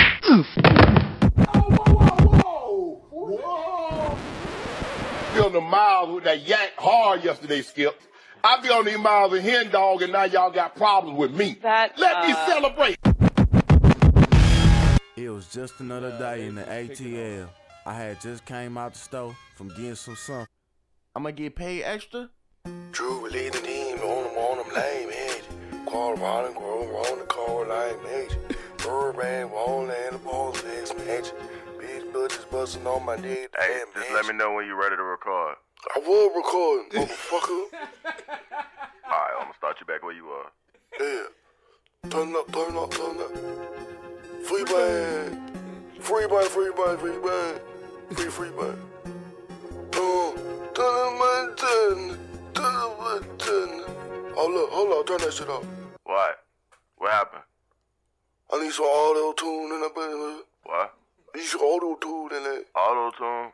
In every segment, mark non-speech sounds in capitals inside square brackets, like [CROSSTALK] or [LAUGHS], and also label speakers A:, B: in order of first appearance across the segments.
A: truth.
B: Whoa, whoa, whoa. Feeling the miles with that yank hard yesterday, Skip. I be on these miles of hen dog, and now y'all got problems with me.
C: That,
B: Let me
C: uh,
B: celebrate.
D: It was just another day in the ATL. I had just came out the store from getting some sun. I'ma get paid extra?
E: Drew lead the team on them, on them lame edge. Carl Rollin, Grove, on the Carl Lane edge. Burbank, Wall, and the Balls, next match. Bitch, bitches busting on my dick.
F: Hey, just let me know when you're ready to record.
E: I was recording, motherfucker.
F: All right, I'm gonna start you back where you are.
E: yeah. Turn up, turn up, turn up. Free band. Free band, free band, free band. Free, free band. Turn, turn up my turn. Turn up my turn. Hold up, hold up, turn that shit up.
F: What? What happened?
E: I need some audio tune in that baby.
F: What?
E: I need some audio tune in that.
F: Auto tune?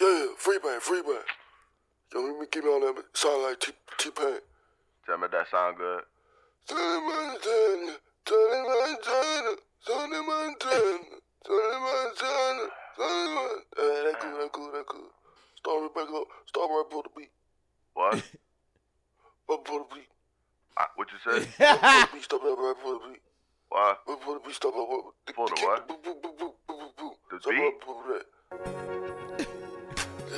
E: Yeah, free band, free band. Yo, let me give me on that. bitch. Sound like T- T-Pain.
F: Tell me if that sound good.
E: Sunny Mountain, Sunny Mountain, Sunny Mountain, Sunny Mountain, Sunny Mountain. Hey, that cool, that cool, that cool. Start right back up. Start right before the beat.
F: What?
G: [LAUGHS]
E: Right before the beat.
F: Uh, what you say?
G: [LAUGHS]
E: Right before the beat. Stop that right before the beat.
F: What?
E: Right before the beat. Stop that right
F: Before the what?
E: Boop, boop, boop, boop, boop, boop, boop.
F: The
E: Stop uh,
F: beat?
E: right before that.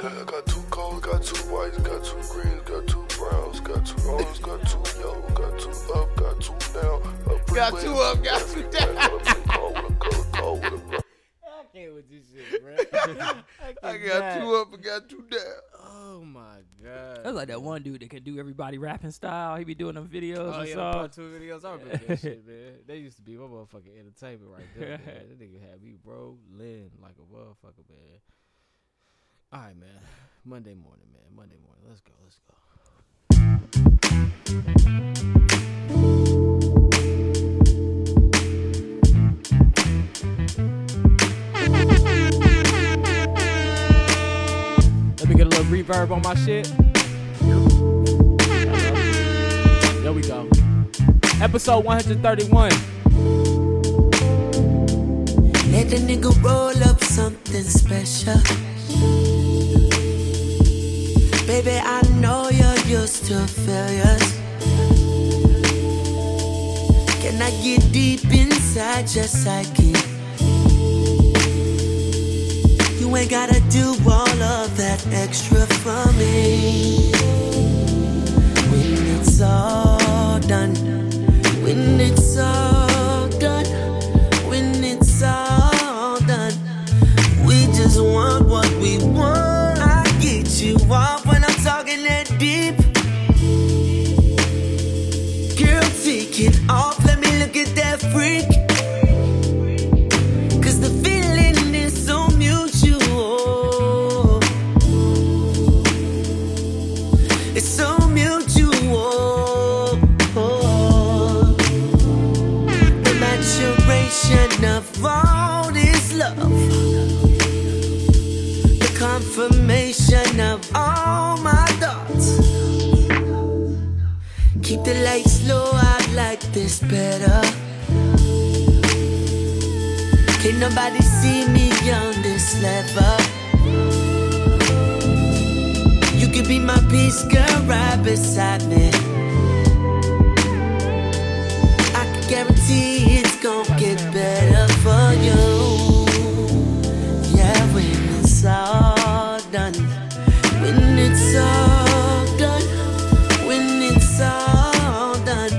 E: Yeah, I got two calls, got two whites, got two greens, got two browns, got two orange, got two yellow, got two up, got two down. Up
A: Got
E: freeway,
A: two up, got two
E: freeway,
A: down.
E: up and go with a color, go with a color.
C: [LAUGHS]
H: I [LAUGHS] can't with this shit, bro. [LAUGHS] I,
A: I got two up and got two down.
H: Oh my
G: That's
H: god.
G: like that one dude that could do everybody rapping style. He be doing them videos
H: Oh
G: and
H: yeah, the
G: songs.
H: part two videos. I remember that shit, man. They used to be my motherfucking entertainment right there. Man.
I: [LAUGHS]
H: That nigga had me rolling like a motherfucker, man. All right, man. Monday morning, man. Monday morning. Let's go. Let's go.
G: Let me get a little reverb on my shit. There we go. Episode 131.
J: Let the nigga roll up something special. Baby, I know you're used to failures. Can I get deep inside your psyche? You ain't gotta do all of that extra for me. When it's all done, when it's all done, when it's all done, we just want what we want. I get you off when I'm talking that deep. Girl, take it off, let me look at that freak. Cause the feeling is so mutual. It's so mutual. The maturation of all this love. The confirmation of all my thoughts. Keep the lights low, I like this better. Can't nobody see me on this level. You could be my peace, girl, right beside me. I can guarantee it's gonna get better for you. Yeah, when it's all done, when it's all done, when it's all done,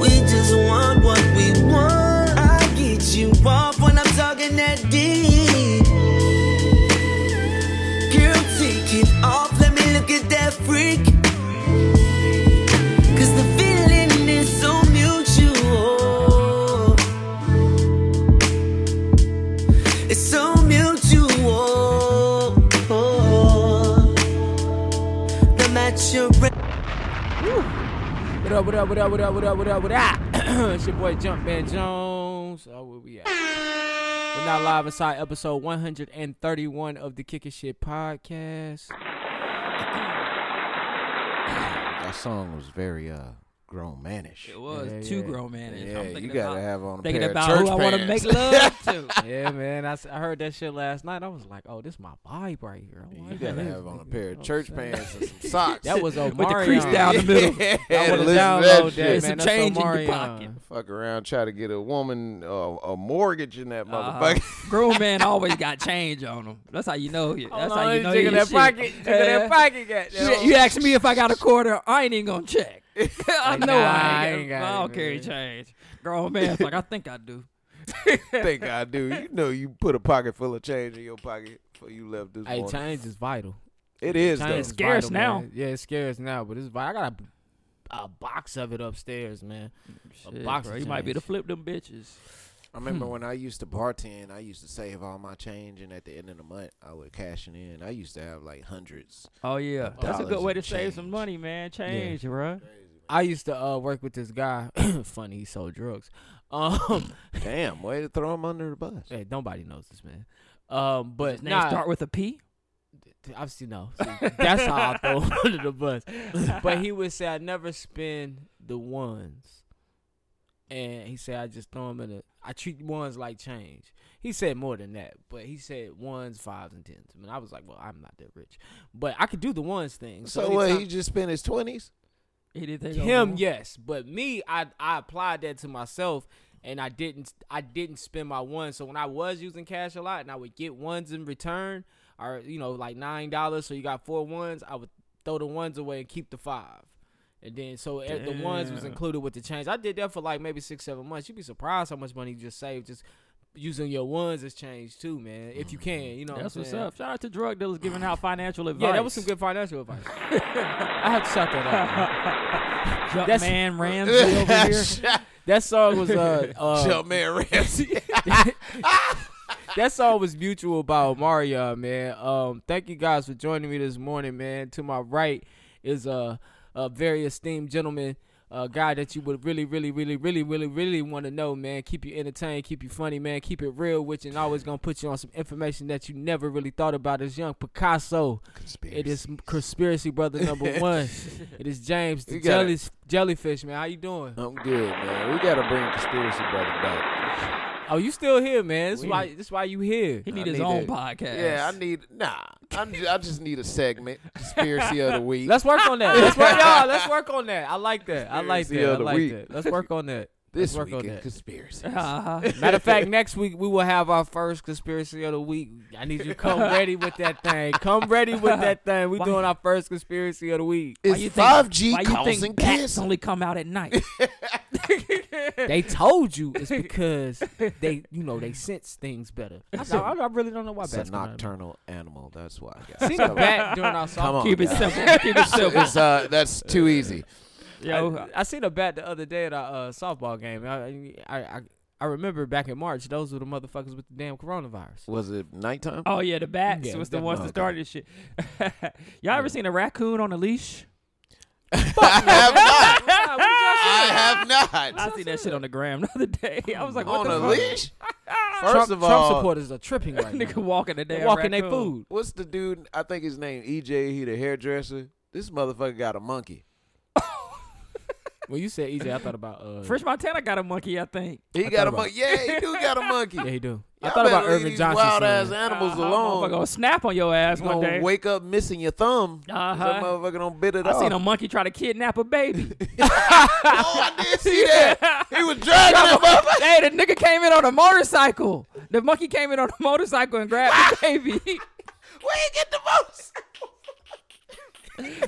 J: we just want what we want. I get you off when I'm talking that deep. Girl, take it off. Let me look at that freak. Cause the feeling is so mutual. It's so mutual. The match you're
G: What up, what up, what up, what up, what up, what up, what up? [CLEARS THROAT] it's your boy Jumpman Jones. Oh, where we at? We're now live inside episode 131 of the Kickin' Shit Podcast.
H: That song was very uh
C: grown manish.
I: It was
G: Yeah,
I: too
G: yeah.
I: grown manish.
C: Yeah,
I: I'm
C: you
I: thinking
C: gotta
I: about,
C: have on a
I: thinking
C: pair of
I: about
C: church
I: who I want to
C: [LAUGHS] pants.
I: make love to.
G: [LAUGHS] yeah, man. I, s- I heard that shit last night. I was like, oh, this my vibe right here. I'm
C: You
G: like,
C: gotta
G: this
C: have on a
G: nigga.
I: [LAUGHS]
C: pair
G: Oh,
C: of church
G: shit.
C: pants and some socks.
G: That was Omarion.
I: the crease down
G: [LAUGHS]
I: the
C: [LAUGHS]
I: middle.
G: I
C: listen
G: would
C: to that
G: have downloaded that,
C: shit.
G: man.
I: And some
G: That's
I: change in your
G: Omarion.
I: pocket.
C: Fuck around, try to get a woman uh, a mortgage in that
I: Uh,
C: motherfucker.
I: [LAUGHS]
C: [LAUGHS]
I: grown man always got change on him. That's how you know. you- That's how you know. you
J: Jiggle that
I: shit.
J: pocket. Jiggle
I: Yeah. [LAUGHS]
J: that pocket. goddamn.
I: Shit, you ask me if I got a quarter, I ain't even gonna check. I
J: Like,
I: know
J: nah,
I: I
J: I
I: ain't.
J: ain't got
I: I
J: it,
I: don't carry
J: man.
I: change. Grown oh, man, like I think I do.
C: think I do. You know, you put a pocket full of change in your pocket before you left this
G: Hey,
C: morning.
G: change is vital.
C: it is
G: Change
C: though.
G: is
I: scarce
G: vital,
I: now.
G: man. Yeah, it's scarce now, but it's vital. I got a, a box of it upstairs, man.
I: Shit,
G: box
I: bro,
G: of
I: you might be
G: change.
I: to flip them bitches.
C: I remember when I used to bartend, I used to save all my change, and at the end of the month, I would cash it in. I used to have like hundreds.
I: Oh yeah, that's a
C: Dollars
I: good way to
C: and
I: save some
C: change.
I: money, man. Change, bro.
G: I used to uh, work with this guy. [COUGHS] Funny, he sold drugs. Um, [LAUGHS]
C: Damn, way to throw them under the bus.
G: hey, nobody knows this man. Um, but
I: His name
G: nah,
I: start with a P.
G: obviously no. See, that's how I throw him under the bus. [LAUGHS] But
I: [LAUGHS]
G: he would say, "I never spend the ones," and he said, "I just throw them in a. I treat ones like change." He said more than that, but he said ones, fives, and tens. And I was like, "Well, I'm not that rich, but I could do the ones thing."
C: So, what?
G: anytime-
C: He just spent his twenties.
I: Anything
G: him
I: on-
G: yes but me i i applied that to myself and i didn't i didn't spend my ones so when i was using cash a lot and i would get ones in return or you know like nine dollars so you got four ones i would throw the ones away and keep the five and then so e- the ones was
I: Damn.
G: included with the change i did that for like maybe six seven months you'd be surprised how much money you just saved just using your ones as change too man if you can you know what
I: That's
G: I'm
I: what's
G: saying?
I: up. Shout out to drug dealers giving out financial advice.
G: yeah that was some good
I: [LAUGHS]
G: financial advice i have to shout that out man.
I: Jump [LAUGHS]
G: That's-
I: man Ramsey over here.
G: That song
I: [LAUGHS]
G: was uh, uh [LAUGHS]
C: man, Ramsey.
G: that song was mutual by Omaria, man. Um, thank you guys for joining me this morning, man. To my right is a a very esteemed gentleman, a guy that you would really, really, really, really, really, really want to know, man. Keep you entertained, keep you funny, man. Keep it real with you, and always gonna put you on some information that you never really thought about. As young Picasso, it is conspiracy brother number one. it is James the
C: You got
G: jelly, jellyfish, man. How you doing?
C: I'm good, man. We gotta bring conspiracy brother back.
G: Oh, you still here, man? That's
C: We-
G: why. That's why you here.
I: He
C: I
I: need his
C: need
I: own
C: it.
I: podcast.
C: Yeah, I need nah. I'm ju- I just need a segment. Conspiracy of the week.
G: Let's work on that. Let's work, y'all. Let's work on that. I like that. I like
C: Conspiracy
G: that. I
C: of the
G: like
C: week.
G: that. Let's work on that.
C: this
G: let's work on
C: weekend
G: that.
C: conspiracy.
I: Uh-huh.
G: Matter of fact, next week we will have our first conspiracy of the week. I need you to come ready with that thing. Come ready with that thing. We
I: Why-
G: doing our first conspiracy of the week.
I: Why you
C: Is
I: think-
C: five G
I: why you
C: causing
I: think bats
C: cancer?
I: only come out at night?
G: They told you
C: [LAUGHS]
G: it's because they, you know, they sense things better. I, I, I really don't know why
C: It's a
G: bats. come out.
C: nocturnal animal. That's why. guys.
G: Seen a bat during our
C: Come
G: softball.
C: on,
I: Keep it
C: guys.
I: simple. Keep
C: [LAUGHS]
I: it simple.
C: It's, uh, that's too easy.
I: Yo,
G: Oh, I, I seen a bat the other day at a uh, softball game. I, I I I remember back in March, those were the motherfuckers with the damn coronavirus.
C: Was it nighttime?
I: oh yeah, the bats
G: Yeah,
I: was the ones that started
C: definitely.
I: this shit. [LAUGHS] Y'all ever seen a raccoon on a leash?
C: I
G: [LAUGHS]
C: have not.
I: I
C: I have not.
I: I seen that shit on the gram the other day. [LAUGHS] I was like, what
C: on
I: the
C: a
I: fuck?
C: leash? First
G: Trump,
C: of
G: Trump
C: all,
G: supporters are tripping [LAUGHS] right
I: Nigga
G: now.
I: walking the
G: They
I: damn
G: walking
I: their
G: their food.
C: what's the dude? I think his name EJ. He the hairdresser. This motherfucker got a monkey.
G: When you said [LAUGHS] EJ, I thought about uh,
I: French Montana got a monkey, I think.
C: He
G: I
C: got
G: thought
C: a
G: about-
C: monkey. Yeah, he do got a monkey.
G: Yeah, he do. [LAUGHS] I
C: Y'all
G: thought about
C: better leave
G: Irvin
C: these
G: Johnson.
C: Wild ass
G: saying- [LAUGHS]
C: animals
I: Uh-huh, Motherfucker
C: alone.
I: gonna snap on your ass
C: You
I: one
C: gonna
I: day.
C: wake up missing your thumb. 'cause
I: Uh-huh.
C: That motherfucker don't bit it
I: I
C: off.
I: seen a monkey try to kidnap a baby.
C: Oh, [LAUGHS] I did [LAUGHS] see
I: [LAUGHS]
C: that. He was dragging that motherfucker.
I: hey, the nigga came in on a motorcycle. The monkey came in on a motorcycle and grabbed the
C: [LAUGHS]
I: baby.
C: Where you get the most?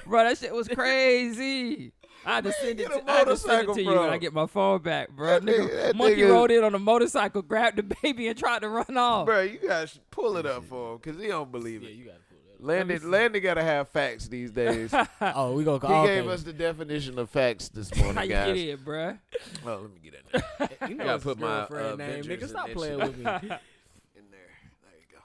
I: bro, that shit was crazy. I had to send it
C: get a
I: to, I had to, send it
C: motorcycle
I: to you when I
C: from?
I: get my phone back, bro.
C: That
I: nigga,
C: nigga- that
I: monkey
C: nigga-
I: rode in on a motorcycle, grabbed the baby, and tried to run off.
C: Bro, you guys should pull it up for him because he don't believe it. Landy, Landy gotta have
I: [LAUGHS]
C: facts these days. he
G: Oh, we gonna call.
C: gave us the definition of facts
I: [LAUGHS]
C: this morning,
I: How you
C: guys.
I: get it, bro?
C: Oh, let me get in
I: [LAUGHS]
C: there. I
G: You know,
C: gotta
G: it's
C: put
G: his
C: my,
G: girlfriend
C: uh,
G: name.
C: Avengers
G: Nigga, stop
C: in
G: playing
C: that
G: with me.
C: In
G: [LAUGHS]
C: there. There you go.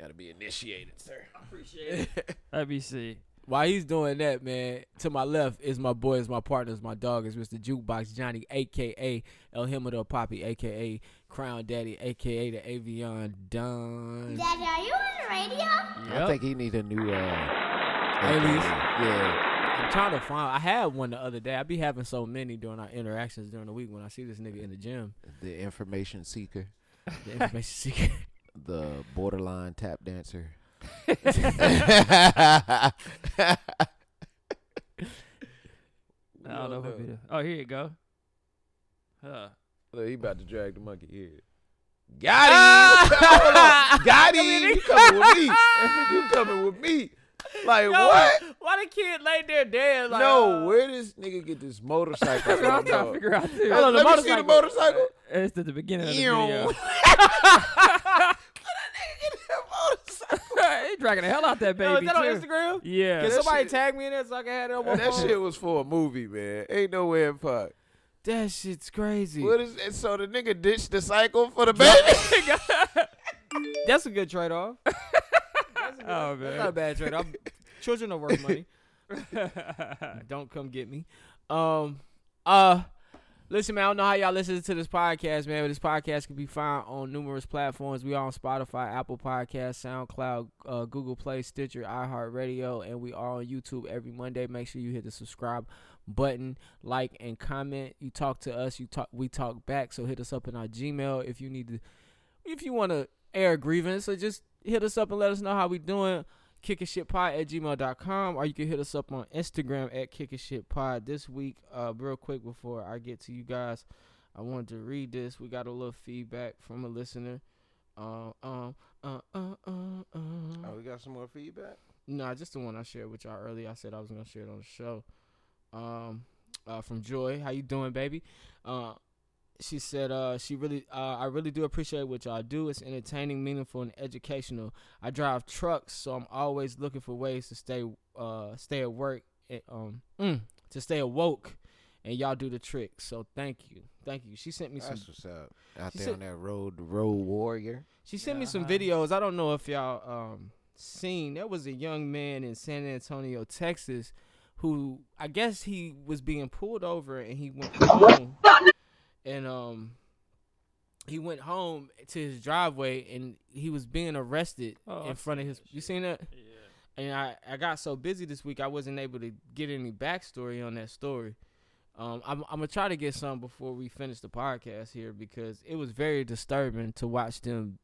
C: Gotta be initiated, sir.
I: Appreciate it. Let me see.
G: While he's doing that, man, to my left is my boy, is my partner, is my dog, is Mr. Jukebox Johnny, aka El Himador Poppy, aka Crown Daddy, aka the Avion Don.
K: Daddy, are you on the radio?
C: I think he need a new uh
G: Alias.
C: Yeah.
G: I'm trying to find. I had one the other day. I be having so many during our interactions during the week when I see this nigga in the gym.
L: The information seeker.
I: [LAUGHS]
G: The information seeker.
L: The borderline tap
C: [LAUGHS]
L: dancer.
I: I don't know if I could- Oh, here you go. Huh.
C: Look, he about to drag the monkey here. Got him! Hold
I: Ah! [LAUGHS]
C: on. Got him! You coming with me? You coming with me? Like
I: Yo,
C: what?
I: Why the kid lay there dead? Like, uh,
C: no, where does nigga get this
I: [LAUGHS]
C: motorcycle
I: That's
C: from?
I: what I'm trying to
C: dog?
I: figure out, too.
C: Hold on,
I: Let
C: the
I: me see the
C: motorcycle.
I: It's at the beginning of the
C: Ew.
I: video. [LAUGHS]
M: he dragging the hell out that
I: Yo,
M: baby.
I: is that on
M: too.
I: Instagram?
C: Yeah.
I: Can
C: That
I: somebody
C: shit-
I: tag me in that so I can have it on my
C: that
I: phone?
C: shit was for a movie, man. Ain't nowhere in fuck.
G: That shit's crazy.
C: What is and so the nigga ditched the cycle for
I: [LAUGHS]
C: the baby?
G: That's a good trade off.
I: Oh man,
G: That's not a bad trade off. Children are worth money. don't come get me. Um, uh, listen, man. I don't know how y'all listen to this podcast, man. But this podcast can be found on numerous platforms. We are on Spotify, Apple Podcasts, SoundCloud, uh, Google Play, Stitcher, iHeartRadio, and we are on YouTube every Monday. Make sure you hit the subscribe button, like, and comment. You talk to us, you talk, we talk back. So hit us up in our Gmail if you need to, if you want to air a grievance. So just hit us up and let us know how we doing kickashitpod at gmail.com or you can hit us up on instagram at kickashitpod this week uh real quick before i get to you guys i wanted to read this we got a little feedback from a listener uh, um uh, uh, uh, uh.
C: Oh, we got some more feedback.
G: Nah, just the one I shared with y'all earlier. I said I was gonna share it on the show. Um, uh, from Joy, how you doing, baby? Uh, she said, uh, she really, uh, I really do appreciate what y'all do. It's entertaining, meaningful, and educational. I drive trucks, so I'm always looking for ways to stay, uh, stay at work, and, um, mm, to stay awoke. And y'all do the trick, so thank you, thank you. She sent me some.
L: That's what's up. Out
G: She
L: there
G: said-
L: on that road, the road
C: [LAUGHS]
L: warrior.
G: She sent me some videos. I don't know if y'all um seen. There was a young man in San Antonio, Texas, who I guess he was being pulled over and he went home. and um he went home to his driveway and he was being arrested
I: Oh,
G: in
I: I
G: front of his you seen that? Yeah. And I, I got so busy this week I wasn't able to get any backstory on that story. Um, I'm, I'm gonna try to get some before we finish the podcast here because it was very disturbing to watch them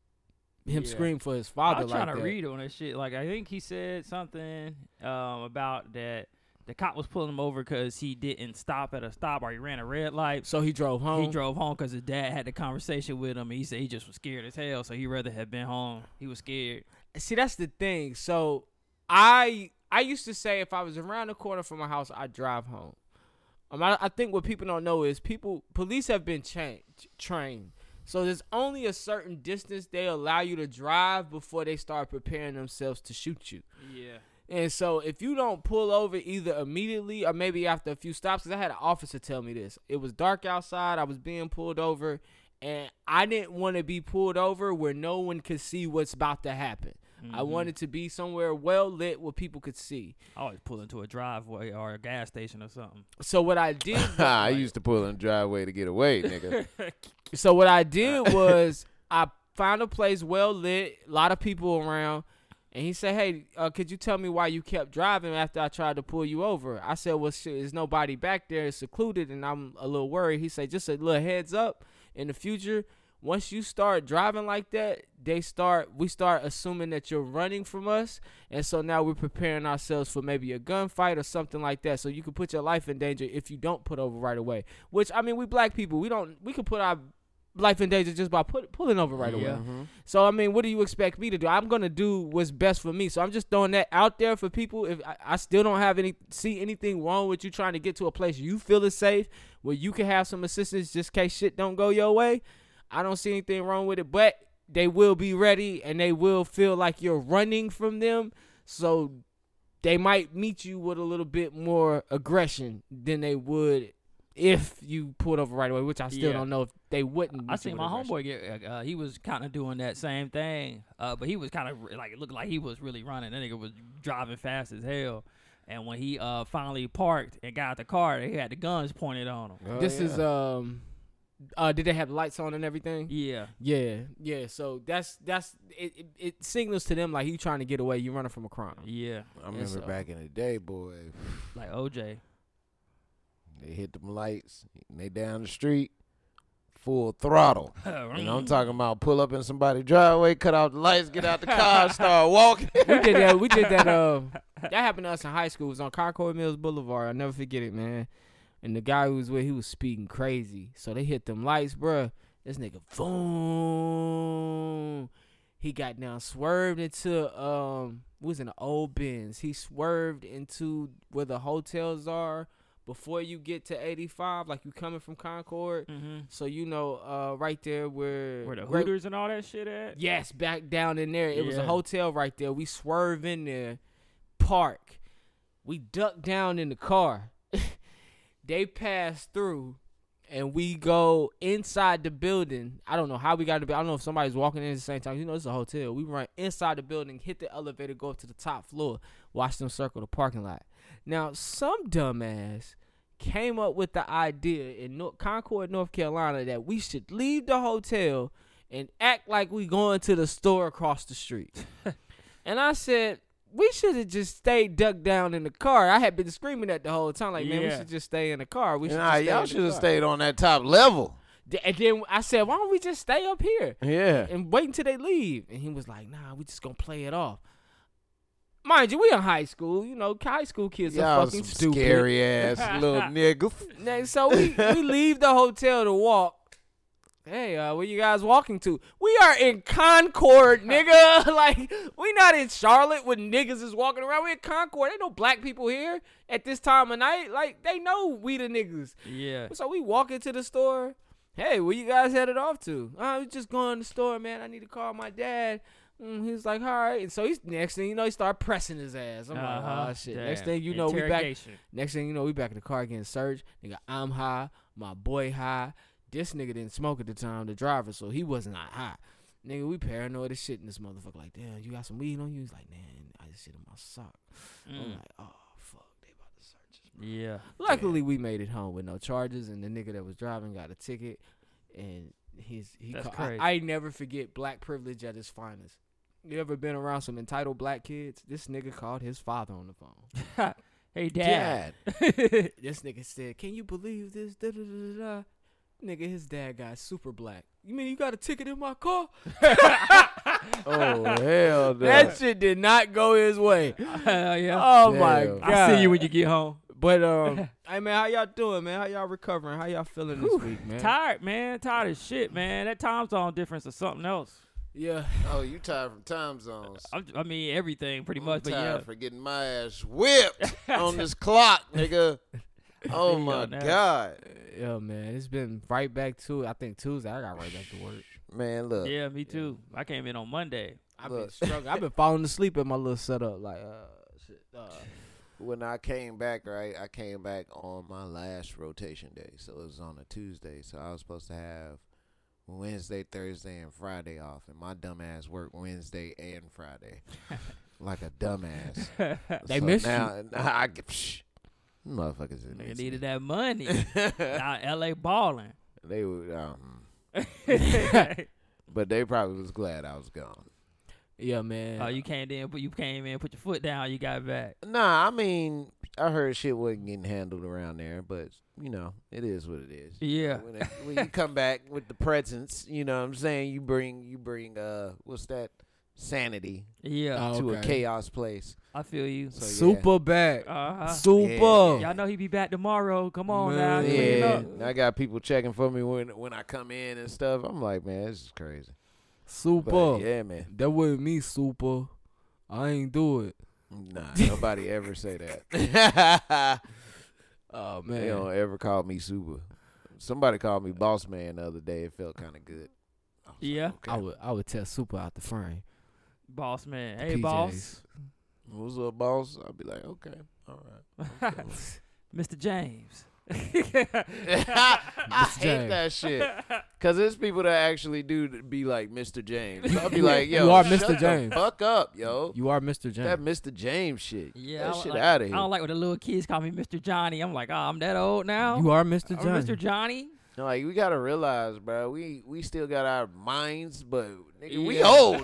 G: him
I: Yeah.
G: scream for his father.
I: I was trying
G: like
I: to
G: that.
I: read on this shit. Like I think he said something um, about that the cop was pulling him over because he didn't stop at a stop or he ran a red light.
G: So he drove
I: He
G: home?
I: drove home because his dad had the conversation with him. And he said he just was scared as hell, so he rather have been home. He was scared.
G: See, that's the thing. So I I used to say if I was around the corner from my house, I drive home. Um, I, I think what people don't know is people police have been cha- trained. So there's only a certain distance they allow you to drive before they start preparing themselves to shoot you.
I: Yeah.
G: And so if you don't pull over either immediately or maybe after a few stops, because I had an officer tell me this. It was dark outside. I was being pulled over, and I didn't want to be pulled over where no one could see what's about to happen. I
I: Mhm.
G: wanted to be somewhere well lit where people could see.
I: I always pull into a driveway or a gas station or something.
G: So what I did
C: I used to pull in the driveway to get [LAUGHS] away, nigga.
G: So what I did was I found a place well lit, a lot of people around, and he said, "Hey, uh, could you tell me why you kept driving after I tried to pull you over?" I said, "Well, shit, there's nobody back there. It's secluded, and I'm a little worried." He said, "Just a little heads up. In the future, once you start driving like that, they start we start assuming that you're running from us, and so now we're preparing ourselves for maybe a gunfight or something like that. So you could put your life in danger if you don't put over right away. Which I mean, we black people, we don't we could put our life in danger just by put, pulling over right away.
I: Yeah. Mhm.
G: So I mean, what do you expect me to do? I'm gonna do what's best for me. So I'm just throwing that out there for people. If I, I still don't have any see anything wrong with you trying to get to a place you feel is safe, where you can have some assistance just in case shit don't go your way. I don't see anything wrong with it, but they will be ready and they will feel like you're running from them. So they might meet you with a little bit more aggression than they would if you pulled over right away, which I still
I: Yeah.
G: don't know if they
I: I
G: wouldn't. meet you
I: seen
G: with
I: my
G: aggression.
I: homeboy get. Uh, he was kind of doing that same thing, uh, but he was kind of like it looked like he was really running. That nigga was driving fast as hell. And when
C: Oh,
I: he uh, finally parked and got out the car, he had the guns pointed on him.
G: this is um Uh, did they have lights on and everything?
I: Yeah.
G: Yeah. Yeah. So that's that's it. It, it signals to them like you trying to get away. You running from a crime.
I: Yeah.
C: I remember back in the day, boy.
I: Like OJ.
C: They hit them lights and they down the street, full throttle.
I: [LAUGHS]
C: and I'm talking about pull up in somebody's driveway, cut off the lights, get out the [LAUGHS] car, start walking.
G: we did that. We did
I: [LAUGHS]
G: that. Uh, that happened to us in high school. It was on Concord Mills Boulevard. I'll never forget it, man. And the guy who was with, he was speeding crazy. So they hit them lights, bruh. This nigga, boom. He got down, swerved into um, we was in the old bins. He swerved into where the hotels are before you get to 85, like you coming from Concord.
I: Mm-hmm.
G: So you know, uh, right there where
I: Where the
G: Great-
I: Hooters and all that shit at?
G: Yes, back down in there. It was a
I: Yeah.
G: hotel right there. We swerve in there, park. We duck down in the car. [LAUGHS] they pass through, and we go inside the building. I don't know how we got to be. I don't know if somebody's walking in at the same time. You know, it's a hotel. We run inside the building, hit the elevator, go up to the top floor, watch them circle the parking lot. Now, some dumbass came up with the idea in North, Concord, North Carolina, that we should leave the hotel and act like we going to the store across the
C: [LAUGHS]
G: street. and I said, we should have just stayed ducked down in the car. I had been screaming that the whole time, like, man, we
C: Yeah.
G: should just stay in the car. We should
C: Nah,
G: just stay
C: y'all
G: in the
C: should have
G: car."
C: stayed on that top level.
G: Th- And then I said, why don't we just stay up here?
C: Yeah.
G: And wait until they leave. And he was like, nah, we just gonna play it off. Mind you, we in high school. You know, high school kids
C: Y'all
G: are fucking
C: some
G: stupid.
C: scary ass [LAUGHS] little niggas.
G: Now, so we,
C: [LAUGHS]
G: we leave the hotel to walk. Hey, uh, where you guys walking to? We are in
C: [LAUGHS]
G: Concord, nigga. [LAUGHS] like, we not in Charlotte when niggas is walking around. We in Concord. Ain't no black people here at this time of night. Like, they know we the niggas.
I: Yeah.
G: So we walk into the store. Hey, where you guys headed off to? I was just going to the store, man. I need to call my dad. Mm, he was like, all right. And so he's next thing you know, he started pressing his ass. I'm
I: Uh-huh.
G: like, oh shit. Next
I: Damn.
G: thing you know, we back.
I: Interrogation.
G: Next thing you know, we back in the car getting searched. Nigga, I'm high. My boy high. This nigga didn't smoke at the time, the driver, so he was not high. Nigga, we paranoid as shit in this motherfucker. Like, damn, you got some weed on you? He's like, man, I just shit in my sock. I'm
I: Mm.
G: like, oh fuck, they about to search us.
I: Yeah.
G: Luckily, we made it home with no charges, and the nigga that was driving got a ticket, and he's he.
I: That's
G: ca- I-
I: crazy.
G: I, never forget black privilege at its finest. You ever been around some entitled black kids? This nigga called his father on the phone.
I: Hey, Dad. [LAUGHS]
G: this nigga said, "Can you believe this?" Da, da, da, da, da. Nigga, his dad got super black. You mean you got a ticket in my
I: [LAUGHS]
G: car?
C: Oh, hell no.
G: That shit did not go his way.
I: Uh, yeah.
G: Oh my god.
I: Damn. I'll see you when you get home.
G: But
I: [LAUGHS]
G: um, hey man, how y'all doing, man? How y'all recovering? How y'all feeling this week, man?
I: Tired, man. Tired as shit, man. That time zone difference is something else.
G: Yeah.
C: Oh, you tired from time zones.
I: I'm, I mean, everything pretty
C: I'm
I: much.
C: tired
I: but
C: for getting my ass whipped on this clock,
I: [LAUGHS]
C: nigga. Oh my god.
G: Yeah, man, it's been right back to I think Tuesday. I got right back to work.
C: Man, look.
I: yeah. yeah, me too. I came in on Monday.
G: I've been struggling. I've been falling asleep at my little setup. Like, uh, shit. Uh,
C: When I came back, right, I came back on my last rotation day. So it was on a Tuesday. So I was supposed to have Wednesday, Thursday, and Friday off. And my dumbass worked Wednesday and
I: [LAUGHS]
C: Friday. like a dumbass.
I: They
C: so
I: missed you.
C: now, I, psh, motherfuckers didn't
I: Nigga
C: miss
I: needed
C: me.
I: that
C: [LAUGHS]
I: money. now LA balling.
C: They
I: [LAUGHS]
C: were, um, [LAUGHS] but they probably was glad I was gone.
G: Yeah, man.
I: Oh, you came in, but you came in, put your foot down, you got back.
C: Nah, I mean, I heard shit wasn't getting handled around there, but you know, it is what it is.
I: Yeah.
C: When, it- when you come back with the presence, you know what I'm saying? You bring you bring uh what's that? Sanity.
I: Yeah.
C: To a
I: Okay.
C: chaos place.
I: I feel you.
C: Uh, So, yeah.
G: Super back.
N: Ah,
I: Uh-huh.
G: Super.
I: Y'all know he be back tomorrow. Come on now. clean
C: Yeah.
I: up.
C: I got people checking for me when when I come in and stuff. I'm like, man, this is crazy.
G: Super.
C: But, yeah, man.
G: That wasn't me, super. I ain't do it.
C: Nah, nobody ever say that. [LAUGHS]
G: oh man.
C: They don't ever call me super. Somebody called me boss man the other day. It felt kind of good.
I: Yeah.
G: I would I would tell super out the frame.
I: Boss man.
G: The
I: Hey, boss.
C: What's up, boss? I'll be like, okay, all right. [LAUGHS]
N: [LAUGHS]
I: Mr. James.
C: I hate that shit. Cause there's people that actually do th- be like Mr. James. I'll be like, yo,
G: You are
C: shut
G: Mr.
C: the
G: James.
C: fuck up, yo.
G: You are Mr. James.
C: That Mr. James shit.
I: Yeah, I
C: that
I: don't
C: shit
I: like-
C: out of here.
N: "Ah,
I: I don't like when the little kids call me Mr. Johnny. I'm like, oh, I'm that old now.
G: You are Mr.
I: I'm
G: Johnny.
I: Mr. Johnny.
C: No, like we gotta realize, bro, we we still got our minds, but nigga, we
G: Yeah.
C: old,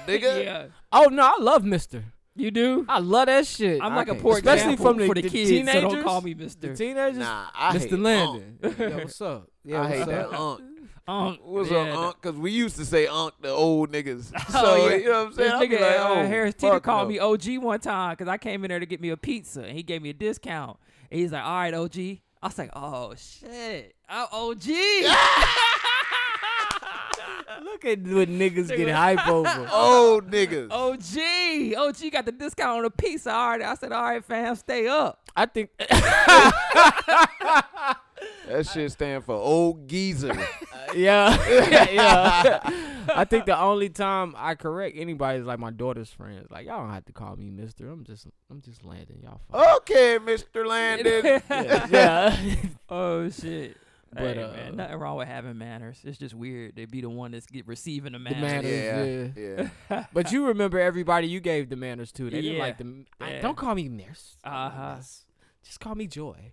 I: [LAUGHS]
C: nigga.
G: Yeah. Oh no, I love Mister. You do? I love that shit.
N: I'm like a
G: Okay.
N: poor
G: especially
N: example
G: from the,
N: for the
G: the
N: kids,
G: Teenagers,
N: so don't call me Mister.
G: The teenagers,
C: Nah, I
G: Mr.
C: hate
G: Landon.
C: Unc.
H: Yo, what's up?
C: I
H: what's
C: hate
H: up?
C: that unk.
I: Unk,
C: What's
I: yeah.
C: up, unk? Because we used to say unk to old
N: [LAUGHS]
C: niggas.
N: Oh,
C: so,
N: yeah.
C: you know what I'm saying?
N: This
C: I be
N: nigga,
C: like,
N: uh,
C: oh,
N: Harris Teeter
C: fuck
N: called
C: no.
N: me OG one time because I came in there to get me a pizza and he gave me a discount. And he's like, all right, OG. I was like, oh, shit. I'm [LAUGHS] OG.
G: Look at what niggas get
N: Nigga.
G: hype over.
C: Old niggas.
N: Oh. OG. OG got the discount on the pizza. All right. I said, all right, fam, stay up.
G: I
N: [LAUGHS]
G: think.
C: That shit stand for old geezer.
N: [LAUGHS]
G: [LAUGHS] yeah, yeah. I think the only time I correct anybody is like my daughter's friends. Like y'all don't have to call me Mister. I'm just, I'm just landing y'all. Fuck.
C: okay,
N: [LAUGHS]
I: [LAUGHS]
C: Mr. Landon.
G: Yeah, yeah.
I: oh shit.
G: But,
I: But man,
G: uh,
I: nothing wrong with having manners. It's just weird to be the one that's get, receiving the
G: The
I: manners.
G: manners,
C: Yeah,
G: yeah. but you remember everybody you gave the manners to. They didn't
I: Yeah,
G: like the. I-
I: yeah.
G: Don't call me Miss.
I: Uh
G: Uh-huh.
I: huh.
G: Just call me Joy.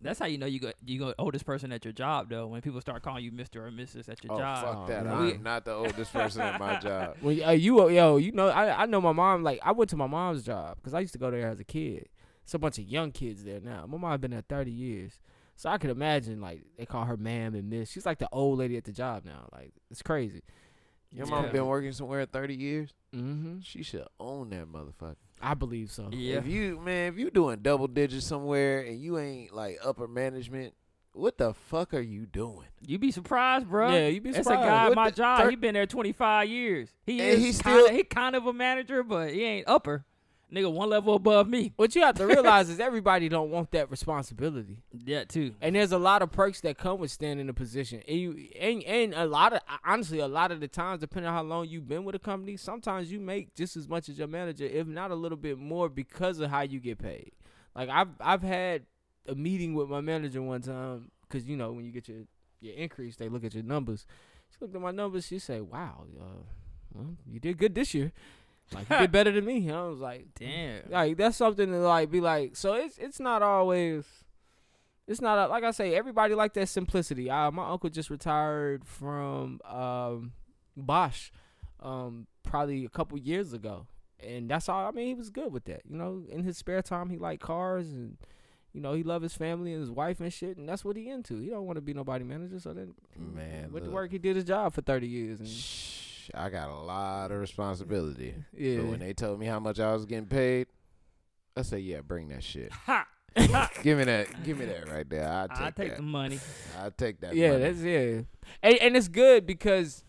I: That's how you know you go you go oldest person at your job though. When people start calling you Mister or Mrs. at your
C: Oh,
I: job.
C: fuck that.
G: no.
C: I'm not the oldest person at my
N: [LAUGHS]
C: job.
G: When uh, you uh, yo, you know, I I know my mom. Like I went to my mom's job because I used to go there as a kid. It's a bunch of young kids there now. My mom been there thirty years, so I could imagine like they call her ma'am and miss. She's like the old lady at the job now. Like it's crazy.
C: Your mom been working somewhere 30 years?
G: Mm-hmm.
C: She should own that motherfucker.
G: I believe so.
C: If you man, if you doing double digits somewhere and you ain't like upper management, what the fuck are you doing?
I: You be surprised, bro.
G: Yeah, you be
I: It's a
G: surprised.
I: guy at
G: What
I: my
G: the
I: job.
G: tur-
I: he been there 25 years. He
C: And
I: is
C: he
I: kinda,
C: still-
I: he kind of a manager, but he ain't upper. Nigga, one level above me.
G: What you have to realize is everybody don't want that responsibility.
I: Yeah, too.
G: And there's a lot of perks that come with staying in a position. And you and, and a lot of honestly, a lot of the times, depending on how long you've been with a company, sometimes you make just as much as your manager, if not a little bit more, because of how you get paid. Like I've I've had a meeting with my manager one time because you know when you get your your increase, they look at your numbers. She looked at my numbers. She said, "Wow, uh, well, you did good this year. Like you did better than me." I was like,
I: Damn.
G: Like that's something to like be like. So it's it's not always. It's not a, like I say. Everybody like that simplicity. Uh, my uncle just retired from um, Bosch, um, probably a couple years ago, and that's all. I mean, he was good with that. You know, in his spare time, he liked cars and. You know, he loved his family and his wife and shit, and that's what he into. He don't want to be nobody manager, so then
C: Man,
G: went to
C: look.
G: work. He did his job for thirty years. And
C: I got a lot of responsibility.
G: Yeah.
C: But when they told me how much I was getting paid, I say, yeah, bring that
G: [LAUGHS]
C: shit.
I: Ha.
C: give me that. Give me that right there. I take,
I: I take
C: that.
I: the money.
C: I take that.
G: yeah,
C: money.
G: that's yeah, and, and it's good because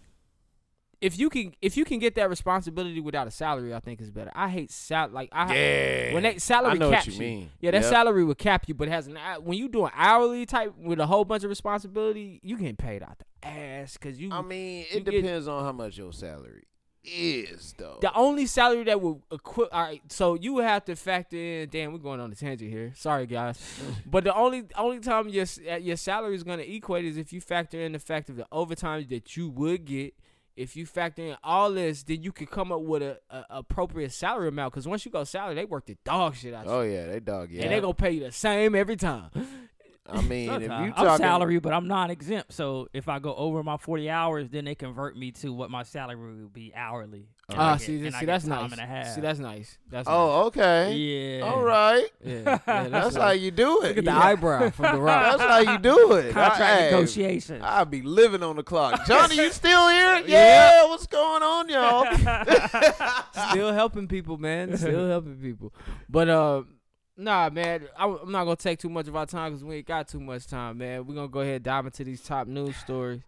G: if you can if you can get that responsibility without a salary, I think is better. I hate sal like I
C: Yeah.
G: when that
C: I
G: salary
C: know what
G: caps
C: you mean.
G: Yeah, that
C: Yep.
G: salary would cap you, but it has an hou- when you do an hourly type with a whole bunch of responsibility, you getting paid out the ass because you.
C: I mean,
G: you
C: it
G: get-
C: depends on how much your salary is, though.
G: The only salary that would equip. All right, so you would have to factor in. Damn, we're going on a tangent here.
I: [LAUGHS]
G: Sorry, guys, but the only only time your s- uh, your salary is going to equate is if you factor in the fact of the overtime that you would get. If you factor in all this, then you could come up with a, a appropriate salary amount. Because once you go salary, they work the dog shit out. you.
C: oh yeah, they dog. Yeah.
G: And they gonna pay you the same
I: [LAUGHS]
G: every time. [LAUGHS]
C: I mean, if you
I: Sometimes.
C: talking
I: I'm salary, but I'm non exempt. So if I go over my 40 hours, then they convert me to what my salary would be hourly. And I
G: Ah,
I: get-
G: see,
I: and
G: this-
I: I
G: see,
I: get
G: that's
I: time
G: nice.
I: and a half.
G: See, that's nice. That's nice.
C: Oh, okay.
I: Yeah.
C: All right.
G: Yeah,
C: that's, how you do it.
G: Look at the eyebrow from the
I: [LAUGHS]
G: rock.
C: That's how you do
G: [LAUGHS]
I: [LAUGHS]
C: it.
I: Contract
C: I- hey, Ah.
I: negotiations.
C: I'll be living on the clock. Johnny, you still here? Yeah. What's going on,
G: [LAUGHS]
C: y'all?
G: Still helping people, man.
I: [LAUGHS]
G: Still helping people. But uh, nah, man. I, am not gonna take too much of our time because we ain't got too much time, man. We're gonna go ahead and dive into these top news stories.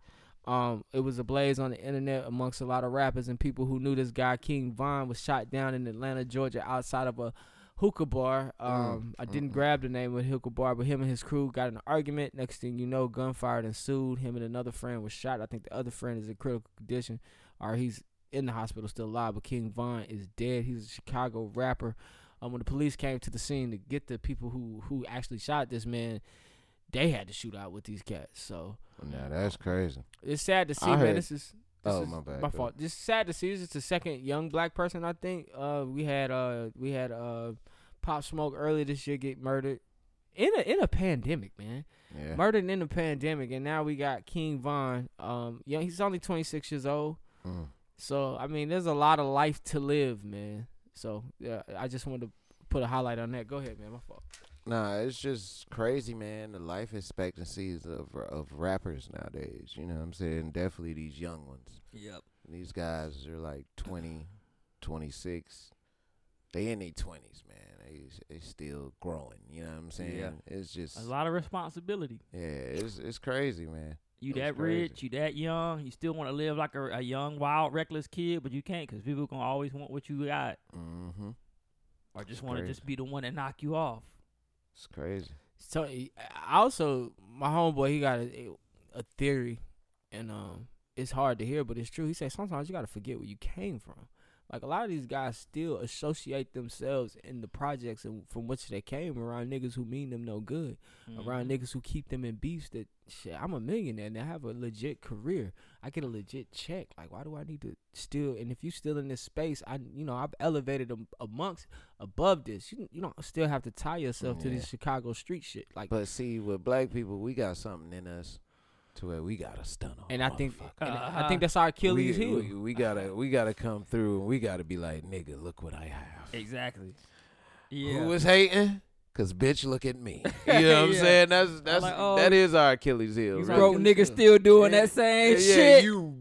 G: Um, it was a blaze on the internet amongst a lot of rappers and people who knew this guy King Von was shot down in Atlanta, Georgia, outside of a hookah bar. Um, I didn't grab the name of the hookah bar, but him and his crew got in an argument. Next thing you know, gunfire ensued. Him and another friend was shot. I think the other friend is in critical condition, or he's in the hospital still alive. But King Von is dead. He's a Chicago rapper. Um, when the police came to the scene to get the people who who actually shot this man, they had to shoot out with these cats. So
C: now that's crazy.
G: it's sad to see,
C: I
G: man.
C: heard-
G: This is this
C: Oh,
G: is
C: my bad,
G: my
C: go
G: fault. Just sad to see. This is the second young black person I think. Uh, we had uh we had uh Pop Smoke earlier this year get murdered, in a in a pandemic, man.
C: Yeah.
G: Murdered in a pandemic, and now we got King Von. Um, yeah, he's only twenty six years old.
C: Mm.
G: So I mean, there's a lot of life to live, man. So yeah, I just wanted to put a highlight on that. Go ahead, man. My fault.
C: Nah, it's just crazy, man. The life expectancies of of rappers nowadays. You know what I'm saying? Definitely these young ones.
N: Yep.
C: These guys are like 20, 26. They in their 20s, man. They they still growing. You know what I'm saying?
I: Yeah.
C: It's just
I: a lot of responsibility.
C: Yeah, it's it's crazy, man.
I: You
C: It's
I: that
C: crazy.
I: rich, you that young, you still want to live like a, a young, wild, reckless kid, but you can't because people gonna always want what you got,
C: mm-hmm.
I: or just want to
G: crazy.
I: just be the one that knock you off.
C: It's crazy.
G: So I I also, my homeboy, he got a, a theory, and um, it's hard to hear, but it's true. He said sometimes you got to forget where you came from. Like a lot of these guys still associate themselves in the projects and from which they came around niggas who mean them no good,
I: Mm-hmm.
G: around
C: Mm-hmm.
G: niggas who keep them in beefs. That shit, I'm a millionaire and I have a legit career. I get a legit check. Like why do I need to still? And if you still in this space, I you know I've elevated am- amongst above this. You you don't still have to tie yourself to
C: Yeah.
G: this Chicago street shit. Like
C: But see, with black people, we got something in us to where we gotta stun on.
G: And I think and I think that's our Achilles
C: we,
G: heel.
C: We, we gotta we gotta come through and we gotta be like, nigga, look what I have.
I: Exactly.
C: Who
I: Yeah.
C: was hating? Cause bitch, look at me. You know what I'm
I: Yeah.
C: saying? That's that's
I: Like, oh,
C: that is our Achilles heel.
N: These
C: really.
N: broke niggas still doing that same
C: Yeah,
N: shit. [LAUGHS]
C: you-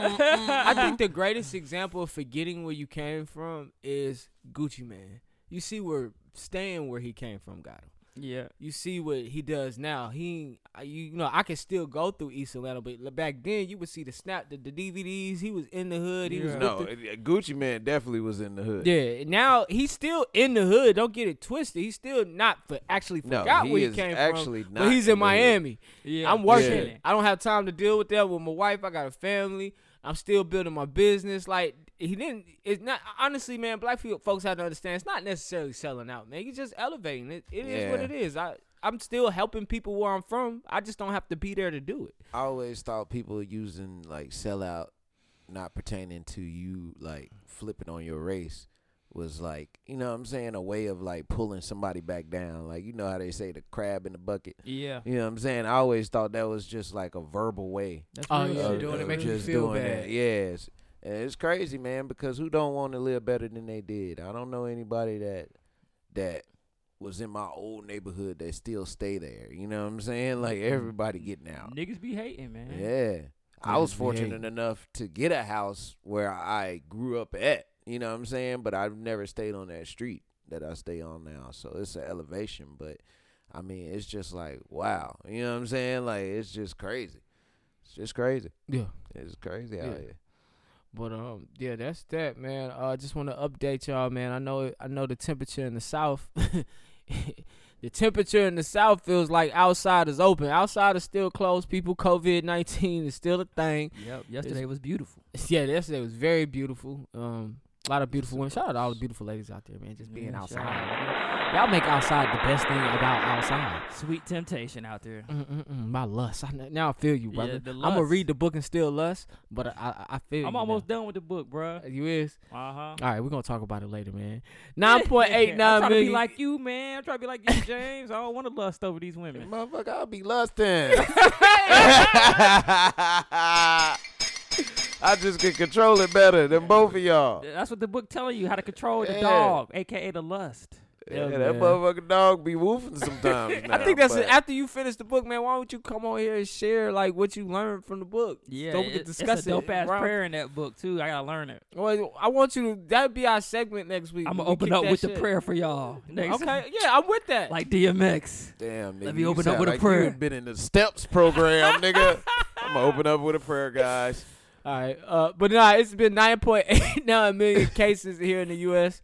G: I think the greatest example of forgetting where you came from is Gucci Man. You see where staying where he came from got him.
I: Yeah.
G: You see what he does now. He, I- you, you know, I can still go through East Atlanta, but l- back then you would see the snap, the, the DVDs. He was in the hood. He was with
C: no,
G: the-
C: it- uh, Gucci man definitely was in the hood.
G: yeah. Now he's still in the hood. Don't get it twisted. He's still not for actually
C: No,
G: forgot
C: he
G: where he
C: is
G: came
C: actually
G: from.
C: not
G: but he's
C: in
G: in,
C: the hood.
G: Miami.
C: Yeah.
G: I'm working.
C: Yeah.
G: I don't have time to deal with that with my wife. I got a family. I'm still building my business. Like he didn't. It's not honestly, man. Black fo- folks have to understand. It's not necessarily selling out, man. You're just elevating it. It is what
C: Yeah.
G: it is. I I'm still helping people where I'm from. I just don't have to be there to do it.
C: I always thought people using like sellout, not pertaining to you like flipping on your race, was like you know what I'm saying a way of like pulling somebody back down. Like you know how they say the crab in the bucket.
I: Yeah.
C: You know what I'm saying. I always thought that was just like a verbal way.
I: That's Oh, real yeah, shit.
C: of-
I: doing it
C: of
I: make you
C: just
I: feel
C: doing
I: bad.
C: That. Yes. And it's crazy, man, because who don't want to live better than they did? I don't know anybody that that was in my old neighborhood that still stay there. You know what I'm saying? Like everybody getting out.
I: Niggas be hating, man.
C: Yeah. I was
I: Yeah.
C: fortunate enough to get a house where I grew up at, you know what I'm saying? But I've never stayed on that street that I stay on now. So it's an elevation, but I mean, it's just like, wow. You know what I'm saying? Like it's just crazy. It's just crazy.
G: Yeah.
C: It's crazy out
G: Yeah.
C: here.
G: But um, yeah, that's that, man. I uh, just want to update y'all, man. I know, I know the temperature in the south. [LAUGHS] the temperature in the south feels like outside is open. Outside is still closed. People, COVID nineteen is still a thing. [LAUGHS]
I: Yep. Yesterday was beautiful.
G: Yeah, yesterday was very beautiful. Um, a lot of beautiful women. Shout out to all the beautiful ladies out there, man. Just being
I: Yeah, shout
G: outside. Y'all make outside the best thing about outside.
I: Sweet temptation out there.
G: Mm-mm-mm, my lust. I, kn- now I feel you,
I: Yeah,
G: brother.
I: the
G: I'm gonna
I: lust.
G: read the book and still lust, but I I, I feel you
I: I'm
G: now.
I: almost done with the book, bruh.
G: You is?
I: Uh huh.
G: All right, we're gonna talk about it later, man. Nine
I: [LAUGHS]
G: point eight
I: I'm
G: nine
I: trying to be
G: million.
I: like you, man. I'm trying to be like you, James. I don't want to lust over these women.
C: Motherfucker, I'll be
G: [LAUGHS]
C: lusting. [LAUGHS] I just can control it better than both of y'all.
I: That's what the book telling you how to control the
C: Yeah.
I: dog, aka the lust.
C: Yeah, that motherfucking dog be woofing sometimes.
G: [LAUGHS] I
C: now,
G: think that's
C: but-
G: it. after you finish the book, man. Why don't you come on here and share like what you learned from the book?
I: Yeah,
G: so we
I: it-
G: can discuss
I: it's a dope
G: it.
I: ass
G: Round-
I: prayer in that book too. I gotta learn it.
G: Well, I want you to. That'd be our segment next week.
I: I'm
G: We
I: gonna
G: can
I: open
G: kick
I: up
G: that
I: with
G: shit.
I: the prayer for y'all. Next
G: Okay, yeah, I'm with that.
I: like DMX.
C: Damn, nigga.
I: Let me
C: you
I: open up
C: sound
I: with a
C: like you
I: prayer.
C: had been in the steps program, nigga. I'm gonna open up with a prayer, guys.
G: All right, uh, but nah, it's been [LAUGHS] 9.89 million cases here in the U.S.,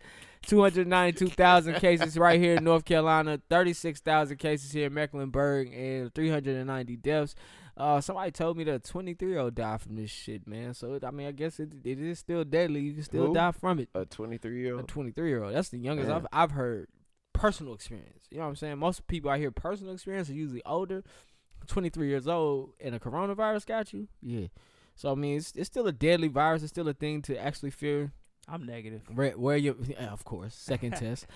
G: 292,000 cases right here in North Carolina, 36,000 cases here in Mecklenburg, and 390 deaths. Uh, somebody told me that a 23 year old died from this shit, man. So it, I mean, I guess it, it is still deadly. You can still
C: Who?
G: die from it.
C: A 23 year
G: A
C: old.
G: 23 year old. That's the youngest
C: Yeah.
G: I've I've heard personal experience. You know what I'm saying? Most people out here personal experience are usually older. 23 years old and a coronavirus got you. Yeah. So I mean, it's it's still a deadly virus. It's still a thing to actually fear.
I: I'm negative.
G: Re- wear your, yeah, of course, second test.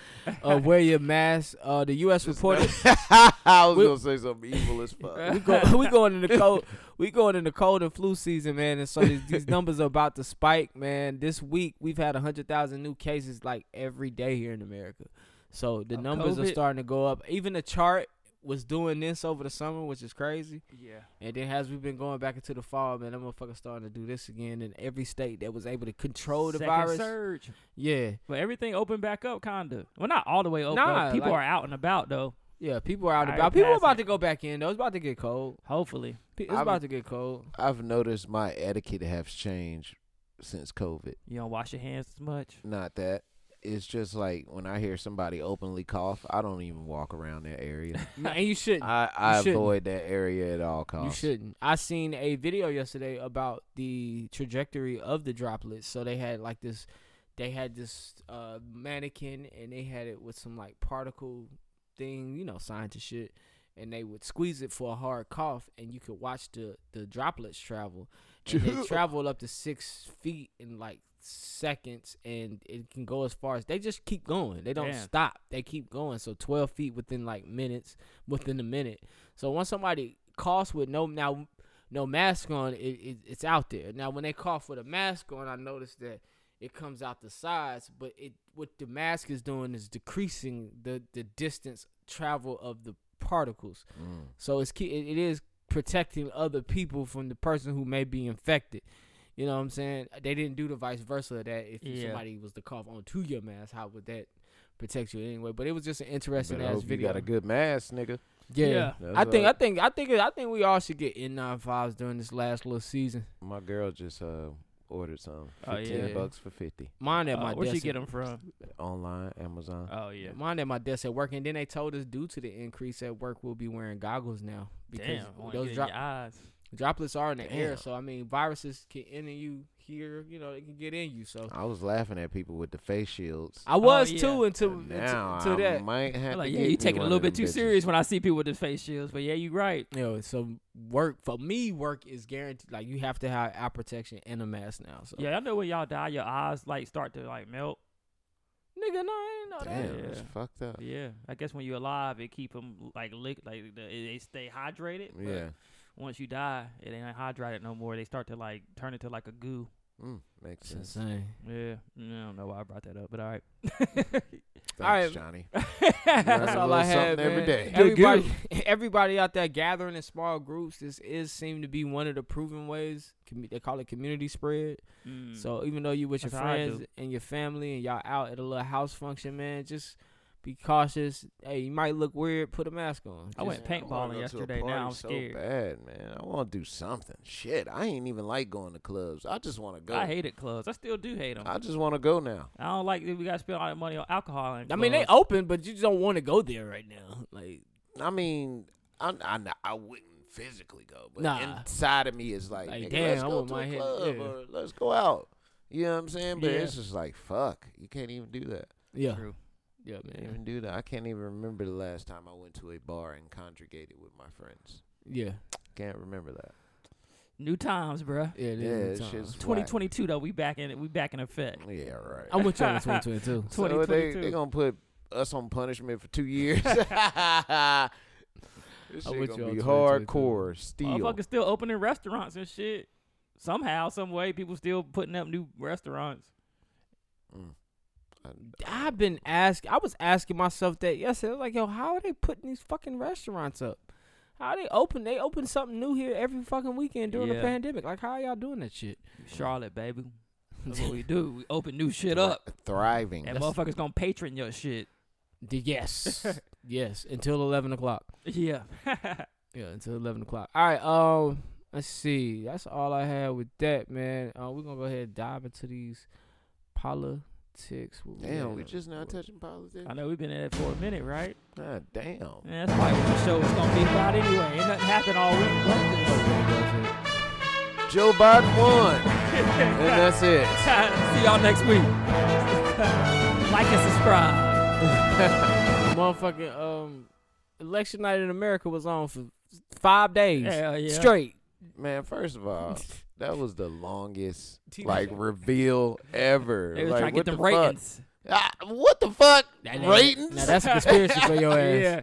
G: Uh, wear your mask. Uh, the U.S. reported.
C: [LAUGHS] I was
G: We-
C: gonna say something evil as fuck.
G: [LAUGHS] we go,
I: [LAUGHS]
G: we going into cold. We going into cold and flu season, man. And so these,
I: [LAUGHS]
G: these numbers are about to spike, man. This week we've had hundred thousand new cases like every day here in America. So the numbers are
I: COVID?
G: starting to go up. Even the chart was doing this over the summer, which is crazy.
I: Yeah.
G: And then as we've been going back into the fall, man, that motherfucker starting to do this again. in every state that was able to control the
I: Second
G: virus,
I: surge.
G: yeah,
I: But everything opened back up, kinda. Well, not all the way open.
G: Nah,
I: up. People
G: like-
I: are out and about though.
G: yeah, people are out and
I: Alright,
G: about. People
I: pass
G: about to go back in though. It's about to get cold.
I: Hopefully,
G: Pe- it's
C: I'm-
G: about to get cold.
C: I've noticed my etiquette has changed since COVID.
I: You don't wash your hands as much.
C: Not that. It's just like when I hear somebody openly cough, I don't even walk around that area.
G: No, and
I: [LAUGHS]
G: you shouldn't.
C: I, I
G: You shouldn't.
C: avoid that area at all
G: You
C: costs.
G: shouldn't. I seen a video yesterday about the trajectory of the droplets. So they had like this, they had this uh, mannequin and they had it with some like particle thing, you know, scientist shit. And they would squeeze it for a hard cough, and you could watch the the droplets travel. And they travel up to six feet in like seconds, and it can go as far as they just keep going. They don't
I: Damn.
G: stop. They keep going. So twelve feet within like minutes, within a minute. So once somebody coughs with no now no mask on, it, it it's out there. Now when they cough with a mask on, I noticed that it comes out the sides, but it what the mask is doing is decreasing the the distance travel of the particles.
C: Mm.
G: So it's ke- it, it is protecting other people from the person who may be infected. You know what I'm saying? They didn't do the vice versa of that if
I: Yeah.
G: somebody was to cough onto your mask, how would that protect you anyway? But it was just an interesting
C: Better
G: ass
C: hope you
G: video.
C: got a good mask, nigga.
G: Yeah,
C: That's
G: I think I
C: what-
G: think I think I think we all should get N95s during this last little season.
C: my girl just uh ordered some.
I: Oh,
C: Fifteen
I: yeah.
C: bucks for fifty.
G: Mine at
I: Uh,
G: my
I: where'd
G: desk.
I: you get them from?
C: Online, Amazon.
I: Oh yeah.
G: Mine at my desk at work, and then they told us due to the increase at work, we'll be wearing goggles now because
I: Damn, wanna
G: those
I: get in
G: drop
I: your eyes.
G: droplets are in the air.
C: Damn.
G: So I mean, viruses can enter you here. You know, they can get in you.
I: Oh.
G: So
C: I was laughing at people with the face shields.
G: I was
I: yeah.
G: too until
C: now
G: until, until
C: I
G: that.
C: might have
I: Like,
C: to
I: yeah,
C: get
I: you
C: me
I: taking a
C: one
I: little
C: of
I: bit
C: them
I: too
C: bitches.
I: serious when I see people with the face shields. But yeah, you right.
G: You know, so work for me, work is guaranteed. Like you have to have eye protection and a mask now. So
I: Yeah, I know when y'all die, your eyes like start to like melt.
G: nigga, no, I ain't know that.
C: Damn,
I: Yeah.
C: it's fucked
G: Uh,
C: up.
I: Yeah, I guess when you're alive, it keep them like lick, like the, it- they stay hydrated. but
C: Yeah.
I: Once you die, it ain't hydrated no more. They start to like turn into like a goo.
C: Mm, makes
I: [LAUGHS]
G: It's
C: sense.
G: insane.
I: Yeah, I don't know why I brought that up, but all right.
C: Thanks,
G: All right.
C: Johnny.
I: [LAUGHS]
G: That's
C: Learn a
G: all
C: little
G: I had.
C: something every
G: man.
C: day. [LAUGHS]
G: Everybody, [LAUGHS] everybody out there gathering in small groups. This is seem to be one of the proven ways. commu- They call it community spread.
I: Mm.
G: So even though you with your
I: That's how I
G: friends
I: do.
G: and your family and y'all out at a little house function, man, just be cautious. Hey, you might look weird. Put a mask on.
I: I went
G: Just-
C: wanna
I: paintballing
C: go to a
I: yesterday.
C: party
I: Now I'm
C: so
I: scared.
C: Bad man, I want to do something. Shit, I ain't even like going to clubs. I just want to go.
I: I hated clubs. I still do hate them.
C: I just want to go now.
I: I don't like that we got to spend all that money on alcohol. And
G: I mean, they open, but you just don't want to go there right now. Like,
C: I mean, I I, I wouldn't physically go, but
G: Nah.
C: inside of me is like,
G: Like,
C: nigga,
G: damn,
C: let's
G: I
C: go
G: want
C: to
G: my
C: a
G: head-
C: club
G: yeah.
C: or let's go out. You know what I'm saying? But
I: Yeah.
C: it's just like, fuck, you can't even do that.
G: yeah,
I: True.
G: yeah,
C: Can't
G: man,
C: even do that. I can't even remember the last time I went to a bar and congregated with my friends.
G: yeah,
C: Can't remember that.
I: New times, bruh.
G: yeah. It
C: yeah,
G: is
C: it's
G: yeah,
C: just
I: 2022 though, we back in it. We back in effect.
C: Yeah, right.
G: I'm with
C: [LAUGHS]
G: y'all in 2022.
C: So they
I: 2022.
C: they gonna put us on punishment for two
G: [LAUGHS]
C: years. [LAUGHS] this shit gonna
G: with you on
C: be
G: 2022.
C: hardcore. Steel.
I: Motherfuckers still opening restaurants and shit. Somehow, some way, people still putting up new restaurants.
C: Mm.
G: I've been asking. I was asking myself that yesterday. I was like, yo, how are they putting these fucking restaurants up? How they open? They open something new here every fucking weekend during the
I: Yeah.
G: pandemic. Like, how are y'all doing that shit?
I: Charlotte, baby. That's what we do. We open new shit up.
C: Thriving.
I: And motherfuckers gonna patron your shit.
G: The-
I: [LAUGHS]
G: Yes, yes. Until eleven o'clock.
I: Yeah. [LAUGHS]
G: Yeah, until eleven o'clock. All right. Um, let's see. That's all I had with that, man. Uh, we're gonna go ahead and dive into these politics. What
C: Damn,
G: at?
C: we just now touching politics.
I: I know we've been at it for a minute, right?
C: God damn.
I: Yeah, that's probably what the show is gonna be about anyway. Ain't nothing happened all week. But
C: Joe Biden won, and that's it.
I: this. See y'all next week. [LAUGHS] like and subscribe.
G: motherfucking um election night in America was on for five days
I: Hell yeah.
G: straight.
C: Man, first of all, That was
I: [LAUGHS]
C: the longest
O: TV
C: like
O: show.
C: reveal ever.
O: They was
C: like,
O: trying to
C: what
O: get them
C: the fuck?
O: ratings.
C: Ah, what the fuck?
O: Now that-
C: ratings?
O: now
G: [LAUGHS]
O: that's a conspiracy for
I: [LAUGHS]
O: your ass.
C: Yeah.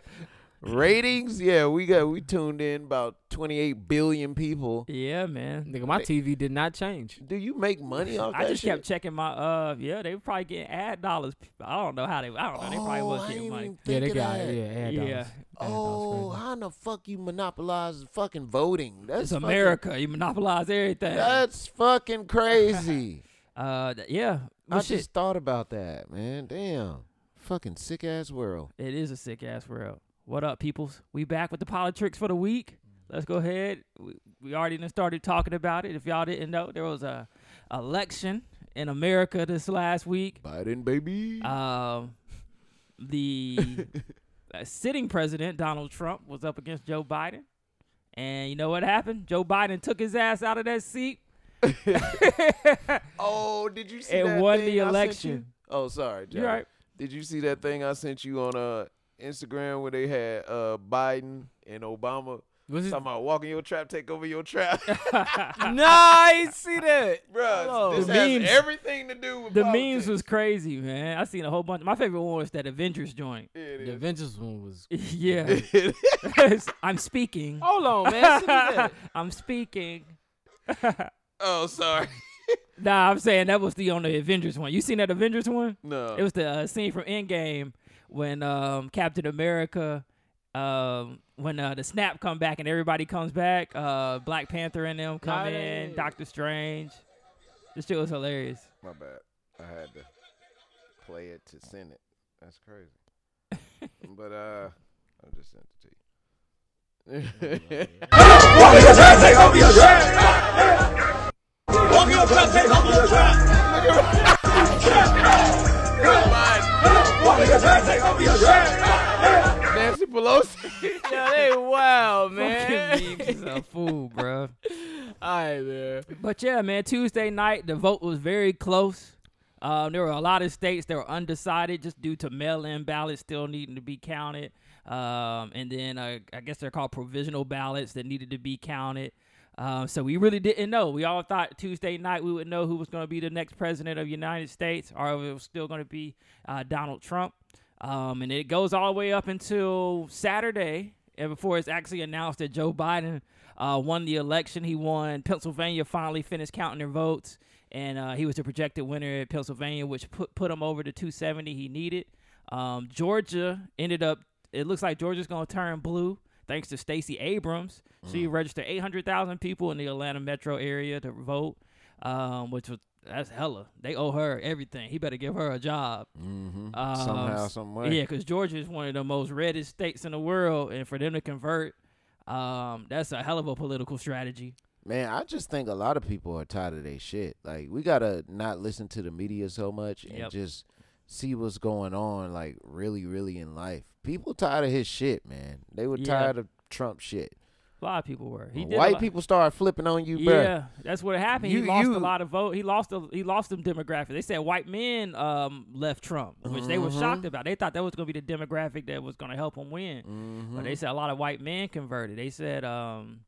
C: Ratings? Yeah, we got we tuned in about 28 billion people.
I: Yeah, man.
G: Nigga, my TV did not change.
C: Do you make money off
I: I
C: that
I: just
C: shit?
I: kept checking my uh yeah, they were probably getting ad dollars. I don't know how they I don't know, they probably
C: Oh,
I: was
C: I
I: getting
C: ain't
I: money.
C: even Yeah, they think of got it. that. Yeah,
G: ad
I: yeah.
G: dollars.
C: Oh, how in the fuck you monopolize fucking voting? That's
I: It's
C: fucking-
I: America. You monopolize everything.
C: That's fucking crazy.
I: uh, yeah.
C: I
I: [LAUGHS] Well,
C: just
I: shit.
C: thought about that, man. Damn, fucking sick ass world.
I: It is a sick ass world. What up, peoples? We back with the politics for the week. Let's go ahead. We, we already done started talking about it. If y'all didn't know, there was a election in America this last week.
C: Biden, baby. [LAUGHS]
I: Um, the uh, sitting president Donald Trump was up against Joe Biden, and you know what happened? Joe Biden took his ass out of that seat.
C: oh, did you see
I: and
C: that
I: won
C: thing
I: the
C: I sent
I: election?
C: you? Oh, sorry,
I: You
C: Johnny.
I: right.
C: Did you see that thing I sent you on uh Instagram where they had uh Biden and Obama
G: was
C: talking about walking your trap, take over your trap? [LAUGHS]
G: [LAUGHS] no, I ain't see that,
C: bro. This
I: The
C: has
I: memes-
C: everything to do with
I: The
C: politics.
I: memes was crazy, man. I seen a whole bunch. My favorite one was that Avengers joint. [LAUGHS]
G: The Avengers one was.
I: yeah. [LAUGHS] I'm speaking.
G: Hold on, man. Send me [LAUGHS] that.
I: I'm speaking.
C: [LAUGHS] oh, sorry.
I: [LAUGHS] Nah, I'm saying that was the on the Avengers one. You seen that Avengers one?
C: No.
I: It was the uh, scene from Endgame when um, Captain America, um, when uh, the snap come back and everybody comes back. Uh, Black Panther and them come
G: Got
I: in.
G: it.
I: Doctor Strange. This shit was hilarious.
C: My bad. I had to play it to send it. That's crazy. but uh, I just sent it to you.
E: Walk your trap, take over your trap. Walk your trap, take over your trap. Walk your trap, take over your trap.
C: Nancy Pelosi.
G: yeah, they [LAUGHS] wild,
C: [LAUGHS]
G: man.
I: Fucking memes is a fool,
G: [LAUGHS]
I: bro.
G: All right, man.
I: But yeah, man, Tuesday night the vote was very close. Um, there were a lot of states that were undecided just due to mail-in ballots still needing to be counted, um, and then uh, I guess they're called provisional ballots that needed to be counted. Um, so we really didn't know. We all thought Tuesday night we would know who was going to be the next president of the United States, or if it was still going to be uh, Donald Trump. Um, and it goes all the way up until Saturday, and before it's actually announced that Joe Biden uh, won the election. He won. Pennsylvania finally finished counting their votes, and uh, he was the projected winner at Pennsylvania, which put put him over the 270 he needed. Um, Georgia ended up. It looks like Georgia's going to turn blue thanks to Stacey Abrams. She registered 800,000 people in the Atlanta metro area to vote, um, which was that's hella. They owe her everything. He better give her a job.
C: Mhm.
I: Um,
C: Somehow,
I: s-
C: some way.
I: Yeah, because Georgia is one of the most reddest states in the world, and for them to convert, um, that's a hell of a political strategy.
C: Man, I just think a lot of people are tired of their shit. Like, we gotta not listen to the media so much and
I: Yep.
C: just see what's going on, like really, really in life. People tired of his shit, man. They were
I: Yeah.
C: tired of Trump shit.
I: A lot of people were. He
C: When
I: did a
C: White
I: lot-
C: people started flipping on you, bruh.
I: Yeah, that's what happened.
C: You-
I: he lost a
C: you-
I: lot of vote. He lost a, he lost some demographic. They said white men um, left Trump, which they were
C: Mhm.
I: shocked about. They thought that was going to be the demographic that was going to help him win. But they
C: Mhm.
I: said a lot of white men converted. They said um,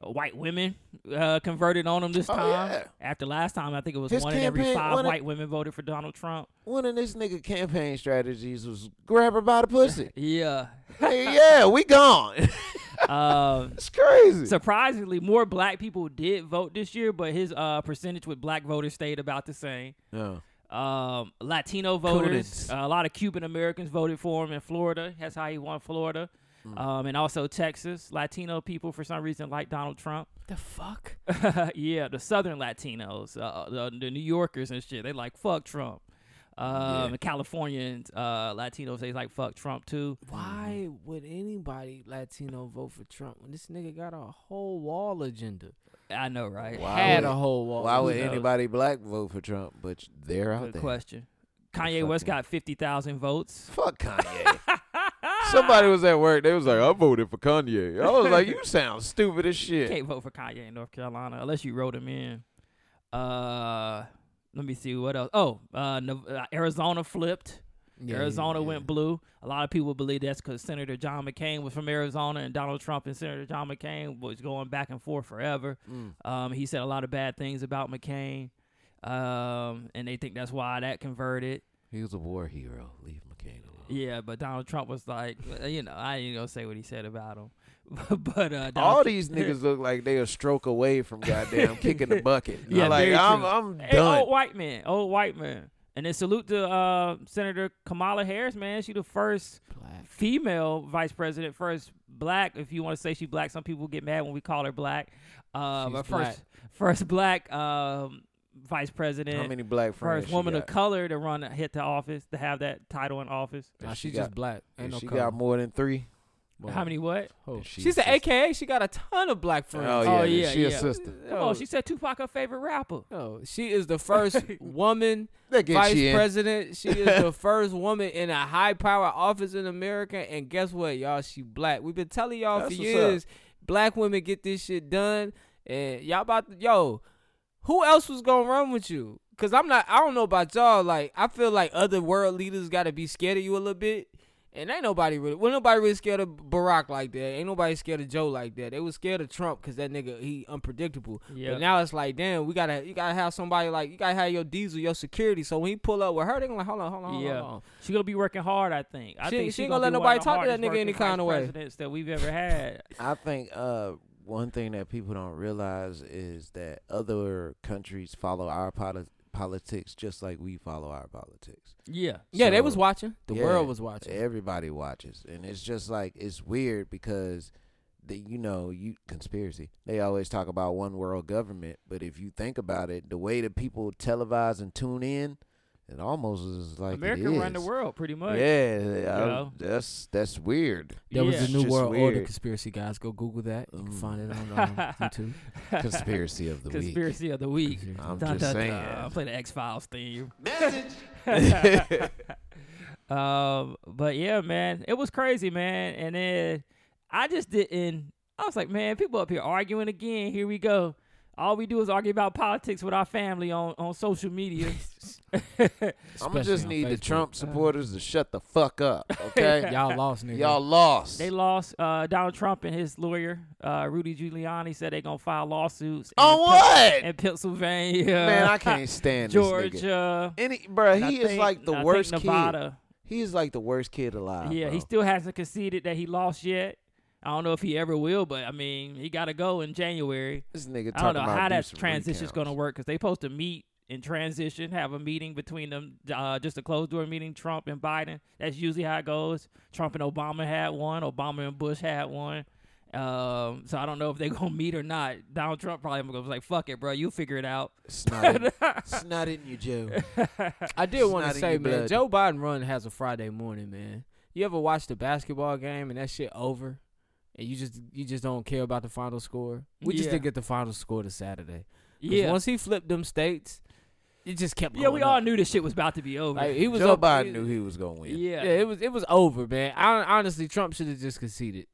I: white women uh, converted on him this
C: Oh,
I: time.
C: yeah.
I: After last time, I think it was
C: His
I: one in every
C: campaign-
I: five
C: one in-
I: white women voted for Donald Trump.
C: One of this nigga campaign strategies was grab her
I: [LAUGHS]
C: by the pussy.
I: Yeah.
C: Hey, yeah, we gone. [LAUGHS]
I: um,
C: it's crazy.
I: Surprisingly, more black people did vote this year, but his uh, percentage with black voters stayed about the same.
C: Yeah.
I: Um, Latino voters, uh, a lot of Cuban Americans voted for him in Florida. That's how he won Florida,
C: Mm.
I: um, and also Texas. Latino people, for some reason, like Donald Trump. [LAUGHS]
N: The fuck?
I: yeah, the Southern Latinos, uh, the, the New Yorkers and shit. They like fuck Trump. Um, and Californians, uh, Latinos, they like fuck Trump too.
G: Why would anybody Latino vote for Trump when this nigga got a whole wall agenda?
I: I know, right?
C: Why
G: Had
C: would-
G: a whole wall.
C: Why
G: Who
C: would
G: knows?
C: anybody black vote for Trump? But they're out
G: Oh,
I: Good
C: there.
I: question. Kanye West got fifty thousand votes.
C: Fuck Kanye.
O: Somebody was at work. They was like, I voted for Kanye. I was like, you
C: sound stupid as
I: You
C: shit.
I: can't vote for Kanye in North Carolina unless you wrote him in. Uh, let me see what else. Oh, uh, Nev- uh, Arizona flipped.
G: Yeah,
I: Arizona went blue. A lot of people believe that's because Senator John McCain was from Arizona, and Donald Trump and Senator John McCain was going back and forth forever.
G: Mm.
I: Um, he said a lot of bad things about McCain, um, and they think that's why that converted.
C: He was a war hero. Leave McCain alone.
I: Yeah, but Donald Trump was like, you know, I ain't gonna say what he said about him, [LAUGHS] but uh, Donald
C: All
I: Tr- [LAUGHS]
C: these niggas look like they a stroke away from goddamn kicking the bucket.
I: Yeah,
C: I'm like
I: very
C: I'm,
I: true.
C: I'm
I: Hey, oh,
C: done.
I: old white man, old white man, and then salute to uh, Senator Kamala Harris, man. She the first female vice president, first black. If you want to say she black, some people get mad when we call her black. Uh,
C: She's
I: but first,
C: black.
I: first black um, vice president.
C: How many black friends
I: First
C: she
I: woman of
C: got?
I: color to run hit the office to have that title in office.
C: If she got- if she got more than three.
I: How many what?
C: Oh,
G: She's an AKA. She got a ton of black friends.
C: Oh, yeah, yeah, she a sister.
I: Oh, she said Tupac her favorite rapper.
G: No, she is the first woman
C: That gets you
G: vice
C: in.
G: president. She
C: [LAUGHS]
G: is the first woman in a high power office in America. And guess what, y'all? She black. We've been telling y'all
C: That's
G: for
C: what's up.
G: years, black women get this shit done. And y'all about to, yo, who else was gonna run with you? Cause I'm not. I don't know about y'all. Like I feel like other world leaders got to be scared of you a little bit. And ain't nobody really, well, nobody really scared of Barack like that. Ain't nobody scared of Joe like that. They was scared of Trump because that nigga he unpredictable.
I: Yeah.
G: But now it's like, damn, we gotta, you gotta have somebody like, you gotta have your diesel, your security. So when he pull up with her, they gonna like, hold on, hold on, hold on,
I: Yeah,
G: hold on.
I: she gonna be working hard. I think. I
G: She-
I: think
G: she
I: she
G: ain't gonna
I: be
G: let
I: one of
G: nobody
I: the
G: talk to that
I: hardest
G: nigga
I: working
G: any kinda
I: vice
G: way.
I: Presidents that we've ever had.
C: I think uh, one thing that people don't realize is that other countries follow our poli- politics just like we follow our politics.
I: Yeah.
G: Yeah, they was watching. The
C: yeah,
G: world was watching.
C: Everybody watches, and it's just like it's weird because. The, you know, you conspiracy. They always talk about one world government, but if you think about it, the way that people televise and tune in, it almost is like it
I: America run the
C: is.
I: world, pretty much.
C: Yeah,
I: You
C: I-
I: know?
C: that's
I: [LAUGHS]
C: that's weird.
G: There was
C: It's
G: a new
C: just
G: world order
C: weird.
G: conspiracy, guys. Go Google that. You can find it on um, YouTube.
I: [LAUGHS]
C: Conspiracy of the week.
I: Conspiracy of the week.
C: I'm
I: Dun,
C: just
I: dun,
C: saying.
I: dun.
C: [LAUGHS]
I: [LAUGHS] I'll play the X Files theme.
C: Message.
I: um, but yeah, man, it was crazy, man. And then I just didn't. I was like, man, people up here arguing again. Here we go. All we do is argue about politics with our family on, on social
G: [LAUGHS]
I: media. [LAUGHS]
C: I'm gonna just need the Trump supporters to shut the
I: [LAUGHS]
C: fuck up, okay?
G: Y'all lost, nigga.
C: Y'all lost.
I: They lost. Uh, Donald Trump and his lawyer, uh, Rudy Giuliani, said they're gonna file lawsuits. in
C: On
I: Pen-
C: what?
I: In Pennsylvania.
C: Man,
I: [LAUGHS]
C: I can't stand this nigga.
I: uh, Georgia.
C: Any, bro,
I: and I
C: he is
I: think-
C: like the
I: I think
C: worst
I: Nevada.
C: kid. He is like the worst kid alive.
I: yeah,
C: bro.
I: he still hasn't conceded that he lost yet. I don't know if he ever will, but I mean, he got to go in January.
C: This nigga
I: I don't
C: talking
I: know
C: about
I: how
C: do
I: that
C: some
I: transition's
C: recounts.
I: going to work because they supposed to meet in transition, have a meeting between them, uh, just a closed door meeting. Trump and Biden. That's usually how it goes. Trump and Obama had one. Obama and Bush had one. Um, so I don't know if they're [LAUGHS] gonna meet or not. Donald Trump probably gonna be like, "Fuck it, bro, you figure it out."
C: It's
I: [LAUGHS]
C: not in, it's not in you, Joe.
G: I did
C: It's
G: want
C: not
G: to
C: in
G: say,
C: your
G: man,
C: blood.
G: Joe Biden run has a Friday morning, man. You ever watch the basketball game and that shit over, and you just you just don't care about the final score? We just
I: Yeah.
G: didn't get the final score to Saturday. 'Cause
I: Yeah.
G: Once he flipped them states, it just kept.
I: Yeah, we
G: going up.
I: all knew this shit was about to be over.
G: Like, he was
C: Joe
G: up-
C: Biden knew he was gonna win.
I: Yeah.
G: Yeah, it was it was over, man. I, honestly, Trump should have just conceded.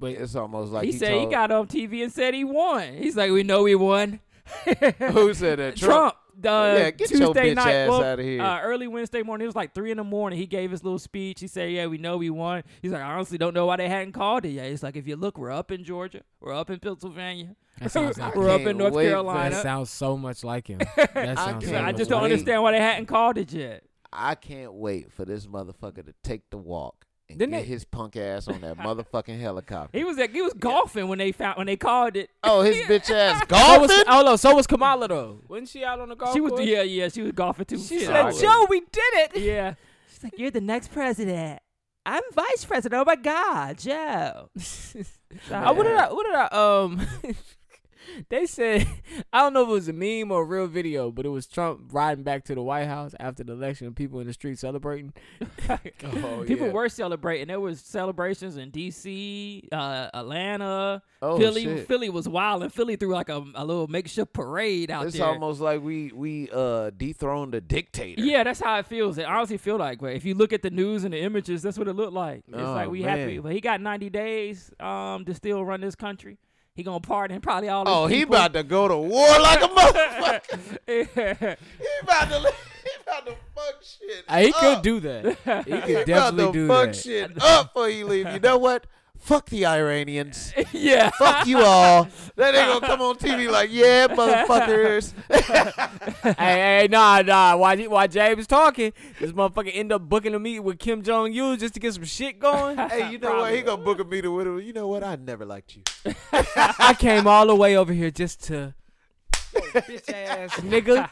C: But it's almost like
I: he,
C: he,
I: said
C: told,
I: he got on TV and said he won. He's like, we know we won. [LAUGHS]
C: Who said that?
I: Trump.
C: Trump?
I: Uh,
C: Yeah, get your
I: Tuesday
C: bitch
I: night,
C: ass
I: well,
C: outta here.
I: Uh, early Wednesday morning, it was like three in the morning. He gave his little speech. He said, "Yeah, we know we won." He's like, "I honestly don't know why they hadn't called it yet." He's like, "If you look, we're up in Georgia. We're up in Pennsylvania. [LAUGHS]
G: That sounds like
I: we're up in
C: can't
I: North
C: wait for
I: Carolina."
G: That sounds so much like him.
I: uh, I
G: That sounds.
I: He's
G: so
I: like, I
G: much
I: just don't
G: like him.
I: understand why they hadn't called it yet.
C: I can't wait for this motherfucker to take the walk and
I: Didn't
C: get
I: it-
C: his punk
I: [LAUGHS]
C: ass on that motherfucking helicopter.
I: He was at, he was golfing when they found when they called it.
C: Oh, his bitch
I: [LAUGHS]
C: ass
G: So
C: golfing.
G: was, hold on, so was Kamala though. Wasn't she out on the golf
I: She was
G: course?
I: yeah yeah she was golfing too. She
G: said, "Joe, we did it."
I: Yeah. She's like, you're the next president. I'm vice president. Oh my God, [LAUGHS] Joe.
G: I, Uh, what did I? What did I? Um, [LAUGHS] they said [LAUGHS] I don't know if it was a meme or a real video, but it was Trump riding back to the White House after the election, and people in the street celebrating.
C: Oh,
I: People were celebrating. There was celebrations in D.C., uh, Atlanta,
C: Oh,
I: Philly.
C: shit.
I: Philly was wild, and Philly threw like a, a little makeshift parade out
C: It's
I: there.
C: almost like we we uh dethroned a dictator.
I: yeah, that's how it feels. It honestly feel like. But if you look at the news and the images, that's what it looked like. It's
C: Oh,
I: like we happy.
C: man.
I: But he got 90 days um, to still run this country. He gonna pardon probably all. his
G: [LAUGHS]
C: Oh, he
I: people.
C: about to go to war like a motherfucker.
I: Yeah.
C: [LAUGHS] he about to he about to fuck shit
G: Hey, he could
C: up.
G: do [LAUGHS] that. He could
C: about
G: definitely
C: to
G: do
C: Oh. fuck
G: that.
C: shit up before you leave. You know what? Fuck the Iranians.
I: [LAUGHS] yeah.
C: Fuck you all. That ain't gonna come on TV like, yeah, motherfuckers. [LAUGHS]
G: hey, hey, nah, nah. Why, why James talking? This motherfucker end up booking a meeting with Kim Jong Un just to get some shit
C: [LAUGHS]
G: going.
C: hey, you know what? He gonna book a meeting with him. You know what? I never liked you.
G: I came all the way over here just to
N: bitch ass
G: [LAUGHS] nigga.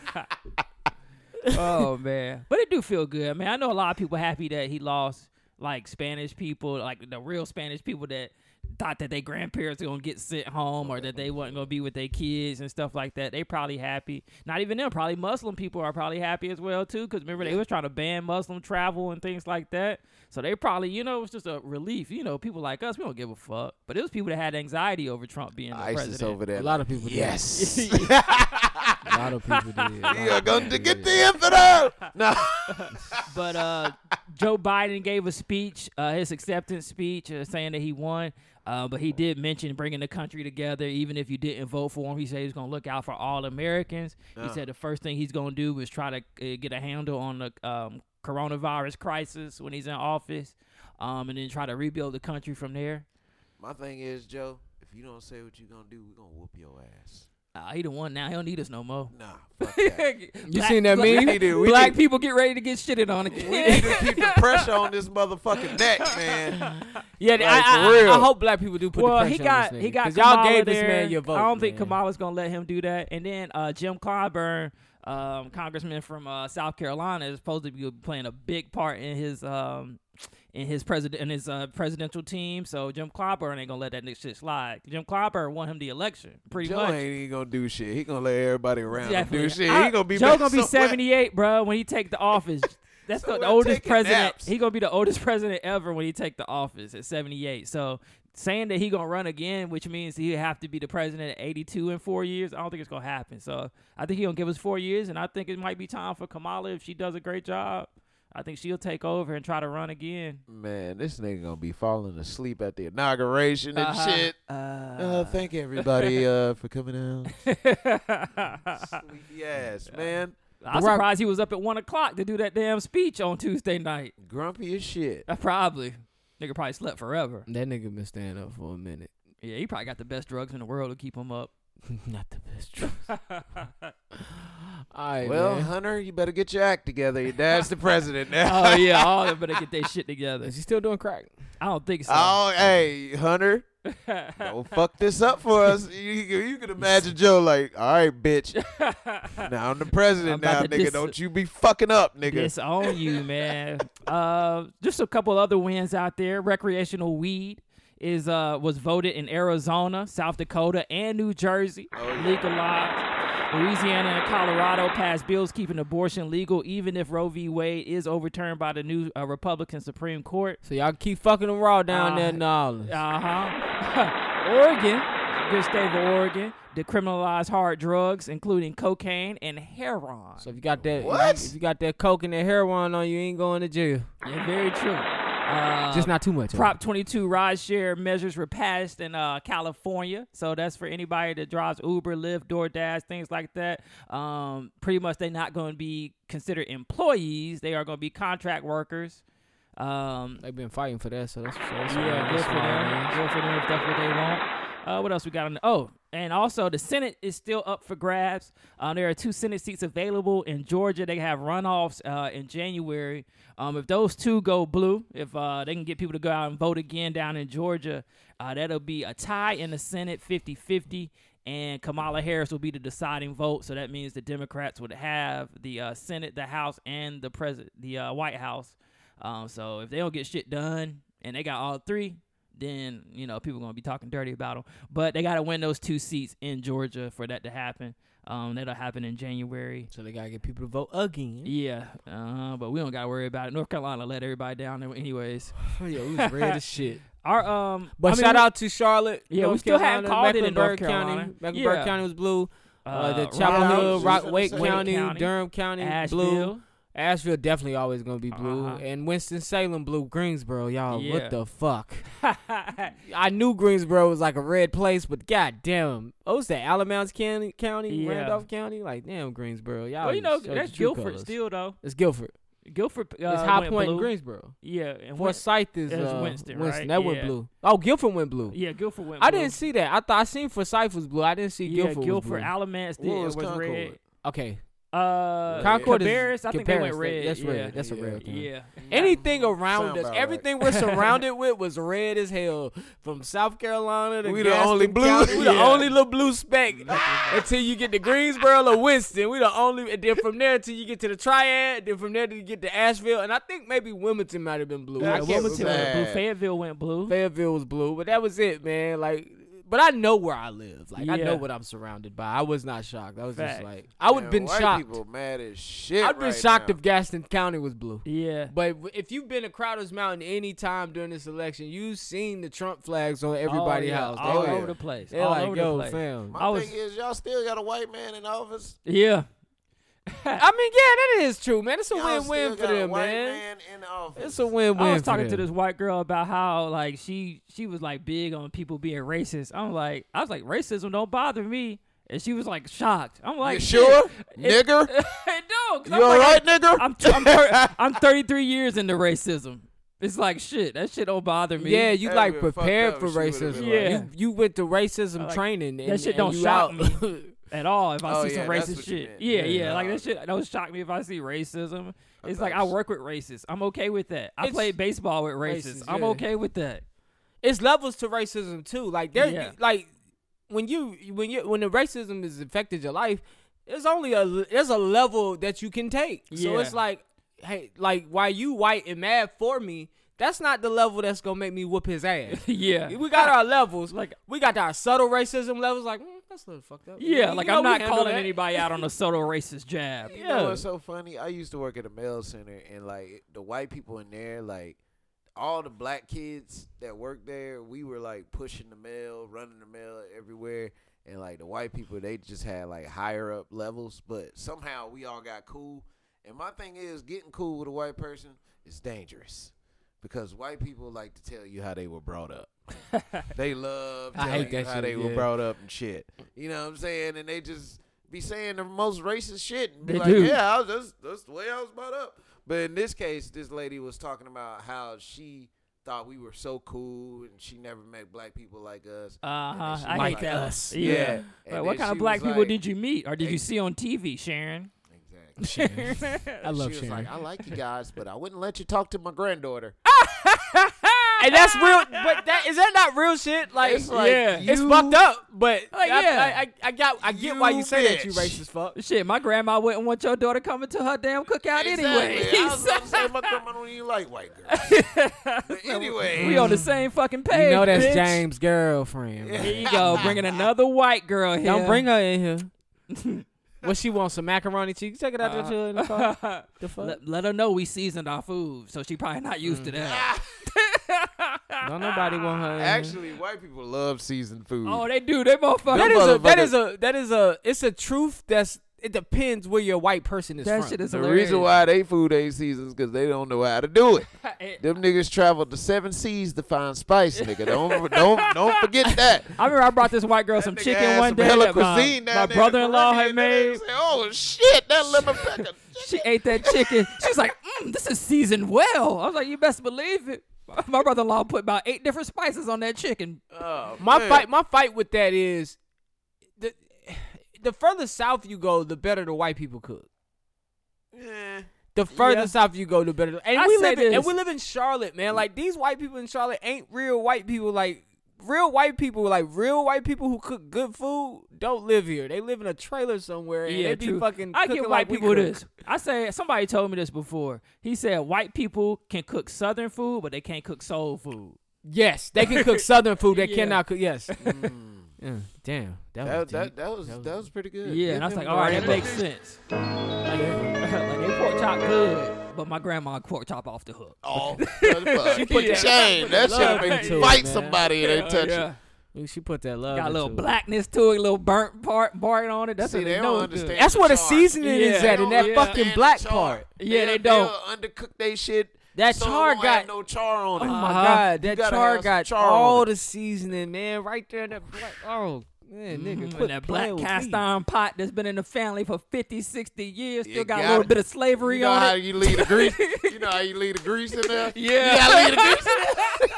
I: [LAUGHS] oh man, but it do feel good. I mean, I know a lot of people happy that he lost like Spanish people, like the real Spanish people that thought that their grandparents were gonna get sent home or that they wasn't gonna be with their kids and stuff like that. They probably happy. Not even them. Probably Muslim people are probably happy as well too, because remember they was trying to ban Muslim travel and things like that. So they probably, you know, it was just a relief. You know, people like us, we don't give a fuck. But it was people that had anxiety over Trump being the
C: ISIS
I: president.
C: over there.
G: A lot of people did.
C: [LAUGHS] Yes.
I: a
G: lot of people did.
C: We are going to get the infidel. No.
I: but uh, Joe Biden gave a speech, uh, his acceptance speech, uh, saying that he won. Uh, but he did mention bringing the country together, even if you didn't vote for him. He said he's going to look out for all Americans.
C: Yeah.
I: He said the first thing he's going to do is try to uh, get a handle on the um, coronavirus crisis when he's in office, um, and then try to rebuild the country from there.
C: My thing is, Joe, if you don't say what you gonna do, we gonna whoop your ass.
I: Uh, he the one now. He don't need us no more.
C: Nah.
G: [LAUGHS]
I: you
G: seen that meme?
I: Black,
G: We do, we
I: black
G: do.
I: people get ready to get shitted on again.
C: We need to
I: [LAUGHS]
C: keep the pressure on this motherfucking neck, man.
G: Yeah,
C: Like,
G: I,
C: for
G: I,
C: real.
G: I, I hope black people do put
I: well,
G: the pressure
I: he got
G: on this nigga,
I: he got
G: 'cause y'all
I: Kamala
G: gave this
I: there.
G: man your vote.
I: I don't think
G: man.
I: Kamala's gonna let him do that. And then uh, Jim Clyburn, um, congressman from uh, South Carolina, is supposed to be playing a big part in his um, in his president in his uh, presidential team. So Jim Clyburn ain't gonna let that nigga shit slide. Jim Clyburn won him the election, pretty
C: Joe
I: much.
C: ain't even gonna do shit. He gonna let everybody around him
I: Definitely.
C: do shit.
I: I-
C: he gonna be
I: Joe
C: back
I: gonna be
C: somewhere.
I: seventy eight, bro, when he take the office. That's the
C: Somewhere
I: oldest
C: taking
I: president.
C: naps.
I: He gonna be the oldest president ever when he take the office at seventy eight. So saying that he gonna run again, which means he have to be the president at eighty two in four years. I don't think it's gonna happen. So I think he gonna give us four years, and I think it might be time for Kamala if she does a great job. I think she'll take over and try to run again.
C: Man, this nigga gonna be falling asleep at the inauguration and
I: Uh-huh.
C: shit.
I: Uh,
C: Uh, thank everybody uh, for coming
I: [LAUGHS]
C: out. Sleepy ass, man.
I: I'm
C: Barack-
I: surprised he was up at one o'clock to do that damn speech on Tuesday night.
C: Grumpy as shit.
I: Uh, Probably. Nigga probably slept forever.
G: That nigga been staying up for a minute. [LAUGHS]
I: Yeah, he probably got the best drugs in the world to keep him up.
G: Not the best drugs. [LAUGHS] All right,
C: well,
G: man.
C: Hunter, you better get your act together. Your dad's the president now.
I: [LAUGHS] oh yeah, all of them better get their shit together.
G: Is he still doing crack?
I: I don't think so. [LAUGHS]
C: [LAUGHS] Oh, hey, Hunter, don't fuck this up for
I: [LAUGHS]
C: us. You, you you can imagine Joe like, all right, bitch. Now I'm the president
I: I'm
C: now,
I: about
C: nigga.
I: to dis-
C: don't you be fucking up, nigga.
I: It's on you, man. uh, just a couple other wins out there. Recreational weed is uh was voted in Arizona, South Dakota, and New Jersey legalized. Louisiana and Colorado passed bills keeping abortion legal, even if Roe v. Wade is overturned by the new uh, Republican Supreme Court.
G: So y'all keep fucking them raw down
I: Uh,
G: there in New Orleans.
I: Uh huh. Uh-huh. [LAUGHS] Oregon, good state of Oregon, decriminalized hard drugs, including cocaine and heroin.
G: So if you got that,
I: What?
G: If you, if you got that coke and that heroin on you, you ain't going to jail.
I: Yeah, very true. Uh,
G: Just not too much of
I: Prop 22 rideshare measures were passed in uh, California, so that's for anybody that drives Uber, Lyft, DoorDash, things like that. Um, pretty much, they're not going to be considered employees; they are going to be contract workers. Um,
G: They've been fighting for that, so that's, that's
I: yeah, good
G: that's
I: for
G: smart, man.
I: them. Good for them if that's what they want. Uh, what else we got on? The, oh, and also the Senate is still up for grabs. Uh, there are two Senate seats available in Georgia. They have runoffs uh, in January. Um, if those two go blue, if uh, they can get people to go out and vote again down in Georgia, uh, that'll be a tie in the Senate 50 50. And Kamala Harris will be the deciding vote, so that means the Democrats would have the uh, Senate, the House, and the President, the uh, White House. Um, so if they don't get shit done and they got all three, then you know people gonna be talking dirty about them. But they gotta win those two seats in Georgia for that to happen. Um, that'll happen in January.
G: So they gotta get people to vote [LAUGHS] again.
I: Yeah, uh, but we don't gotta worry about it. North Carolina let everybody down, there anyways.
G: Yo, we was [LAUGHS] red as shit.
I: Our um,
G: But
I: I mean,
G: shout
I: we-
G: out to Charlotte.
I: Yeah,
G: North
I: we still
G: Carolina,
I: haven't called it in North
G: Mecklenburg
I: Carolina.
G: County. Mecklenburg
I: Yeah.
G: County was blue. Uh, the
I: Uh,
G: Chapel
I: Rock-
G: Hill,
I: Wake
G: Rock, Wake
I: County,
G: County, Durham County,
I: [LAUGHS]
G: blue.
I: Asheville. Uh-huh.
G: Asheville definitely always gonna be blue, and Winston Salem blue. Greensboro, y'all,
I: Yeah.
G: what the fuck? I knew Greensboro was like a red place, but goddamn, what was that? Alamance County, County,
I: Yeah.
G: Randolph County, like damn Greensboro, y'all.
I: Well, you know
G: showed
I: that's
G: your true
I: Guilford
G: colors.
I: still though.
G: It's Guilford.
I: Guilford. Uh,
G: it's High
I: went
G: Point in
I: blue.
G: Greensboro.
I: Yeah, and
G: Forsyth is
I: it was
G: uh,
I: Winston,
G: Winston.
I: right?
G: That
I: Yeah.
G: went blue. Oh, Guilford went blue.
I: Yeah, Guilford went
G: I
I: blue.
G: didn't see that. I thought I seen Forsyth was blue. I didn't see
I: Yeah,
G: Guilford.
I: Guilford,
G: was blue.
I: Alamance did- What was was Concord? red.
G: Okay.
I: Uh,
G: Concord is
I: Cabarrus, I think they went
G: Cabarrus,
I: red.
G: That's
I: yeah.
G: red. That's a red. thing.
I: Yeah.
G: Anything around
I: Sound
G: us,
I: about
G: everything
I: right.
G: we're surrounded with was red as hell. From South Carolina to
I: We the
G: Gaston
I: only blue.
G: County, we the
I: Yeah.
G: only little blue speck until you get to Greensboro or Winston. We the only, and then from there until you get to the Triad, then from there to get to Asheville, and I think maybe Wilmington might have been blue.
I: Yeah,
G: I can't
I: Wilmington
G: remember.
I: went blue. Fayetteville went blue.
G: Fayetteville was blue, but that was it, man. Like, but I know where I live. Like, I
I: Yeah.
G: know what I'm surrounded by. I was not shocked. I was
I: Facts.
G: just like, I would have
C: Man,
G: been
C: white
G: shocked.
C: People mad as shit.
G: I'd been
C: right
G: shocked
C: now.
G: if Gaston County was blue.
I: Yeah.
G: But w- if you've been to Crowder's Mountain any time during this election, you've seen the Trump flags on everybody's
I: Oh, yeah.
G: house. They
I: All
G: like-
I: over the place.
G: They're
I: All
G: like,
I: over the
G: yo,
I: place.
G: fam.
C: My thing is, y'all still got a white man in office.
I: Yeah.
G: I mean, yeah, that is true, man. It's a
C: Y'all
G: win-win
C: still
G: for
C: got a
G: them,
C: white
G: man.
C: man in office.
G: It's a win-win.
I: I was
G: for
I: talking to
G: them.
I: this white girl about how like she she was like big on people being racist. I'm like I was like racism don't bother me, and she was like shocked. I'm like
C: You
G: [LAUGHS]
C: sure,
I: It- [LAUGHS]
C: nigger?
I: no, 'cause
C: You
I: I'm
C: all
I: like,
C: right, nigger?
I: I'm I'm,
G: [LAUGHS]
I: thir- I'm 33 years into racism. It's like shit. That shit don't bother me.
G: Yeah, you like prepared for racism.
I: Yeah,
G: You, you went to racism
I: Like,
G: training. And,
I: that shit
G: and
I: don't
G: you
I: shock
G: out. [LAUGHS]
I: me at all if I
G: Oh,
I: see some
G: yeah, that's
I: racist
G: what you
I: shit.
G: meant.
I: Yeah, yeah,
G: Yeah. uh-huh.
I: like that shit don't shock me if I see racism. It's like I work with racists. I'm okay with that. I
G: It's-
I: played baseball with racists.
G: Racists,
I: I'm
G: yeah.
I: okay with that. [LAUGHS]
G: it's levels to racism too. Like there,
I: Yeah.
G: like when you when you when the racism has affected your life, there's only a there's a level that you can take. So
I: Yeah.
G: it's like, hey, like why you white and mad for me? That's not the level that's gonna make me whoop his ass.
I: [LAUGHS] Yeah.
G: we got our levels. Like we got our subtle racism levels. Like mm, that's a little fucked up.
I: Yeah, like I'm not calling anybody
G: anybody. [LAUGHS]
I: out on a subtle racist jab.
C: You
I: Yeah.
C: know what's so funny? I used to work at a mail center, and like the white people in there, like all the black kids that worked there, we were like pushing the mail, running the mail everywhere, and like the white people, they just had like higher up levels, but somehow we all got cool. And my thing is, getting cool with a white person is dangerous because white people like to tell you how they were brought
G: [LAUGHS]
C: up. they love
G: I
C: telling
G: hate
C: you
G: that
C: how
G: shit,
C: they were
G: yeah.
C: brought up and shit. You know what I'm saying? And they just be saying the most racist shit. And be
I: They
C: like,
I: do.
C: Yeah, I was, that's that's the way I was brought up. But in this case, this lady was talking about how she thought we were so cool and she never met black people like us. And then
I: Uh-huh.
C: she
I: I
C: was
I: hate
C: like,
I: that.
C: Yeah.
I: Yeah.
C: And
I: Like,
C: then
I: what kind
C: she
I: of black
C: was
I: people
C: like-
I: did you meet or did you
C: Ex-
I: see on TV, Sharon?
C: Sharon.
G: I love
C: she was
G: Sharon.
C: like, I like you guys, but I wouldn't let you talk to
I: [LAUGHS]
C: my granddaughter. [LAUGHS]
G: and that's [LAUGHS] real. But that is that not real shit? Like,
C: It's like,
G: yeah, it's
C: you-
G: fucked up. But
I: Like,
G: I,
I: yeah.
G: I, I, I got, I get why you say that. You
I: bitch.
G: racist fuck.
I: Shit, my grandma wouldn't want your daughter coming to her damn cookout anyway.
C: I
I: [LAUGHS]
C: was about to say, my grandma don't even like white girls. But anyway.
I: we on the same fucking page.
G: you know that's
I: bitch.
G: James' girlfriend.
I: Here you go, bringing another white girl here.
G: Don't bring her in here. [LAUGHS] what she wants? Some macaroni cheese? Take it out
I: Uh,
G: there, children. the fuck?
I: Let, let her know we seasoned our food, so she probably not used to
C: Mm.
I: that.
G: Don't nobody want her. in here.
C: Actually, white people love seasoned food.
I: oh, they do. They motherfuckers.
G: [LAUGHS] that is a that
C: motherfucker-
G: is a that is a it's a truth that's it depends where your white person is
I: That
G: from.
I: shit is
C: the
I: hilarious.
C: reason why they food ain't seasons because they don't know how to do it. Them niggas traveled the seven seas to find spice, nigga. Don't don't don't forget that.
I: I remember I brought this white girl some
C: Nigga
I: chicken
C: had
I: one
C: some
I: day.
C: hella
I: that my-
C: cuisine down
I: my
C: there in
I: brother-in-law had
C: Caribbean. That nigga
I: made.
C: say, oh shit, that lemon pepper.
I: [LAUGHS] She ate that chicken. She was like, mm, this is seasoned well. I was like, you best believe it. My brother in law put about eight different spices on that chicken.
G: my fight my fight with that is the the further south you go, the better the white people cook. The further
I: Yeah.
G: south you go, the better. And
I: I
G: we
I: say
G: live in, and
I: this.
G: we live in Charlotte, man. Like these white people in Charlotte ain't real white people. Like real white people, like real white people who cook good food don't live here. They live in a trailer somewhere and they be
I: true.
G: fucking.
I: I
G: cooking
I: give
G: like
I: white
G: we
I: people
G: cook.
I: this. I say somebody told me this before. He said white people can cook southern food, but they can't cook soul food.
G: Yes, they can
I: [LAUGHS]
G: cook southern food. They
I: Yeah.
G: cannot cook. Yes. Yeah, damn,
C: Mm. That
G: that, was deep.
C: that, that was that was pretty good.
I: Yeah,
C: Give
I: and I was
C: them
I: like,
C: the
I: all right, that
C: rainbow.
I: makes sense. Like, like, they [LAUGHS] pork chop good, but my grandma pork chop off the hook.
C: [LAUGHS] Oh, motherfucker.
I: She put
C: Yeah.
I: that-
C: Shame. That
I: love
C: should've made
I: into
C: you
I: it,
C: fight
I: man.
C: somebody and they
I: Yeah,
C: touch
I: yeah.
G: Uh, Ooh, She put that love.
I: Got a little
G: into it.
I: blackness to it, a little burnt part, barring on it. That's
C: See,
I: what
C: they
I: they
C: don't
I: know.
C: understand
G: That's where the
C: Char.
G: seasoning is
I: Yeah.
G: at in that
I: Yeah.
G: fucking black
C: Char.
G: part.
I: Yeah,
C: They'll-
I: they don't.
C: they'll undercook they shit.
G: That
C: so it
G: char
C: won't
G: got
C: have no char on it.
G: Oh my
I: Uh-huh.
G: god,
C: You
G: that
C: gotta
G: char
C: have some
G: got
C: char on
G: all
C: it.
G: the seasoning, man, right there in that black. Oh
H: Man, nigga,
I: Mhm,
H: quit
I: and
H: playing
I: that black
H: with
I: cast
H: me.
I: iron pot that's been in the family for 50, 60 years, still
C: You
I: got, a
C: got
I: little
C: it.
I: bit of slavery
C: You know
I: on
C: how
I: it.
C: you leave the grease.
I: [LAUGHS]
C: You know how you leave the grease in there.
I: Yeah.
C: you gotta leave the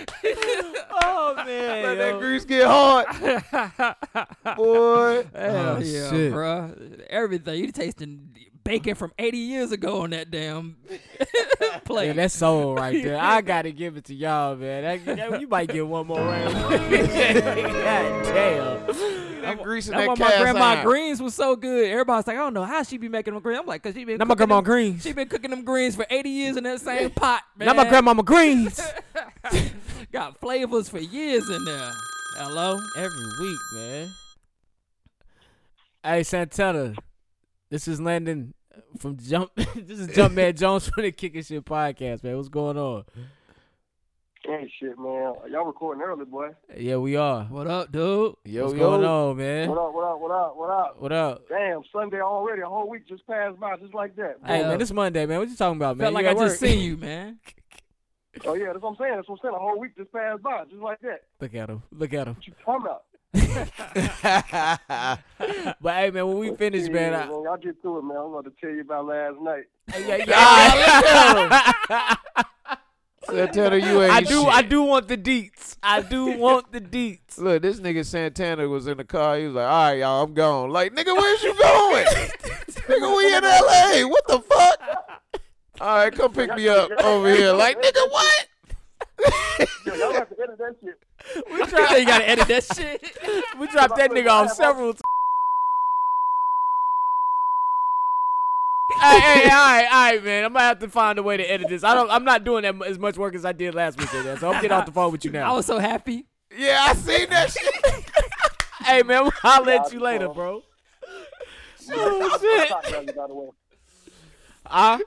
I: [LAUGHS] oh man,
O: Let that
I: yo.
O: grease get hard.
I: [LAUGHS]
O: Boy.
I: Hell
O: Oh,
I: yeah,
O: shit.
I: bro. Everything you tasting bacon from eighty years ago on that
C: [LAUGHS]
I: damn [LAUGHS] plate.
G: Yeah, that's soul right there. I gotta give it to y'all, man. That, that- you might get one more round. [LAUGHS] God damn.
C: That grease in
I: That's why
C: that
I: my
C: cast
I: grandma
C: iron.
I: greens was so good. Everybody's like, I don't know how she be making them greens. I'm like, cause she been.
G: Now my
I: cooking
G: grandma
I: them-
G: greens.
I: She been cooking them greens for 80 years in that
C: [LAUGHS]
I: same pot. Man.
G: Now my grandmama greens.
I: got flavors for years in there. Hello.
G: Every week, man. Hey Santana, this is Landon from Jump. [LAUGHS] this is Jumpman Jones from the Kicking Shit Podcast, man. What's going on?
P: Hey, shit, man. Y'all recording early, boy.
G: Yeah, we are.
I: What up, dude?
G: Yo, What's going on, man?
P: What up, what up, what up, what up?
G: What up?
P: Damn, Sunday already. A whole week just passed by just like that.
G: Hey man, this Monday, man. What you talking about, man?
I: Felt
G: You [LAUGHS]
I: like
G: at
I: I just
G: work.
I: seen you, man.
P: Oh, yeah, that's what I'm saying. That's what I'm saying. A whole week just passed by just like that.
G: Look at him. Look at him. [LAUGHS]
P: Come out.
G: but hey, man, when we finish, man, I,
P: Y'all get through it, man. I'm about to tell you about last night.
G: yeah, yeah,
C: [LAUGHS] Santana, you ain't
G: [LAUGHS] I do.
C: shit.
G: I do want the deets. I do want the deets. [LAUGHS]
C: Look, this nigga Santana was in the car. He was like, "All right, y'all, I'm gone." Like, nigga,
I: [LAUGHS]
C: where's you going? nigga, we in L.A. What the fuck? All right, come pick me up over here. Like, nigga, what?
P: Yo, y'all have to edit that shit.
G: We try- You gotta
I: [LAUGHS]
G: edit that shit. We dropped that nigga off several times. hey, hey, all right, all right, man. I'm gonna have to find a way to edit this. I don't. I'm not doing that mu- as much work as I did last weekend. man, So I'm getting off the phone with you now. [LAUGHS]
I: I was so happy.
C: Yeah, I seen that shit.
G: hey, man, [LAUGHS] I'll let you later, bro. [LAUGHS]
P: Oh, shit. By the way.
G: Ah.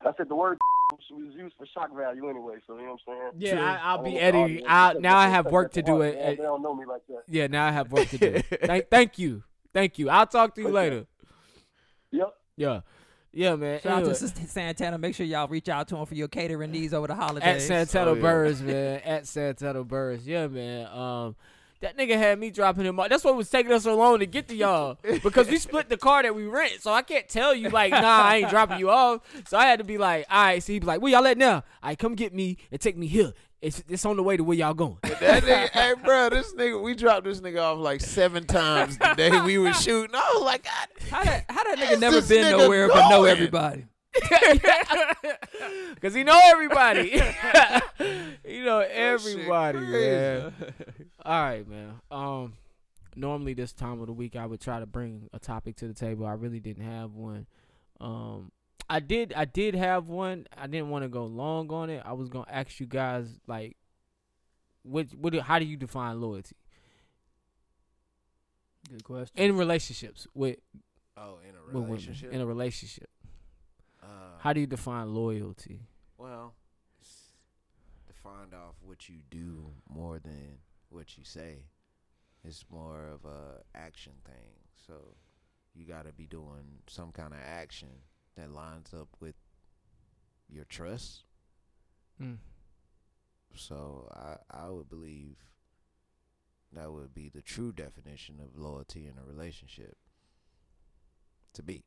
P: I said the word [LAUGHS] was used for shock value anyway, so you know what I'm saying?
G: Yeah, I, I'll
P: I
G: be
P: want the
G: editing.
P: audience to
G: I,
P: take
G: now
P: that-
G: I have
P: take
G: work
P: that
G: to do
P: heart, man. They
G: it.
P: don't know me like that.
G: Yeah, now I have work to [LAUGHS] do. thank, thank you, thank you. I'll talk to you later.
P: Yep.
G: Yeah, yeah, man.
I: Shout out
G: Anyway,
I: to Sister Santana. Make sure y'all reach out to him for your catering needs over the
G: at
I: holidays.
G: Santana Burris, man. At Santana Burris, yeah, man. Um, that nigga had me dropping him off. That's what was taking us so long to get to y'all because we split the car that we rent. So I can't tell you like, nah, I ain't dropping you off. So I had to be like, all right. So he be like, where y'all at now? I come get me and take me here. It's it's on the way to where y'all going.
C: That nigga, hey, bro, this nigga, we dropped this nigga off like seven times the day we were shooting. I was like, God,
I: how that, how
C: [LAUGHS]
I: that
C: nigga
I: never been nowhere but know everybody.
G: [LAUGHS] Cause he know everybody. [LAUGHS] you know everybody, man. All right, man. Um, normally this time of the week I would try to bring a topic to the table. I really didn't have one. Um, I did, I did have one. I didn't want to go long on it. I was gonna ask you guys like, what, what, do- how do you define loyalty
I: Good question.
G: in relationships with?
C: Oh, in a
G: with women,
C: relationship? Uh,
G: in a relationship. how do you define loyalty?
C: Well, it's defined off what you do more than what you say. It's more of a action thing. So you got to be doing some kind of action that lines up with your trust.
G: Mm.
C: So I I would believe that would be the true definition of loyalty in a relationship. To
G: [LAUGHS]
C: be.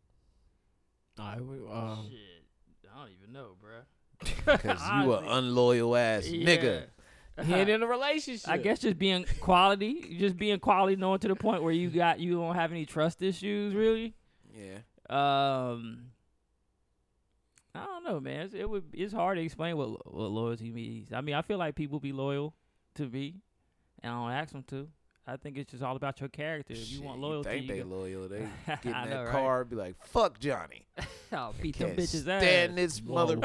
G: I would, um,
I: Shit, I don't even know, bro.
C: Because you a unloyal ass nigga. [LAUGHS]
G: He ain't in a relationship.
I: I guess just being quality, just being quality, knowing to the point where you got you don't have any trust issues, really.
C: Yeah.
I: Um, I don't know, man. It's, it would it's hard to explain what lo- what loyalty means. I mean, I feel like people be loyal to me, and I don't ask them to. I think it's just all about your character. If you want
C: Shit,
I: loyalty,
C: You think they
I: go-
C: loyal? They
I: [LAUGHS] I
C: get in that
I: know, right?
C: car, and be like, "Fuck Johnny."
I: I'll
C: I
I: beat them
C: can't
I: bitches ass. [LAUGHS]
C: stand this
I: Whoa.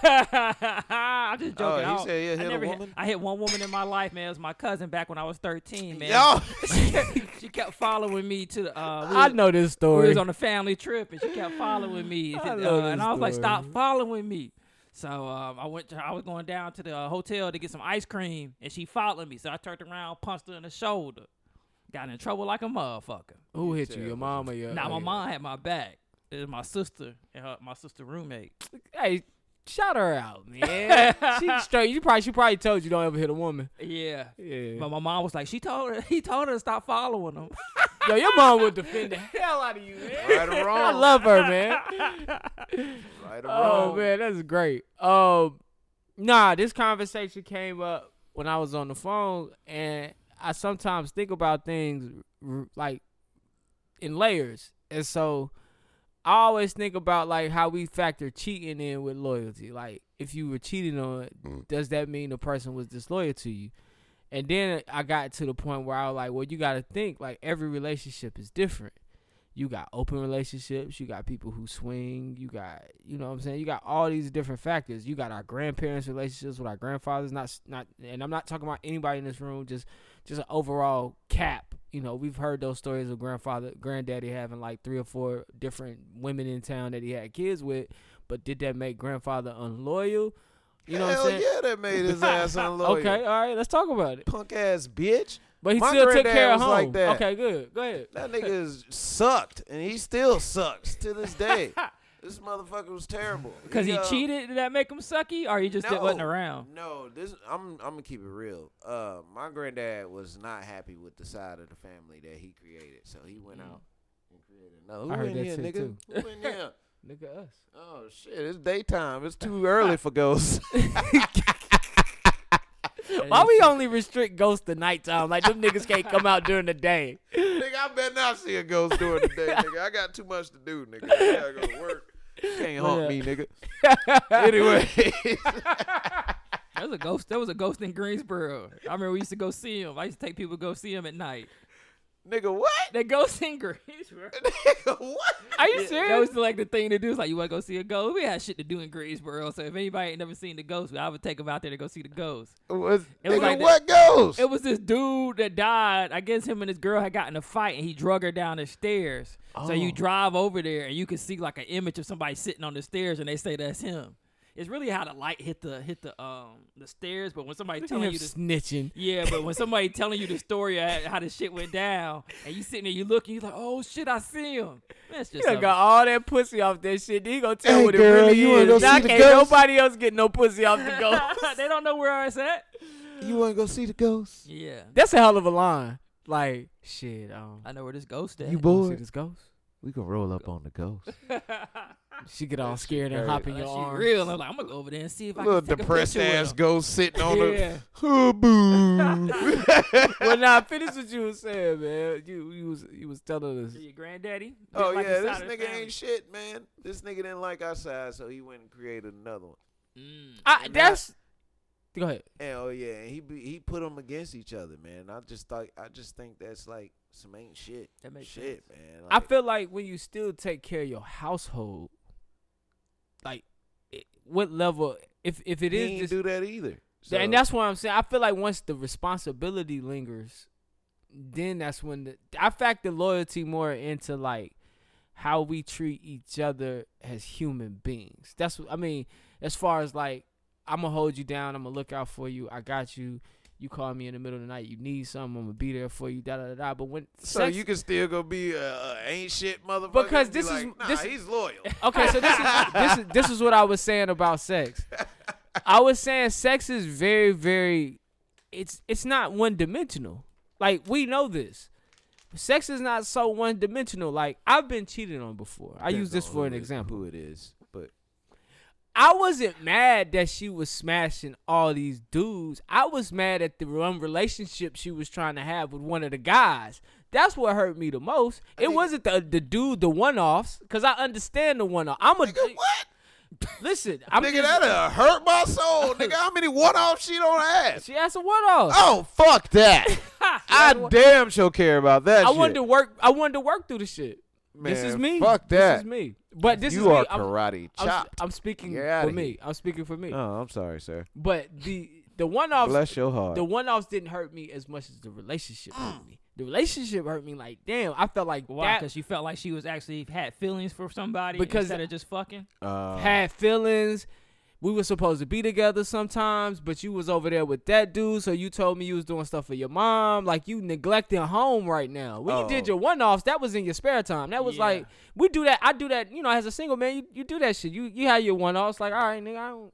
C: motherfucker.
I: I'm just
C: Oh,
I: joking.
C: he
I: I don't-
C: said you
I: I
C: hit a
I: never
C: woman?
I: I hit one woman in my life, man. It was my cousin back when I was 13, man.
C: Yo.
I: [LAUGHS] she kept following me to the.
C: [LAUGHS]
I: Uh, we
G: I
I: was-
G: know this
I: We
G: story.
I: was on a family trip, and she kept following
C: [LAUGHS]
I: me,
G: I
I: Uh,
G: know
I: and
G: this
I: I was like,
G: story.
I: "Stop following me." So um, I went. To, I was going down to the uh, hotel to get some ice cream, and she followed me. So I turned around, punched her in the shoulder, got in trouble like a motherfucker.
G: Who hit you? Your mom or your?
I: Now
G: or
I: my
G: your-
I: mom had my back. It was my sister and her, my sister roommate.
G: Hey, Shout her
I: [LAUGHS]
G: out, man. she straight. You probably she probably told you don't ever hit a woman.
I: Yeah.
G: Yeah.
I: But my mom was like, she told her, [LAUGHS] he told her to stop following him. [LAUGHS]
G: Yo, your mom would defend the hell out of you, man.
I: Right or
G: I
I: wrong.
G: love her, man.
I: Right or
G: oh
I: wrong.
G: man, that's great. Um, nah, this conversation came up when I was on the phone, and I sometimes think about things r- like in layers, and so I always think about like how we factor cheating in with loyalty. Like if you were cheating on,
I: Mm.
G: does that mean the person was disloyal to you? And then I got to the point where I was like, well, you got to think like every relationship is different. You got open relationships, you got people who swing, you got, you know what I'm saying? You got all these different factors. You got our grandparents' relationships with our grandfathers, not not and I'm not talking about anybody in this room, just just an overall cap. You know, we've heard those stories of grandfather granddaddy having like three or four different women in town that he had kids with, but did that make grandfather unloyal? You know
C: Hell
G: what I'm saying?
C: yeah, that made his
G: [LAUGHS]
C: ass unloyal.
G: okay, all right, let's talk about it.
C: Punk ass bitch.
G: But he
C: My
G: still took
C: granddad
G: care of
C: was
G: home.
C: like that.
G: Okay, good. Go ahead.
C: That nigga is sucked, and he still sucks to this day. this motherfucker was terrible.
I: Because he
C: uh,
I: cheated? Did that make him sucky? Or he just did- wasn't
C: no,
I: around?
C: No, this I'm I'm gonna keep it real. Uh, my granddad was not happy with the side of the family that he created, so he went
I: Mm.
C: out and created. No, who
G: I heard
C: in
G: that
C: here,
G: shit
C: nigga?
G: too.
C: Who in here?
G: [LAUGHS] Nigga, us.
C: Oh shit, it's daytime. It's too
G: [LAUGHS]
C: early for ghosts. [LAUGHS]
G: Why we only restrict ghosts to nighttime? Like them niggas can't come out during the day.
A: nigga, I better not see a ghost during the day, nigga. I got too much to do, nigga. I gotta go
G: [LAUGHS]
A: to work.
C: Can't haunt me, nigga.
G: [LAUGHS]
A: Anyway.
I: There was a ghost. There was a ghost in Greensboro. I remember we used to go see him. I used to take people to go see him at night.
C: Nigga, what?
I: The ghost in
C: [LAUGHS]
I: Greensboro.
C: what?
I: Are you serious? That was like the thing to do. It's like you want to go see a ghost. We had shit to do in Greensboro. So if anybody ain't never seen the ghost, I would take them out there to go see the ghost.
C: Was,
I: It was
C: nigga,
I: like
C: what
I: that-
C: ghost?
I: It was this dude that died. I guess him and his girl had gotten in a fight, and he drug her down the stairs. So
C: Oh.
I: you drive over there, and you can see like an image of somebody sitting on the stairs, and they say that's him. It's really how the light hit the hit the um the stairs, but when somebody
G: Look at
I: telling
G: him
I: you the
G: snitching.
I: yeah, but when somebody telling you the story of how the shit went down, and you sitting there, you look, and you like, oh shit, I see him. That's
G: You
I: just
G: done got all that pussy off that shit. Then you gonna tell
I: Hey,
G: what
I: girl,
G: it really
I: you wanna
G: is.
I: go
G: Now
I: see the
G: can't
I: ghost?
G: nobody else get no pussy
I: [LAUGHS]
G: off the ghost.
I: they don't know where it's at.
C: You wanna go see the ghost?
I: Yeah,
G: That's a hell of a line. Like shit. Um,
I: I know where this ghost at. [LAUGHS]
C: You
G: wanna See
C: bored?
G: this ghost?
C: We can roll up on the ghost.
G: She get all scared and
C: crazy.
G: hop in
I: Oh,
G: your
I: that shit
G: arms.
I: real. I'm like, I'm gonna go over there and see if I
C: Little
I: can take
C: depressed
I: a picture
C: ass
I: with him.
C: ghost sitting on the-
I: yeah.
C: Oh, boo.
I: [LAUGHS]
C: [LAUGHS]
G: well, nah, finish what you was saying, man. You you was you was telling us.
I: Your granddaddy.
C: Oh
I: Just like
C: yeah,
I: the
C: this
I: side of the
C: nigga ain't shit, man. This nigga didn't like our side, so he went and created another one.
I: Mm.
G: I, that's Go ahead.
C: And, oh yeah, and he be, he put them against each other, man. I just thought I just think that's like some ain't shit. That makes shit, man.
G: I feel like when you still take care of your household, like it, what level? If if it
C: He
G: is,
C: ain't
G: just-
C: do that either,
G: and
C: so-
G: that's what I'm saying. I feel like once the responsibility lingers, then that's when the I factor loyalty more into like how we treat each other as human beings. That's what I mean. As far as like, I'm gonna hold you down. I'm gonna look out for you. I got you. You call me in the middle of the night. You need something. I'm gonna be there for you. Da da da. da. But when
C: so
G: sex-
C: you can still go be a, a ain't shit motherfucker.
G: Because
C: and be
G: this is-
C: like, nah,
G: this-
C: he's loyal.
G: Okay, so this is this is this is what I was saying about sex. I was saying sex is very very it's it's not one dimensional. Like we know this. Sex is not so one dimensional. Like I've been cheated on before. [LAUGHS] I use
C: Depends
G: this
C: on
G: for
C: who
G: an
C: it-
G: example.
C: Who it is, but
G: I wasn't mad that she was smashing all these dudes. I was mad at the one relationship she was trying to have with one of the guys. That's what hurt me the most. It wasn't the the dude, the one offs, because I understand the one off. I'm a what?
C: [LAUGHS]
G: Listen, I'm
C: nigga,
G: just-
C: that'll hurt my
G: [LAUGHS]
C: soul, nigga. How many one offs she don't have?
G: She has a one off.
C: Oh fuck
G: [LAUGHS]
C: that! I damn sure care about that.
G: I
C: shit.
G: wanted to work. I wanted to work through the shit. this is
C: Man,
G: me.
C: fuck that.
G: This is me. But this
C: You
G: is me.
C: are
G: I'm-
C: karate
G: I'm,
C: chopped.
G: I'm, speaking
C: Get outta
G: for me.
C: here.
G: I'm speaking for me.
C: Oh, I'm sorry, sir.
G: But the the one offs
C: Bless your heart. Uh, Mm.
G: The one offs didn't hurt me as much as the relationship hurt me. The relationship hurt me like damn. I felt like
I: Why?
G: that
I: Because you felt like she was actually had feelings for somebody
G: Because-
I: instead of just fucking.
C: Uh,
G: had feelings. we were supposed to be together sometimes, but you was over there with that dude, so you told me you was doing stuff for your mom. Like you neglecting home right now. When you did
I: Oh.
G: your one offs, that was in your spare time. That was
I: Yeah.
G: like we do that. I do that. You know, as a single man, you, you do that shit. You you have your one offs. Like all right, nigga, I don't.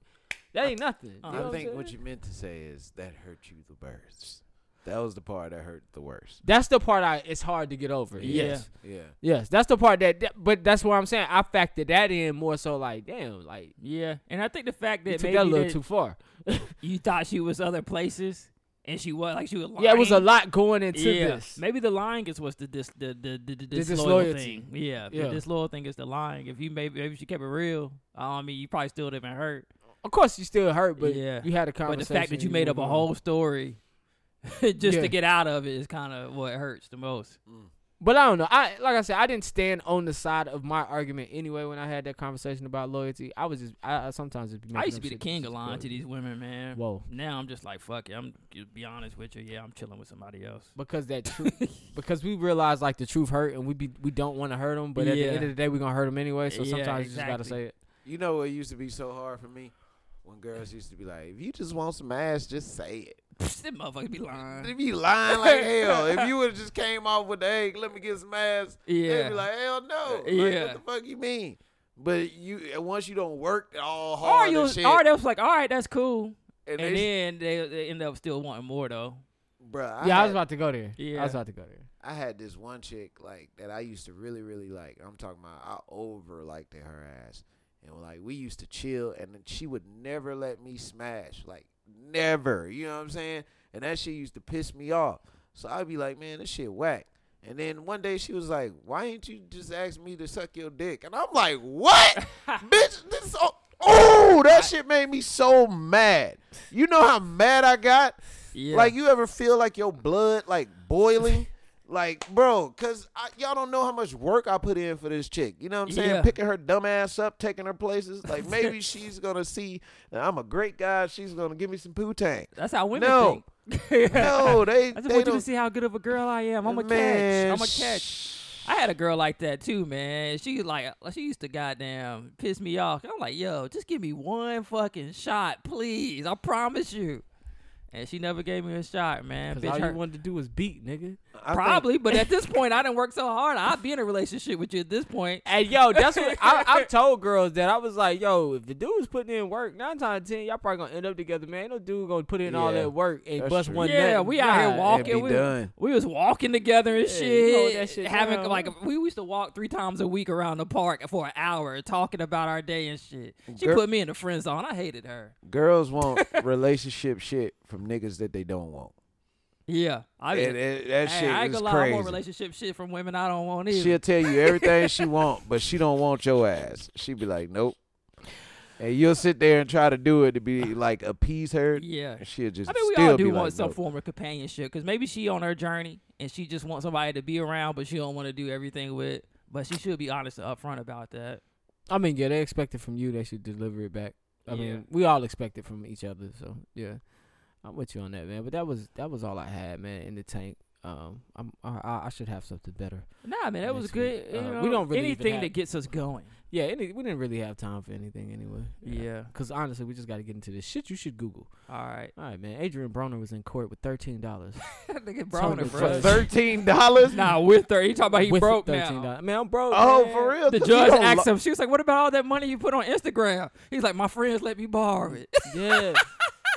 G: That ain't nothing. You know
C: Uh, I
G: what
C: think
G: I'm
C: what
G: saying?
C: you meant to say is that hurt you the worst. That was the part that hurt the worst.
G: That's the part I it's hard to get over.
C: Yeah.
G: Yes.
C: Yeah.
G: Yes. That's the part that, that- but that's what I'm saying. I factored that in more so like, damn, like
I: Yeah, and I think the fact that
G: you took
I: maybe
G: that a little
I: that
G: too far.
I: you thought she was other places, and she was like she was. Lying.
G: Yeah, it was a lot going into this.
I: Maybe the lying is what's the dis, the the, the, the
G: The
I: disloyal
G: disloyalty.
I: thing. Yeah,
G: Yeah.
I: the disloyal thing is the lying. If you maybe maybe she kept it real, I mean, you probably still would have been hurt.
G: Of course, you still hurt, but
I: yeah,
G: you had a
I: But
G: conversation.
I: the fact that
G: and
I: you made up
G: moved
I: a
G: on.
I: whole story [LAUGHS] just
G: Yeah.
I: to get out of it is kind of what hurts the most.
G: But I don't know. I like I said, I didn't stand on the side of my argument anyway when I had that conversation about loyalty. I was just I, I sometimes just be
I: I
G: making
I: used to
G: up
I: be the
G: shit
I: king
G: just
I: of lying to
G: go-
I: these women, man.
G: Whoa.
I: Now I'm just like, fuck it. I'm to be honest with you. Yeah, I'm chilling with somebody else. [LAUGHS]
G: because that truth because we realize like the truth hurt and we be we don't want to hurt them, but at the
I: Yeah.
G: end of the day we're gonna hurt them anyway. So
I: Yeah,
G: sometimes you just gotta
I: exactly.
G: say it.
C: You know what used to be so hard for me? When girls used to be like, if you just want some ass, just say it.
I: That motherfucker be lying.
C: They be lying like hell. If you would have just came off with the hey, let me get some ass, they'd
I: Yeah.
C: be like, hell no. Like,
I: Yeah.
C: what the fuck you mean? But you and once you don't work all
I: Or
C: hard
I: you,
C: and
I: was-
C: shit,
I: or they was like, all right, that's cool.
C: And
I: And, then they, they end up still wanting more though.
C: bruh,
G: yeah, I
C: had-
G: was about to go there. I
I: Yeah.
G: was about to go there.
C: I had this one chick like that I used to really, really like. I'm talking about I over liked her ass, and like we used to chill, and then she would never let me smash, like never. You know what I'm saying? And that shit used to piss me off. So I'd be like, man, this shit whack. And then one day she was like, why ain't you just ask me to suck your dick? And I'm like, what, bitch? This so- oh, that shit made me so mad. You know how mad I got?
I: Yeah.
C: Like you ever feel like your blood like
I: [LAUGHS]
C: boiling? like, bro, cause I, y'all don't know how much work I put in for this chick. You know what I'm saying?
I: Yeah.
C: Picking her dumb ass up, taking her
I: [LAUGHS]
C: places. Like maybe she's gonna see that I'm a great guy. She's gonna give me some
I: [LAUGHS]
C: poutine.
I: That's how women
C: no.
I: think. [LAUGHS]
C: no, they.
I: I just
C: they
I: want you to
C: don't-
I: see how good of a girl I am. I'm a
C: Man,
I: catch. I'm a catch. I had a girl like that too, man. She like she used to goddamn piss me off. I'm like, yo, just give me one fucking shot, please. I promise you. And she never gave me a shot, man. Bitch,
G: all
I: her-
G: you wanted to do was beat, nigga.
I: probably, but at this point, I didn't work so hard. I'd be in a relationship with you at this point.
G: And yo, that's what I,
I: [LAUGHS]
G: I've told girls that I was like, yo, if the dude's putting in work, nine times ten, y'all probably gonna end up together, man. No dude gonna put in all
I: Yeah,
G: that work and
I: that's
G: bust
I: true.
G: one.
I: Yeah,
G: nut.
I: we out here
G: Nah.
I: walking. we, we was walking together and
G: Yeah,
I: shit,
G: you hold that shit
I: having
G: down.
I: like we used to walk three times a week around the park for an hour talking about our day and shit. She
C: Girl-
I: put me in the friend zone. I hated her.
C: Girls want
I: [LAUGHS]
C: relationship shit from niggas that they don't want.
I: Yeah, I
C: And-
I: did.
C: and that
I: Hey,
C: shit
I: I ain't
C: is
I: gonna lie, I
C: crazy.
I: want relationship shit from women I don't want either.
C: She'll tell you everything
I: [LAUGHS]
C: she want, but she don't want your ass. She be like, nope. And you'll sit there and try to do it to be like appease her.
I: Yeah,
C: and she'll just.
I: I mean, we
C: still
I: all
C: be
I: do
C: like,
I: want some
C: nope.
I: form of companionship because maybe she on her journey and she just wants somebody to be around, but she don't want to do everything with. But she should be honest and upfront about that.
G: I mean, yeah, they expect it from you. They should deliver it back. I
I: Yeah.
G: mean, we all expect it from each other. So yeah, I'm with you on that, man. But that was that was all I had, man, in the tank. Um, I'm, I- I I should have something better.
I: Nah, man, that was
G: next
I: good.
G: week.
I: You
G: Uh,
I: know,
G: we don't really even
I: anything
G: have-
I: that gets us going.
G: Yeah, any, we didn't really have time for anything anyway.
I: Yeah.
G: Because honestly, we just got to get into this shit. You should Google.
I: All right.
G: All right, man. Adrian Broner was in court with thirteen dollars.
I: Nigga Broner, bro. [LAUGHS]
C: [LAUGHS] $13?
I: Nah, with thirty. You talking about he broke now?
G: Man, I'm broke.
C: Oh,
G: man.
C: [LAUGHS]
I: The judge asked him. She was like, "What about all that money you put on Instagram?" He's like, "My friends let me borrow
C: [LAUGHS]
I: it."
G: Yeah.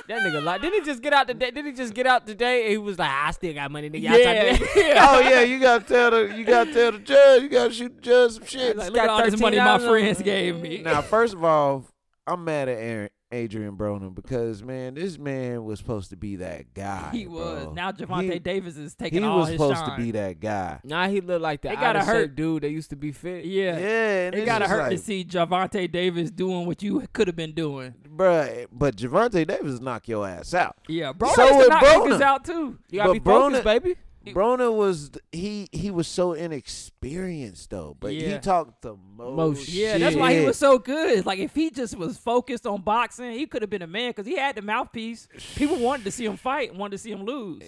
G: That nigga lied. Did he just get out today? Did he just get out today? And he was like, I still got money, nigga.
I: [LAUGHS]
G: Y'all
I: Yeah.
G: tried to-"
C: oh yeah, you gotta tell the you gotta tell the judge. You gotta shoot the judge some shit.
I: Like, look at all this money my friends gave me. [LAUGHS]
C: Now, first of all, I'm mad at Aaron, Adrian Broner because man, this man was supposed to be that guy.
I: He was.
C: bro.
I: Now Javante
C: He-
I: Davis is taking
C: he
I: all
C: was
I: his
C: supposed
I: shine.
C: to be that guy.
G: Nah, he looked like the
I: They
G: out
I: gotta
G: of shape
I: hurt.
G: dude that used to be fit.
I: Yeah,
C: Yeah, and
I: It
C: it's
I: gotta
C: just
I: hurt to
C: like-
I: see Javante Davis doing what you could have been doing.
C: Bruh, but Javante Davis knock your ass out.
I: Yeah, Broner
C: So
I: used to
C: would
I: knock niggas
C: Broner.
I: out, too. You gotta
C: But
I: be focused, baby.
C: Broner was he he was so inexperienced though, but he
I: Yeah.
C: talked the most.
I: Yeah, that's why he
C: shit.
I: was so good. Like if he just was focused on boxing, he could have been a man because he had the mouthpiece. People wanted to see him fight, wanted to see him lose.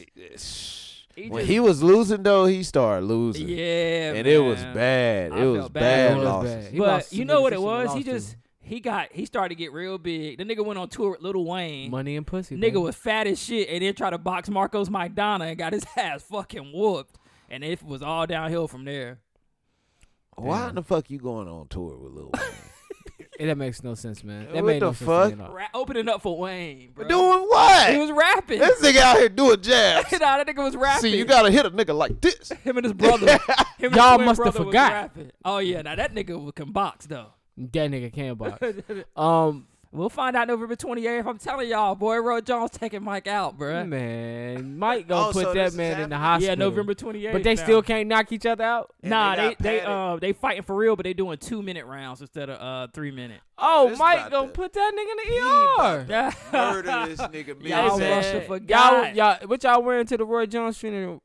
I: He
C: When
I: just-
C: he was losing though, he started losing.
I: Yeah,
C: and it was
I: man.
C: bad.
I: I
C: it was
I: felt
C: bad,
I: It was
C: losses.
I: bad. But you know what it was? He just he He got he started to get real big. The nigga went on tour with Lil Wayne.
G: Money and pussy.
I: Nigga
G: baby.
I: was fat as shit and then tried to box Marcos Maidana and got his [LAUGHS] ass fucking whooped. And it was all downhill from there.
C: Why in the fuck you going on tour with Lil Wayne? [LAUGHS]
G: Eh, that makes no sense, man. That
C: What
G: made
C: the
G: no sense to me
C: fuck?
G: at all.
I: Ra- opening up for Wayne. Bro.
C: Doing what?
I: He was rapping.
C: This nigga out here doing
I: [LAUGHS]
C: jabs.
I: nah, that nigga was rapping.
C: See, you gotta hit a nigga like this.
I: Him and his [LAUGHS] brother. Him and his
G: Y'all
I: twin
G: must have
I: brother was
G: forgot.
I: rapping. Oh yeah, now that nigga was- can box though.
G: That nigga can box.
I: [LAUGHS]
G: um,
I: We'll find out November 28th. I'm telling y'all, boy, Roy Jones taking Mike out, bruh.
G: man, Mike gonna
I: Oh,
G: put
I: so this
G: that
I: is
G: man in the
I: happening?
G: hospital.
I: Yeah, November 28th
G: But they
I: now.
G: still can't knock each other out.
I: nah, they they, uh, they fighting for real, but they doing two minute rounds instead of uh three [LAUGHS] minute.
G: Oh, Mike gonna put that nigga in the E ER.
I: murder
A: this nigga,
I: [LAUGHS] Y'all must have
G: Y'all,
I: forgot.
G: y'all, what y'all wearing to the Roy Jones funeral,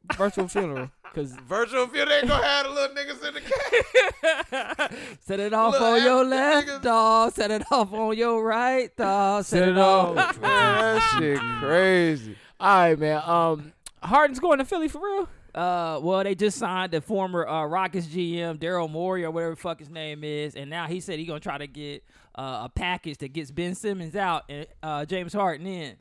C: [LAUGHS]
G: virtual funeral? Cause
A: Virtual funeral ain't gonna have the little niggas in the cage.
I: [LAUGHS] Set it off
A: Look,
I: on your
A: African
I: left, dog. Set it off on your right, dog. Set,
G: Set
I: it
G: it
I: off.
C: [LAUGHS]
G: off.
C: that shit crazy.
G: All right, man. Um, Harden's going to Philly for real.
I: Uh, well, they just signed the former uh, Rockets GM Daryl Morey or whatever the fuck his name is, and now he said he gonna try to get uh, a package that gets Ben Simmons out and uh, James Harden in.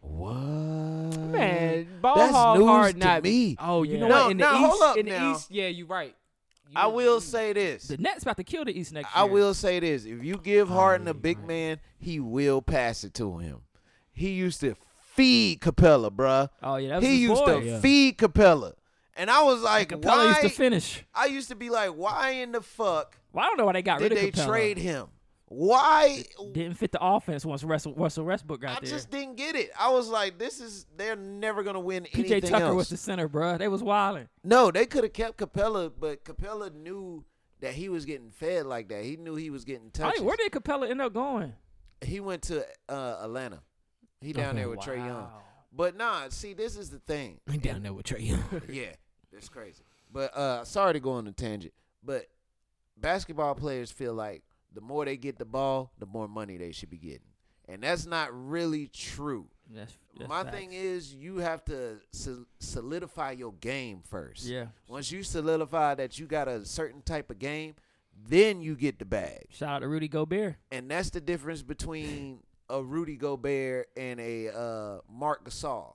C: What?
G: Man, ball
C: That's
G: hog
C: news
G: hard
C: to
G: not
C: me.
G: Oh, you
C: Yeah.
G: know
C: No,
G: what? In the
C: no,
G: East,
C: hold up
G: in the
C: now.
G: East, yeah, you're right.
C: I will say this.
I: The Nets about to kill the East next
C: I
I: year.
C: will say this: if you give Harden a big man, he will pass it to him. He used to feed Capella, bruh.
I: Oh yeah, that was
C: he
I: his
C: used
I: boy.
C: to
I: Yeah.
C: feed Capella, and I was like,
I: Capella
C: why?
I: used to finish.
C: I used to be like, why in the fuck?
I: Well, I don't know why they got
C: did
I: rid of
C: they
I: Capella.
C: trade him? Why?
I: Didn't fit the offense once Russell, Russell Westbrook got
C: I
I: there.
C: just didn't get it. I was like, this is they're never gonna win
I: PJ
C: anything
I: Tucker
C: else.
I: was the center, bruh. They was wilding.
C: No, they could have kept Capella, but Capella knew that he was getting fed like that. He knew he was getting touched.
I: Hey, where did Capella end up going?
C: He went to uh, Atlanta. He down
I: Okay.
C: there with Trey Young.
I: Wow.
C: But nah, see, this is the
I: [LAUGHS]
C: thing.
G: He down there with Trey Young.
C: yeah, that's crazy. But uh, sorry to go on a tangent. But basketball players feel like the more they get the ball, the more money they should be getting, and that's not really true.
I: That's, that's
C: My
I: facts.
C: thing is, you have to sol- solidify your game first.
I: Yeah.
C: Once you solidify that you got a certain type of game, then you get the bag.
I: Shout out to Rudy Gobert.
C: And that's the difference between a Rudy Gobert and a uh, Mark Gasol.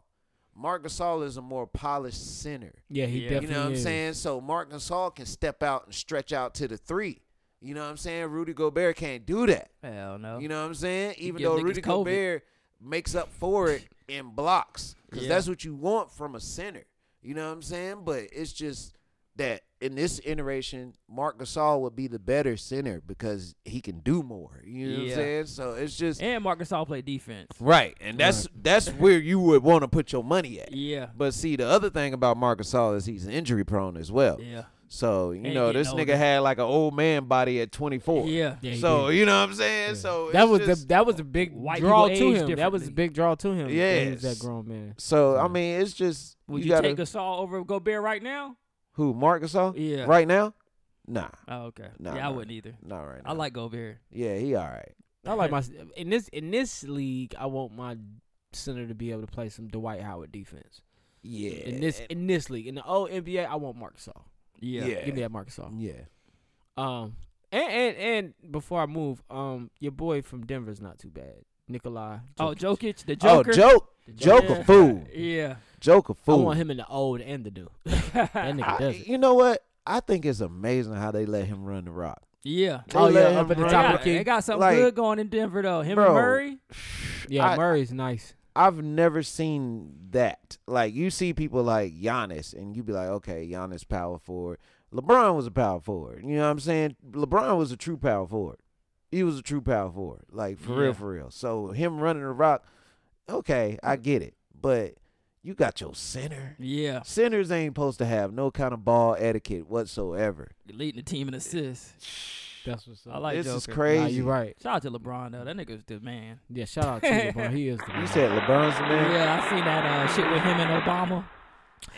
C: Mark Gasol is a more polished center.
G: Yeah, he
C: You know what
G: definitely
C: I'm
G: is.
C: saying? So Mark Gasol can step out and stretch out to the three. You know what I'm saying? Rudy Gobert can't do that.
I: Hell no.
C: You know what I'm saying?
I: He
C: Even
I: give
C: though
I: Oh. niggas
C: Rudy
I: COVID.
C: Gobert makes up for it in blocks, because
I: Yeah.
C: that's what you want from a center. You know what I'm saying? But it's just that in this iteration, Mark Gasol would be the better center because he can do more. You know what I'm
I: Yeah.
C: saying? So it's just
I: And Marcus All play defense.
C: right, and that's that's where you would want to put your money at.
I: Yeah.
C: But see, the other thing about Marcus Gasol is he's injury prone as well.
I: Yeah.
C: So you
I: And
C: know
I: getting
C: this
I: older.
C: nigga had like an old man body at 24.
I: Yeah. Yeah, he
C: so
I: did.
C: you know what I'm saying? So
G: that
C: it's
G: was
C: just-
G: the that was a big
I: White
G: draw
I: people
G: to
I: age
G: him. That was a
I: differently.
G: big draw to him. that he
C: Yes.
G: was that grown man.
C: So I mean, it's just
I: Would you,
C: gotta,
I: take Gasol over Gobert right now?
C: who Mark Gasol?
I: Yeah.
C: Right now? Nah.
I: Oh, okay.
C: Nah,
I: yeah, I
C: nah.
I: wouldn't either.
C: Not right
I: I
C: now.
I: like Gobert.
C: Yeah, he all right.
G: I like my in this in this league. I want my center to be able to play some Dwight Howard defense.
C: Yeah.
G: In this in this league in the old NBA, I want Marcus All.
I: [LAUGHS] Yeah. Yeah.
G: Give me that Marcus All.
C: Yeah.
G: Um. And, and and before I move, um, your boy from Denver's not too bad, Nikolai.
I: Oh, Jokic, the
C: Oh,
I: Joker.
C: joke, joke
I: Yeah. [LAUGHS]
C: a fool.
I: Yeah.
C: Joke a
G: I
C: fool.
G: want him in the old and the new. that
C: [LAUGHS]
G: nigga does it.
C: You know what? I think it's amazing how they let him run the rock.
I: Oh, Yeah.
C: They let him run
I: They got, they got something
C: Like,
I: good going in Denver though. Him
C: bro,
I: and Murray.
G: Yeah,
C: I-
G: Murray's nice.
C: I've never seen that. Like you see people like Giannis, and you be like, okay, Giannis power forward. LeBron was a power forward. You know what I'm saying? LeBron was a true power forward. He was a true power forward. Like for
I: Yeah.
C: real, for real. So him running the rock, okay, I get it. But you got your center.
I: Yeah.
C: Centers ain't supposed to have no kind of ball etiquette whatsoever.
I: Leading the team in assists.
G: That's what's up.
I: I like
C: This is
I: Joker.
C: crazy. Nah,
G: Ah, you right.
I: Shout out to LeBron though. That nigga's the man.
G: Yeah, shout out to LeBron. He is the
C: You said LeBron's the man.
I: Yeah, I seen that uh, shit with him and Obama.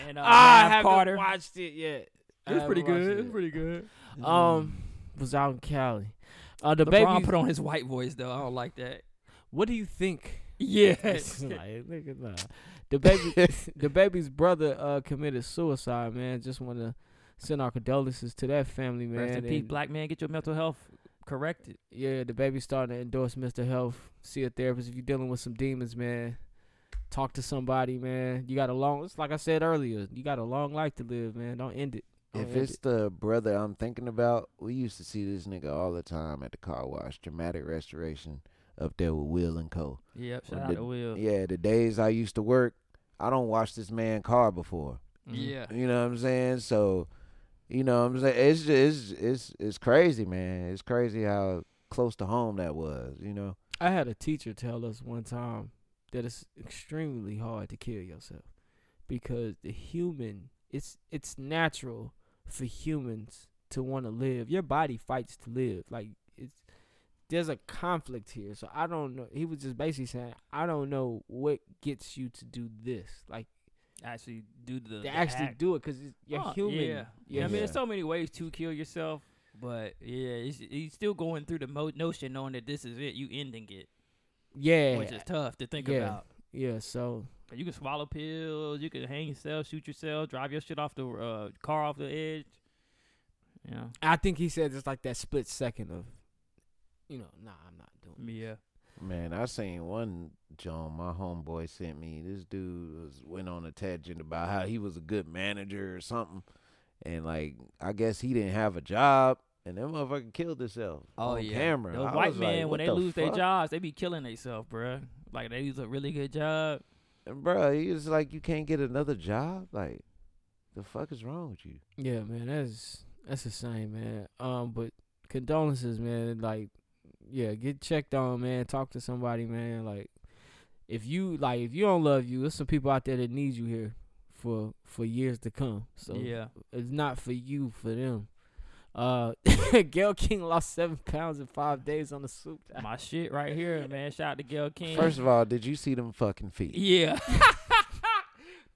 I: And uh, Mav Carter.
G: watched it yet.
I: It was pretty good. It was pretty good.
G: Um, was out in Cali. Uh, the
I: LeBron
G: baby
I: put on his white voice though. I don't like that.
G: What do you think?
I: Yeah. [LAUGHS]
G: It's [LAUGHS] like, nigga, nah. the baby, the baby's brother uh, committed suicide. Man, just want to send our condolences to that family, man.
I: Rest in peace,
G: and-
I: black man. Get your mental health corrected.
G: Yeah, the baby's starting to endorse mental health. See a therapist if you're dealing with some demons, man. Talk to somebody, man. You got a long. It's like I said earlier. You got a long life to live, man. Don't end it. Don't
C: If
G: end
C: it's
G: it.
C: the brother I'm thinking about, we used to see this nigga all the time at the car wash, dramatic restoration up there with Will and Co.
I: Yep,
C: When
I: shout out
C: the-
I: to Will.
C: Yeah, the days I used to work, I don't watch this man car before.
I: Mhm. Yeah.
C: You know what I'm saying? So, you know what I'm saying? It's just it's it's it's crazy, man. It's crazy how close to home that was, you know.
G: I had a teacher tell us one time that it's extremely hard to kill yourself because the human it's it's natural for humans to want to live. Your body fights to live. Like it's there's a conflict here. So I don't know. He was just basically saying, I don't know what gets you to do this. Like
I: Actually, do the,
G: to
I: the
G: actually
I: Uh, act.
G: do it because you're
I: Oh,
G: human.
I: Yeah. yeah.
G: You're
I: I mean,
G: hu-
I: there's so many ways to kill yourself, but yeah, it's, you still going through the mo- notion knowing that this is it. You ending it.
G: yeah,
I: Which is tough to think
G: yeah,
I: about.
G: Yeah. So
I: 'Cause You can swallow pills. You can hang yourself, shoot yourself, drive your shit off the uh, car off the edge. Yeah.
G: I think he said it's like that split second of, you know, nah, I'm not doing. this.
I: Yeah.
C: Man, I seen one John, my homeboy sent me. This dude was, went on a tangent about how he was a good manager or something, and like I guess he didn't have a job, and that motherfucker killed himself
I: Oh
C: on
I: yeah.
C: camera.
I: The
C: I
I: white
C: was like,
I: men
C: what
I: when they
C: the
I: lose their
C: fuck?
I: jobs, they be killing themselves, bruh. Like they lose a really good job.
C: Bruh, he was like, you can't get another job. Like, the fuck is wrong with you?
G: Yeah, man, that's that's a shame, man. Um, but condolences, man. Like, yeah, get checked on, man. Talk to somebody, man. Like, if you like, if you don't love you, there's some people out there that need you here for for years to come. So
I: Yeah.
G: it's not for you, for them. Uh, [LAUGHS] Gail King lost seven pounds in five days on the soup.
I: My shit right here, man. Shout out to Gail King. [LAUGHS]
C: First of all, did you see them fucking feet?
I: Yeah. [LAUGHS]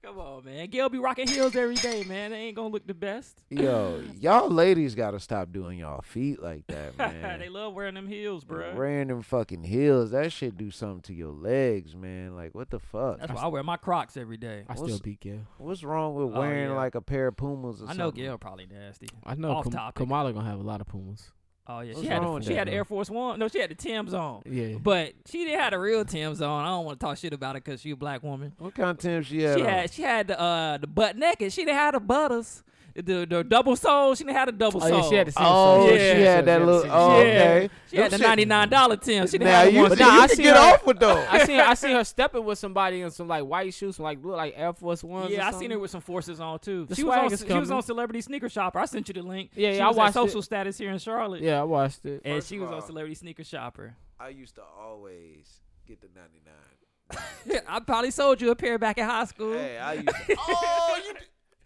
I: Come on, man. Gail be rocking heels every day, man. They ain't gonna look the best.
C: Yo, y'all ladies gotta stop doing y'all feet like
I: [LAUGHS]
C: that, man.
I: they love wearing them heels, bruh.
C: Wearing them fucking heels, that shit do something to your legs, man. Like, what the fuck?
I: That's why I wear my Crocs every day.
G: I still
C: What's-
G: beat Gail.
C: What's wrong with
I: Oh,
C: wearing
I: yeah.
C: like a pair of Pumas or
I: I
C: something?
I: know Gail probably nasty.
G: I know
I: Off
G: Kam-
I: topic.
G: Kamala gonna have a lot of Pumas.
I: Oh yeah,
G: What's
I: she had
G: wrong
I: a,
G: with
I: she
G: that,
I: had the
G: bro?
I: Air Force One. No, she had the Tim's on.
G: Yeah.
I: but she didn't have the real Tim's on. I don't want to talk shit about her because she a black woman.
C: What kind of Tim she had?
I: She
C: on?
I: had she had the uh, the butt naked. She didn't have the butters. The, the double sole. She didn't have the double
C: Oh,
I: sole.
C: yeah, she had the Sam's Oh, sole. she had that little- oh, okay.
I: She had the
C: Them shit-
I: ninety nine dollar Tim. She didn't
C: Now
I: have the
C: you
I: one.
C: see- Nah, you I can see get her- off with those.
G: I seen I seen her stepping with somebody in some like white shoes, some, like look like Air Force Ones. or
I: Yeah, I seen
G: something.
I: her with some forces on too.
G: The
I: she was
G: swag
I: on
G: is
I: she was
G: coming.
I: on Celebrity Sneaker Shopper. I sent you the link.
G: Yeah,
I: she
G: yeah, I
I: was at
G: watched it.
I: Social Status here in Charlotte.
G: Yeah, I watched it.
I: and
G: First
I: she
G: of
I: was on
G: all-
I: Celebrity Sneaker Shopper.
C: I used to always get the
I: [LAUGHS]
C: 99.
I: I probably sold you a pair back in high school.
C: Hey, I
I: [LAUGHS]
C: used to,
A: oh, you,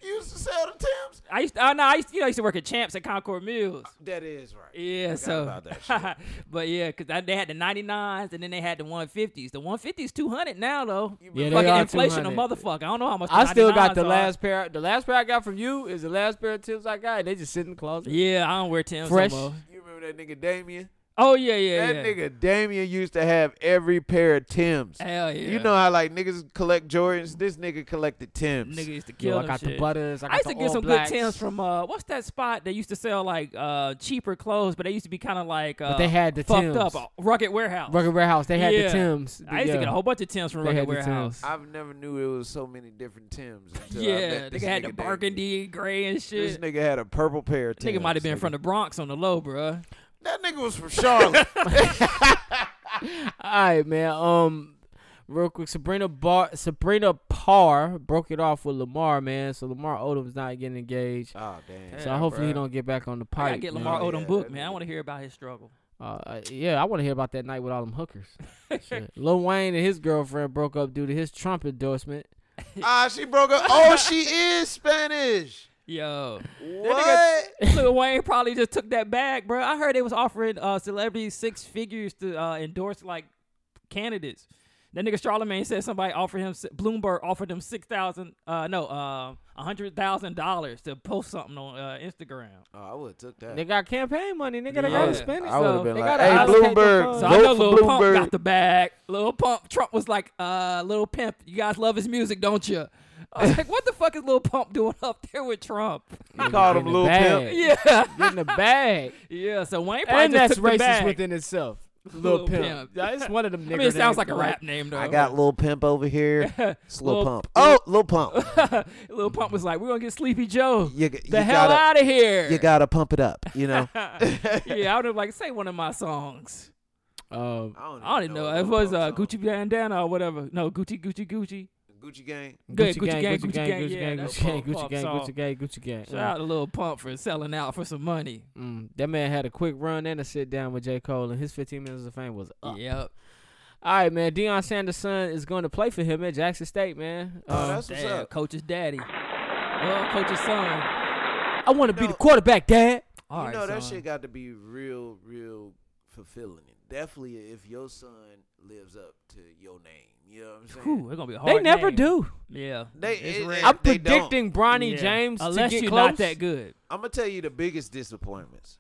A: you used to sell the Timbs?
I: I used to, oh, no, I used to, you know, I used to work at Champs at Concord Mills.
A: That is right.
I: Yeah,
A: Forgot
I: so
A: about that shit.
I: [LAUGHS] but yeah, because they had the 99s and then they had the 150s. The 150s 200 now though.
G: Yeah, they
I: fucking
G: are
I: inflation, a
G: 200.
I: motherfucker. I don't know how much. the
G: I still got
I: 99s
G: the
I: are.
G: last pair. The last pair I got from you is the last pair of tips I got. and They just sit in the closet.
I: Yeah, I don't wear Tim's no
G: Fresh.
I: more.
A: You remember that nigga Damien?
I: Oh yeah, yeah,
C: that
I: yeah.
C: nigga Damien used to have every pair of Tims.
I: Hell yeah.
C: You know how like niggas collect Jordans? This nigga collected Tims.
I: Nigga used to
G: Yo,
I: kill
G: I
I: them
G: got the
I: shit.
G: butters, I got
I: used
G: the
I: to get
G: all
I: some
G: blacks.
I: good tins from uh, what's that spot that used to sell like uh cheaper clothes, but they used to be kind of like uh,
G: But they had the
I: fucked
G: Tims.
I: up uh, Rugged Warehouse.
G: Rugged Warehouse, they had the
I: Yeah.
G: Tims.
I: I used
G: Yeah.
I: to get a whole bunch of Tims from
G: They
I: Rugged
G: had the
I: Warehouse.
C: I've never knew it was so many different Tims. Until I
I: Yeah,
C: met
I: they
C: this
I: had
C: nigga
I: the
C: Damien.
I: burgundy, gray, and
C: This
I: shit.
C: nigga had a purple pair of Tims.
I: Nigga might have been from the Bronx on the low, bruh.
A: That nigga was from
I: [LAUGHS]
A: Charlotte.
G: All right, man. Um, real quick, Sabrina Bar Sabrina Parr broke it off with Lamar, man. So Lamar Odom's not getting engaged.
C: Oh damn.
G: So
I: Yeah,
G: hopefully he
I: bruh.
G: don't get back on the
I: I gotta
G: pipe.
I: get
G: man.
I: Lamar Odom book, man. I want to hear about his struggle.
G: Uh, uh, yeah, I want to hear about that night with all
I: [LAUGHS]
G: them hookers. Shit. Lil Wayne and his girlfriend broke up due to his Trump endorsement.
A: Ah, she broke up. Oh, she is Spanish.
I: Yo,
A: What?
I: Lil Wayne probably just took that back, bro. I heard they was offering uh, celebrities six figures to uh, endorse like candidates. That nigga Charlemagne said somebody offered him Bloomberg offered them six thousand, uh, no, a hundred thousand dollars to post something on uh, Instagram.
C: Oh, I would have took that.
G: They got campaign money. Nigga, they
I: Yeah.
G: got to spend it.
C: I would've
G: so
C: been
G: they
C: like,
G: gotta
C: "Hey,
G: allocate their
C: Bloomberg,
G: funds."
I: So I know
C: Vote for
I: Lil Pump
C: Bloomberg.
I: got the bag. Lil Pump, Trump was like, uh, Lil Pimp, you guys love his music, don't you? I [LAUGHS] was like, what the fuck is Lil Pump doing up there with Trump?
G: He called him In the Lil Pimp. bag.
I: Yeah.
G: In the bag.
I: Yeah, so Wayne [LAUGHS] probably
G: and
I: just
G: that's
I: took the
G: racist
I: bag.
G: within itself.
I: Lil
G: Little pimp.
I: Pimp.
G: Yeah, It's one of them.
I: I mean,
G: nigger
I: it sounds
G: names,
I: like a
G: but
I: rap name, though.
C: I got Lil Pimp
I: [LAUGHS]
C: over here. It's Lil,
I: Lil-
C: Pump. Oh, Lil Pump.
I: [LAUGHS] Lil Pump was like, we're going to get Sleepy Joe
C: You,
I: the
C: you
I: hell
C: gotta-
I: out of here.
C: You got to pump it up, you know?
I: [LAUGHS] yeah, I would have like say one of my songs.
G: Um,
I: I don't, even know. It was uh, Gucci Bandana or whatever. No, Gucci, Gucci, Gucci.
C: Gucci Gang.
I: Good,
G: Gucci
I: Gucci
G: Gang,
I: Gang,
G: Gucci Gang, Gucci
I: yeah,
G: Gang,
I: that
G: Gucci Gang,
I: Pump
G: Gucci
I: Pump
G: Gang,
I: song.
G: Gucci Gang, Gucci Gang,
I: Shout
G: yeah.
I: out to Lil Pump for selling out for some money.
G: Mm, that man had a quick run and a sit down with J. Cole, and his 15 minutes of fame was up.
I: Yep.
G: All right, man. Deion Sanders' son is going to play for him at Jackson State, man.
I: Oh,
G: Um,
I: that's what's Damn, up. Coach's daddy. Well, coach's son.
C: Uh,
G: I want to be the quarterback, Dad.
I: All right,
C: you know that
I: son.
C: shit got to be real, real fulfilling. And definitely, if your son lives up to your name, you know what I'm saying.
I: Whew, it's gonna be a
G: They
I: hard.
G: never
I: name.
G: do.
I: Yeah,
C: They,
I: It's
C: it-
I: rare.
C: it-
G: I'm
C: they don't.
G: predicting Bronny Yeah. James to
I: Unless
G: get
I: you're
G: close.
I: not that good.
C: I'm gonna tell you the biggest disappointments.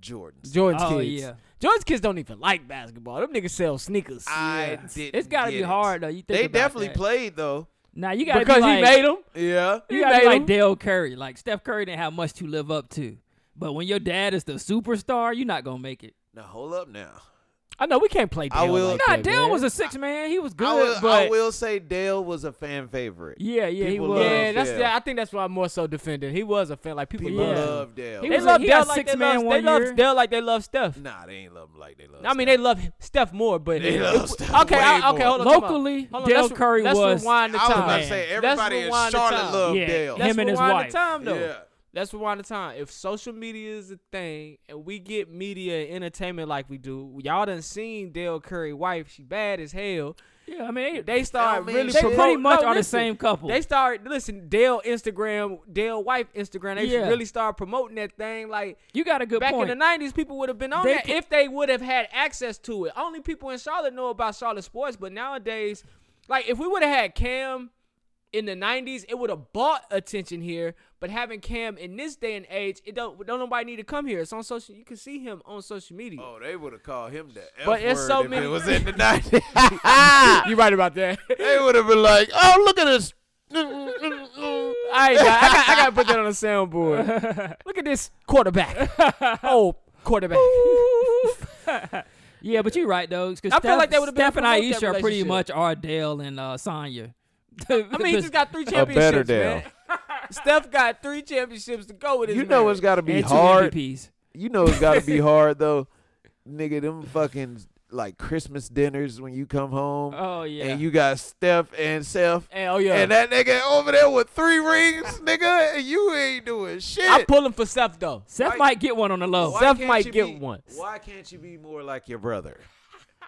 C: Jordan's.
G: Jordan's
I: Oh,
G: kids.
I: yeah.
G: Jordan's kids don't even like basketball. Them niggas sell sneakers.
C: I didn't
I: It's gotta be
C: get it.
I: hard though. You think
C: They
I: about
C: definitely
I: that.
C: played though.
I: Now you gotta
G: Because
I: be like,
G: he made 'em?
C: Yeah.
I: you
G: He
I: gotta be
G: made
I: like
G: 'em.
I: Dale Curry. Like Steph Curry didn't have much to live up to, but when your dad is the superstar, you're not gonna make it.
C: Now hold up now.
G: I know we can't play Dale.
C: I will-
G: Like
I: Nah,
G: that,
I: Dale
G: man.
I: was a six man. He was good,
C: I will,
I: but
C: I will say Dale was a fan favorite.
I: yeah, yeah, he
C: People
I: was.
C: love
G: Yeah, that's
C: Dale.
G: yeah. I think that's why I'm more so defending. He was a fan. Like people,
C: People
G: loved him.
C: love Dale.
G: He
I: They
G: was
I: love
G: love
I: Dale
G: Dale
I: like
G: like
I: they
G: they
I: love-
G: love,
I: they
G: They
I: love
G: love Dale like they love Steph.
C: Nah, they ain't love him like they love.
G: I mean, they love Steph more, but
C: They
G: it-
C: love
G: it-
C: Steph
G: okay,
C: way
G: I,
C: more.
G: okay, hold on. time out.
I: Locally,
G: hold on,
I: Dale
G: let's, re-
I: Curry
G: let's
I: was-
G: Rewind the
C: I
G: time.
C: was about to say everybody in
G: let's rewind the
C: Charlotte
G: time.
C: loved
I: Yeah.
C: Dale.
I: Him
G: Let's
I: and his
G: rewind
I: wife.
G: the time though.
C: Yeah.
G: Let's rewind the time. If social media is a thing and we get media and entertainment like we do, y'all done seen Dale Curry wife. She bad as hell.
I: yeah, I mean,
G: They start
C: mean
G: really
C: shit.
I: They
G: promote-
I: pretty much
G: no,
I: are the
G: listen,
I: same couple.
G: They start listen Dale Instagram, Dale wife Instagram. They
I: Yeah.
G: really start promoting that thing. Like
I: you got a good
G: back
I: [LAUGHS] point.
G: in the '90s, people would have been on
I: They
G: that
I: put-
G: if they would have had access to it. Only people in Charlotte know about Charlotte sports, but nowadays, like if we would have had Cam in the '90s, it would have bought attention here. But having Cam in this day and age, it don't don't nobody need to come here. It's on social. You can see him on social media.
C: Oh, they would have called him the F
G: But it's
C: word
G: so
C: if
G: many-
C: it was in
I: [LAUGHS]
C: the nineties.
G: [LAUGHS] you right about that. [LAUGHS]
C: they would have been like, "Oh, look at
I: [LAUGHS]
C: this."
G: I, ain't got, I, got, I got to put that on
I: [LAUGHS]
G: a soundboard. Look at this quarterback. Oh, quarterback.
I: [LAUGHS] yeah, but you're right though. 'cause
G: I feel
I: Steph-
G: like they would've been
I: Steph and
G: able to promote that
I: Aisha are pretty
G: relationship.
I: much our Dale and uh, Sonya. [LAUGHS]
G: I mean, he just got three
C: A
G: championships.
C: better
G: man.
C: Dale.
G: Steph got three championships to go with his
C: You know it's got to be
I: and two
C: hard.
I: MVPs.
C: You know it's got to
I: [LAUGHS]
C: be hard though, nigga. Them fucking like Christmas dinners when you come home.
I: Oh yeah.
C: And you got Steph and Seth.
G: And, oh, yeah.
C: And that nigga over there with three rings, nigga, and you ain't doing shit.
G: I pull him for Seth though.
I: Seth
C: Why-
I: might get one on the low.
C: Why
G: Seth
C: can't
G: might
C: you
G: get
C: be-
G: one.
C: Why can't you be more like your brother?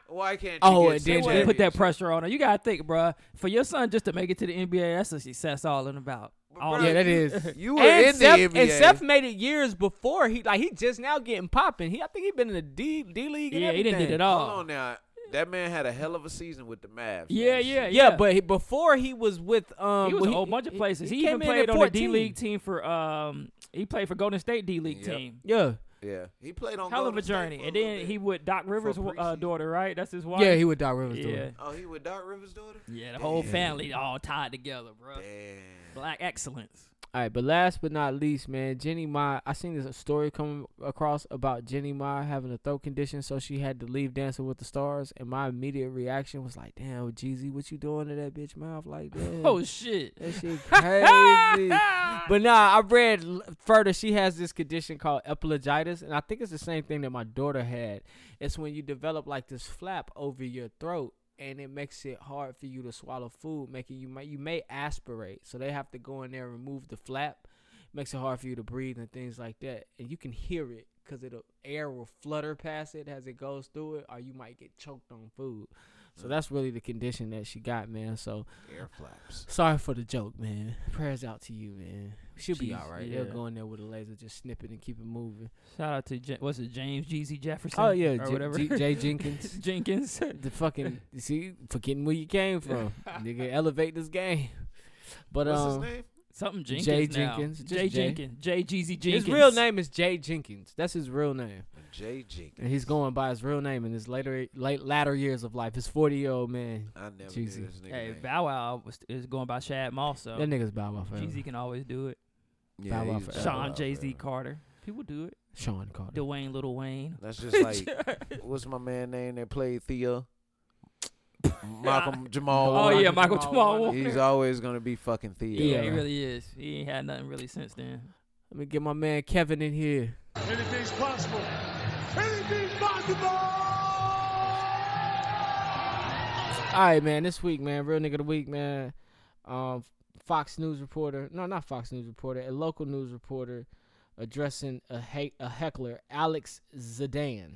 C: Why can't you
G: Oh,
C: get
G: and then
C: some
I: They put that
C: championships?
I: pressure on her. You gotta think, bruh. For your son just to make it to the NBA, that's a success all in about. All
G: Yeah,
I: in-
G: that is.
C: You were
G: and
C: in
G: Seth,
C: the NBA.
G: And Seth made it years before he like he just now getting popping. He I think he been in the D D league. and
I: Yeah, he didn't did
G: everything.
I: it all.
C: Hold on now. That man had a hell of a season with the Mavs.
I: Yeah,
C: last
I: yeah,
C: year.
I: yeah.
G: Yeah, but he, before he was with um,
I: he was
G: well,
I: a whole bunch of places. He, even
G: came in at
I: played on the
G: 14.
I: D League team for um. He played for Golden State D League
C: Yep.
I: team.
G: Yeah,
C: Yeah. He played on
I: Hell of a
C: Golden State
I: journey.
C: for
I: And
C: little
I: then
C: bit.
I: he would Doc Rivers' uh,
C: preseason.
I: daughter, right? That's his wife.
G: yeah, he with Doc Rivers. doing
I: Yeah.
G: it.
C: Oh, he with Doc Rivers' daughter?
I: Yeah, the whole family all tied together, bro.
C: Damn.
I: Black excellence.
G: All right, but last but not least, man, Jenny Ma. I seen this story coming across about Jenny Ma having a throat condition, so she had to leave Dancing with the Stars. And my immediate reaction was like, "Damn, Jeezy, what you doing to that bitch mouth like that?"
I: Oh shit.
G: That shit [LAUGHS] crazy. [LAUGHS] but nah, I read l- further. She has this condition called epilogitis, and I think it's the same thing that my daughter had. It's when you develop like this flap over your throat, and it makes it hard for you to swallow food, making you may you may aspirate. So they have to go in there and remove the flap. Makes it hard for you to breathe and things like that, and you can hear it because it'll air will flutter past it as it goes through it, or you might get choked on food. So that's really the condition that she got, man. So
C: Air flaps.
G: Sorry for the joke, man. Prayers out to you, man. She'll be
I: Jeez,
G: all right.
I: yeah.
G: They'll go in there with a laser, just snip it and keep it moving.
I: [LAUGHS] Shout out to J- what's it, James Jeezy Jefferson?
G: Oh yeah,
I: or
G: J-
I: whatever.
G: J- [LAUGHS] Jay Jenkins,
I: [LAUGHS]
G: [LAUGHS]
I: Jenkins.
G: the fucking you [LAUGHS] see, forgetting where you came from, nigga. Elevate this game. But
C: What's
I: [LAUGHS]
G: um,
C: his name?
I: Something Jenkins.
G: Jay
I: now.
G: Jenkins. just
I: Jay Jenkins. Jay Jeezy Jenkins.
G: His real name is Jay Jenkins. That's his real name.
C: Jay Jenkins.
G: And he's going by his real name in his later late latter years of life. His forty year old man.
C: I never
G: Jeezy.
I: Hey, Bow Wow was, is going by Shad Moss. So
G: That nigga's Bow Wow forever.
I: Jeezy can always do it.
G: Yeah, Bow Wow he's forever. Bow
I: Sean
G: Wow
I: Jay Z Carter. People do it.
G: Sean Carter.
I: Dwayne Little Wayne. [LAUGHS]
C: That's just like what's my man name that played Theo?
I: [LAUGHS]
C: Malcolm Jamal.
I: Oh, yeah,
C: Warner.
I: Michael Jamal Warner.
C: He's always gonna be fucking Theo.
I: Yeah, he really is. He ain't had nothing really since then. [LAUGHS]
G: Let me get my man Kevin in here.
Q: Anything's possible. Anything's possible.
G: All right, man. This week, man, real nigga of the week, man. Um, Fox News reporter, no, not Fox News reporter, a local news reporter addressing a he- a heckler, Alex Zidane.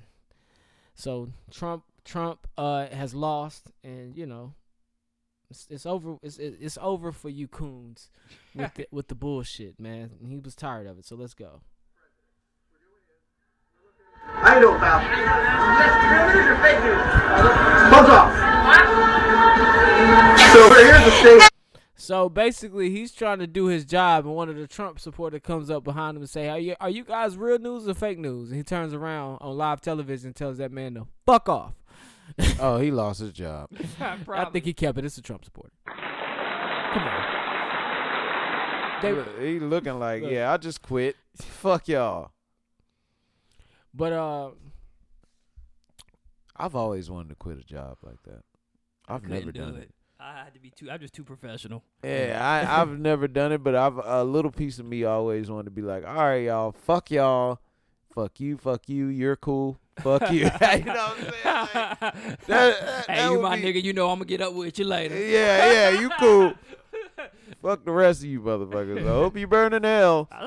G: So Trump, Trump uh, has lost, and you know, it's, it's over. It's it- it's over for you coons [LAUGHS] with the, with the bullshit, man. He was tired of it, so let's go.
Q: I ain't no foul. Buzz off. So here's the thing.
G: So basically, he's trying to do his job, and one of the Trump supporter comes up behind him and say, "Are you are you guys real news or fake news?" And he turns around on live television and tells that man to fuck off.
C: Oh, he lost his job.
G: I think he kept it. It's a Trump supporter. Come on.
C: He look- he looking like, yeah, I just quit. Fuck y'all.
G: But uh,
C: I've always wanted to quit a job like that. I've
I: Couldn't
C: never
I: do
C: done it.
I: I had to be too. I'm just too professional.
C: Yeah,
I: [LAUGHS]
C: I, I've never done it, but I've a little piece of me always wanted to be like, all right, y'all, fuck y'all, fuck you, fuck you, you're cool, fuck
I: [LAUGHS]
C: [LAUGHS] you. [LAUGHS] you know what I'm saying? Like, that-
I: hey,
C: that- that
I: you
C: would
I: my
C: be-
I: nigga. You know I'm gonna get up with you later.
C: [LAUGHS] Yeah, yeah, you
I: [LAUGHS]
C: cool. fuck the rest of you motherfuckers. I hope you burn in hell.
I: [LAUGHS] I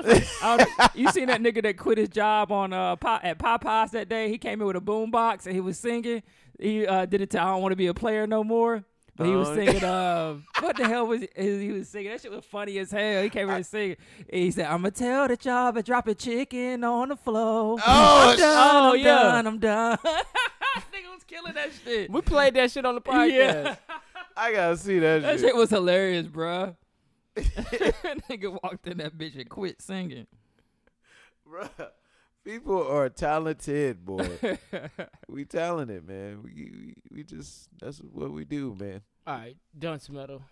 I: don't- you seen that nigga that quit his job on uh Pop, at Popeyes that day? He came in with a boombox and he was singing. He uh, did it to "I Don't Want to Be a Player No More," but he was
G: Oh.
I: singing. Uh, what the hell was he, he was singing? That shit was funny as hell. He came in and singing. And he said, "I'ma tell the y'all been dropping chicken on the floor."
G: Oh,
I: I'm done,
G: oh,
I: I'm
G: yeah.
I: done, I'm
C: [LAUGHS]
I: done. nigga was killing that shit.
G: We played that shit on the podcast.
I: Yeah.
C: I gotta see that.
I: That
C: shit.
I: shit was hilarious,
C: [LAUGHS]
I: bruh. [LAUGHS] nigga walked in that bitch and quit
C: [LAUGHS]
I: singing.
C: Bruh, people are
I: [LAUGHS]
C: talented, boy. we talented, man. We, we we just that's what we do, man.
G: [LAUGHS] all right, dunce metal.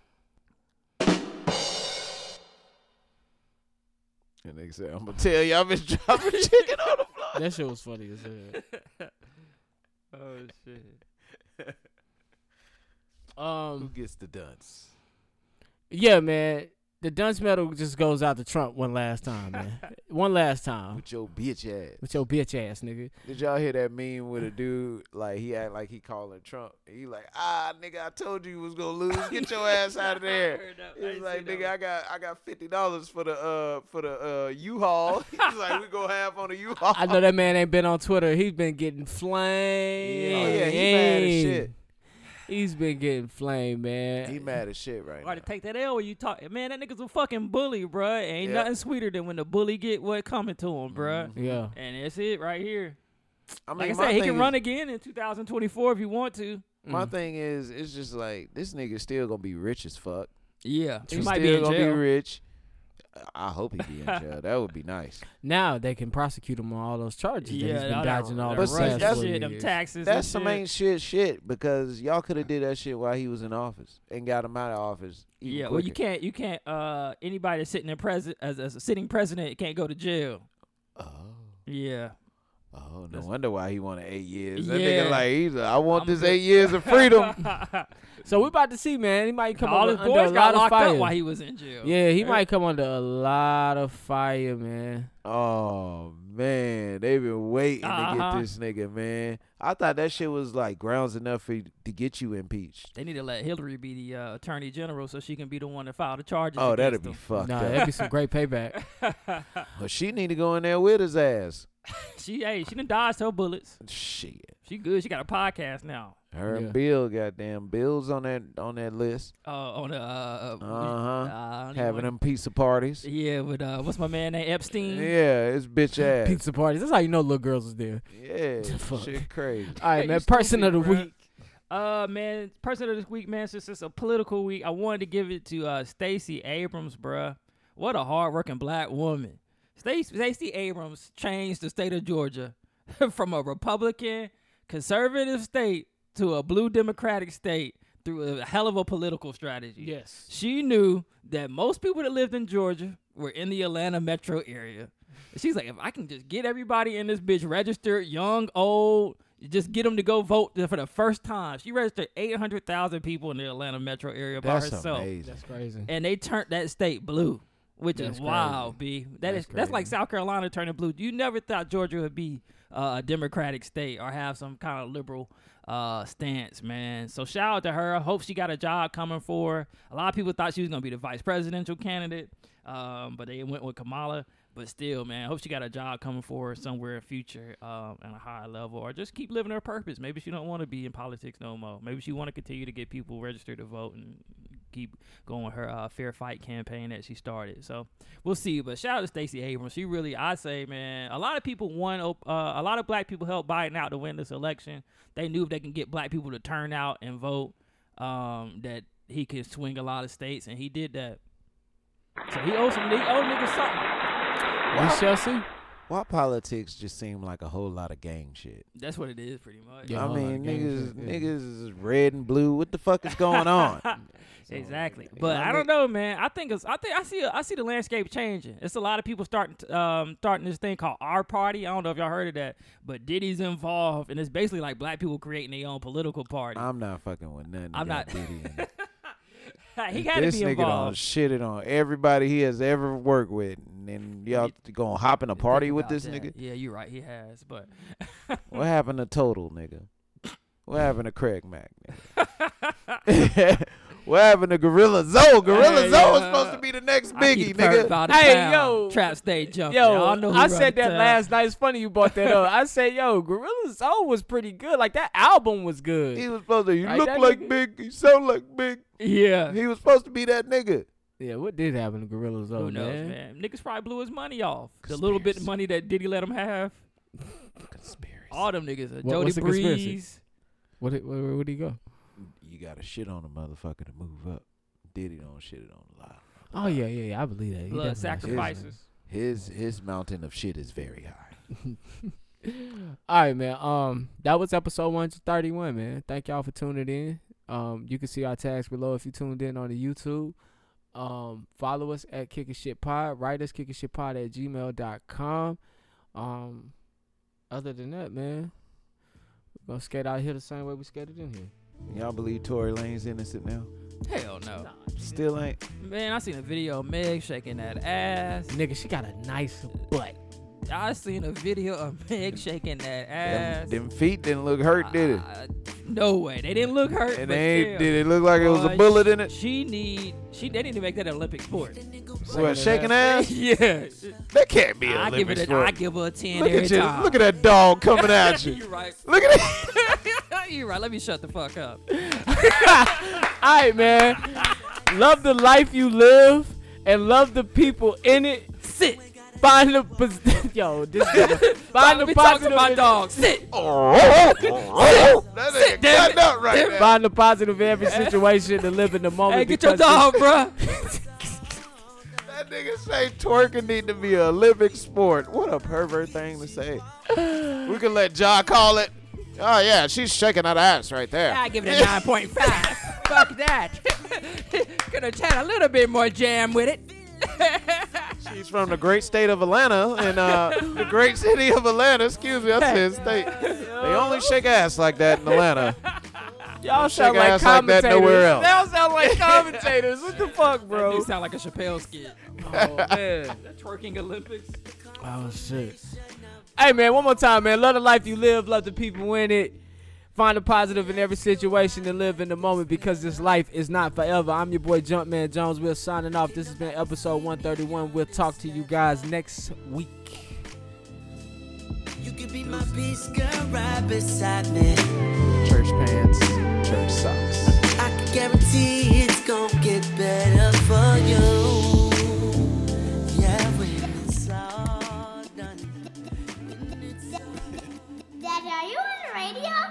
C: And they say, I'm gonna tell you, I've been dropping chicken on the floor.
I: [LAUGHS]
G: That shit was funny as hell.
I: Oh shit.
G: Um,
C: Who gets the dunce?
G: Yeah, man. The dunce medal just goes out to Trump one last time,
I: [LAUGHS]
G: man. one last time. With
C: your bitch ass.
G: With your bitch ass, nigga.
C: Did y'all hear that meme with a dude like he act like he calling Trump? He like, ah, nigga, I told you you was gonna lose.
I: [LAUGHS]
C: Get your ass out of there. He's like, nigga, I got I got fifty dollars for the uh for the uh U-Haul. [LAUGHS] He's like, we gonna have on a
G: [LAUGHS]
C: U-Haul.
I: Oh.
G: I know that man ain't been on Twitter. He's been getting flamed.
I: Oh,
C: Yeah, he mad as shit.
G: He's been getting flamed, man.
C: He mad as shit right
I: Why to take that L when you talk? Man, that nigga's a fucking bully, bruh. Ain't
C: Yeah. Mm-hmm.
I: nothing sweeter than when the bully get what coming to him, bruh.
G: Yeah.
I: And that's it right here.
C: I mean,
I: like I
C: my
I: said, he
C: thing
I: can
C: is-
I: run Mm. again in 2024 if you want to.
C: My thing is, it's just like this nigga still gonna be rich as fuck.
I: Yeah, he
C: He's
I: might be
C: still
I: in
C: gonna
I: jail.
C: be rich. I hope he be in jail. that would be nice.
G: Now they can prosecute him on all those charges that he's been dodging all
C: But
G: the
C: see,
G: past
C: that's-
G: 40 years.
C: That's some ain't shit shit because y'all could have did that shit while he was in office and got him out of office. even
I: Yeah, well, you
C: quicker.
I: can't, you can't. Uh, anybody that's sitting in president as, as a sitting president can't go to jail.
C: Oh.
I: [LAUGHS] Yeah.
C: Oh, no wonder why he wanted eight years. That
I: Yeah.
C: nigga like he's like, I want
I: I'm
C: this
I: good.
C: eight years of
I: [LAUGHS]
C: freedom.
G: So we about to see, man. He might come
I: All
G: under,
I: his
G: under
I: boys
G: a
I: got
G: lot of
I: locked up
G: fire
I: while he was in jail.
G: Yeah, he
I: Right.
G: might come under a lot of fire, man.
C: oh man, they've been waiting to
I: Uh-huh.
C: get this nigga, man. I thought that shit was like grounds enough for you to get you impeached.
I: They need to let Hillary be the uh, attorney general so she can be the one to file the charges.
C: Oh, that'd
I: against
C: be
I: him. [LAUGHS]
C: fucked
G: Nah,
C: up.
G: that'd be some great payback.
C: But she need to go in there with his ass.
I: She hey, she done dodged her bullets.
C: Shit.
I: She good. She got a podcast now.
C: Her
I: Yeah.
C: and Bill, goddamn, Bill's on that on that list.
I: Uh, on the uh,
C: Uh
I: uh,
C: huh.
I: don't even
C: Having
I: wanna-
C: them pizza parties.
I: Yeah, with uh, what's my man name Epstein?
C: Yeah, it's bitch ass.
G: Pizza parties. That's how you know little girls is there.
C: Yeah,
G: Fuck.
C: shit crazy.
G: All right,
I: You
G: man. Person of the
I: stupid, bruh.
G: week.
I: Uh man, person of this week, man, since it's a political week, I wanted to give it to uh Stacey Abrams, bruh. What a hardworking black woman. Stacey Stacey Abrams changed the state of Georgia [LAUGHS] from a Republican conservative state to a blue Democratic state through a hell of a political strategy.
H: Yes.
I: She knew that most people that lived in Georgia were in the Atlanta metro area. She's like, if I can just get everybody in this bitch registered, young, old, just get them to go vote for the first time. She registered 800,000 people in the Atlanta metro area
C: That's
I: by herself.
C: amazing.
H: That's crazy.
I: And they turned that state blue, which
H: Mm-hmm. That's
I: is wild, B. That
H: That's
I: is- that's like South Carolina turning blue. You never thought Georgia would be uh, a Democratic state or have some kind of liberal uh, stance, man. So shout out to her. I hope she got a job coming for her. A lot of people thought she was gonna be the vice presidential candidate, um, but they went with Kamala. But still, man, I hope she got a job coming for her somewhere in future um, at a higher level, or just keep living her purpose. Maybe she don't want to be in politics no more. Maybe she want to continue to get people registered to vote and keep going with her uh, fair fight campaign that she started. So we'll see. But shout out to Stacey Abrams. She really, I say, man, a lot of people won. Uh, a lot of black people helped Biden out to win this election. They knew if they can get black people to turn out and vote, um, that he could swing a lot of states, and he did that. So he owes some, he owed niggas something.
C: Why, Why politics just seem like a whole lot of gang shit?
I: That's what it is, pretty much.
C: I mean, niggas,
I: shit, yeah.
C: niggas is red and blue. What the fuck is
I: [LAUGHS]
C: going on?
I: exactly. But
C: I
I: I don't know, man. I think it's, I think I see a, I see the landscape changing. It's a lot of people starting to, um starting this thing called Our Party. I don't know if y'all heard of that, but Diddy's involved, and it's basically like black people creating their own political party.
C: I'm not fucking with nothing.
I: I'm not-
C: that got Diddy in it.
I: [LAUGHS] he got to
C: this
I: be
C: nigga
I: involved.
C: done shitted on everybody he has ever worked with, and then y'all gonna hop in a party
I: Think
C: with
I: about
C: this
I: that.
C: nigga?
I: [LAUGHS] Yeah, you're right. He has, but
C: What happened to Total, nigga? What happened to Craig Mack, nigga? [LAUGHS] what happened to Gorilla Zoe? Gorilla
I: Hey,
C: Zoe is
I: uh,
C: supposed to be the next
I: I
C: Biggie,
I: keep
C: nigga.
I: hurt by the
G: Hey,
I: pound.
G: yo.
I: trap state jump.
G: Yo,
I: I, know who
G: I
I: run
G: said
I: the
G: that
I: town. [LAUGHS]
G: last night. It's funny you brought that up. [LAUGHS] I said, yo, Gorilla Zoe was pretty good. Like that album was good.
C: He was supposed to. You
G: Right,
C: look
G: that
C: like
G: nigga-
C: Big. You sound like Big.
G: Yeah.
C: He was supposed to be that nigga.
G: Yeah, what did happen to Gorilla Zoe,
I: Who knows,
G: man?
I: man. Niggas probably blew his money off. The little bit of money that Diddy let him have.
C: Conspiracy.
I: All them niggas. Uh,
G: What-
I: Jody
G: what's the conspiracy?
I: Breeze.
G: What did, where, where'd he go?
C: You gotta shit on a motherfucker to move up. Diddy don't shit it on a lot.
G: Oh yeah, yeah, yeah. I believe that. He
I: Blood
G: definitely has shit.
I: sacrifices.
C: His his mountain of shit is very high.
G: All right, man. Um, that was episode one thirty one, man. Thank y'all for tuning in. Um, you can see our tags below if you tuned in on the YouTube. Um, follow us at Kicking Shit Pod. Write us Kicking Shit Pod at gmail.com. Um, other than that, man, we're gonna skate out here the same way we skated in here.
C: Y'all believe Tory Lane's innocent now?
I: Hell no.
C: Still ain't.
I: Man, I seen a video of Meg shaking that ass.
G: Nigga, she got a nice butt.
I: I seen a video of [LAUGHS] Meg shaking that ass. Uh,
C: Them, them feet didn't look hurt, did it?
I: No way. They didn't look hurt.
C: And
I: Ah, but
C: they
I: still.
C: ain't- did it look like it was a
I: Boy,
C: bullet in it?
I: She need she they need to make that an Olympic sport.
C: What, shaking ass?
I: [LAUGHS] yeah.
C: That can't be an
I: I give
C: Olympic
I: it a,
C: sport.
I: I give her a ten
C: Look
I: every
C: at you.
I: time.
C: Look at that dog
I: [LAUGHS]
C: coming at you.
I: You're right.
C: Look at it.
I: [LAUGHS] You're right. Let me shut the fuck up.
G: All right, man. love the life you live and love the people in it.
I: Sit.
G: Find the pos- [LAUGHS] yo. This
I: [LAUGHS]
G: nigga- find the
I: We talking
G: positive
I: about
G: in-
I: dogs. Sit.
C: [LAUGHS] Oh, That
A: nigga cutting up right now.
G: Find the positive in
I: [LAUGHS]
G: every situation and live in the moment.
I: Hey, get your
G: because
I: dog, bruh.
C: [LAUGHS] That nigga say twerking need to be an Olympic sport. What a pervert thing to say. We can let Ja call it. Oh yeah, she's shaking that ass right there.
I: I give it a nine point five. Fuck that. [LAUGHS] Could have had a little bit more jam with it.
C: She's from the great state of Atlanta and uh, the great city of Atlanta. Excuse me, I said state. They only shake ass like that in Atlanta.
G: Y'all sound
C: shake
G: like
C: ass like that
G: commentators.
C: nowhere else.
G: Y'all sound
I: [LAUGHS]
G: like commentators. What the fuck,
I: You
G: bro?
I: sound like a Chappelle skit. [LAUGHS] Oh man, the twerking Olympics.
G: Oh shit. Hey man, one more time, man. Love the life you live, love the people in it. Find the positive in every situation and live in the moment because this life is not forever. I'm your boy Jumpman Jones. We're signing off. This has been episode 131. We'll talk to you guys next week.
J: You could be my peace girl right beside me.
C: Church pants, church socks.
J: I can guarantee it's gonna get better for you. Yeah, when it's all done. When it's all
R: Dad, are you on the radio?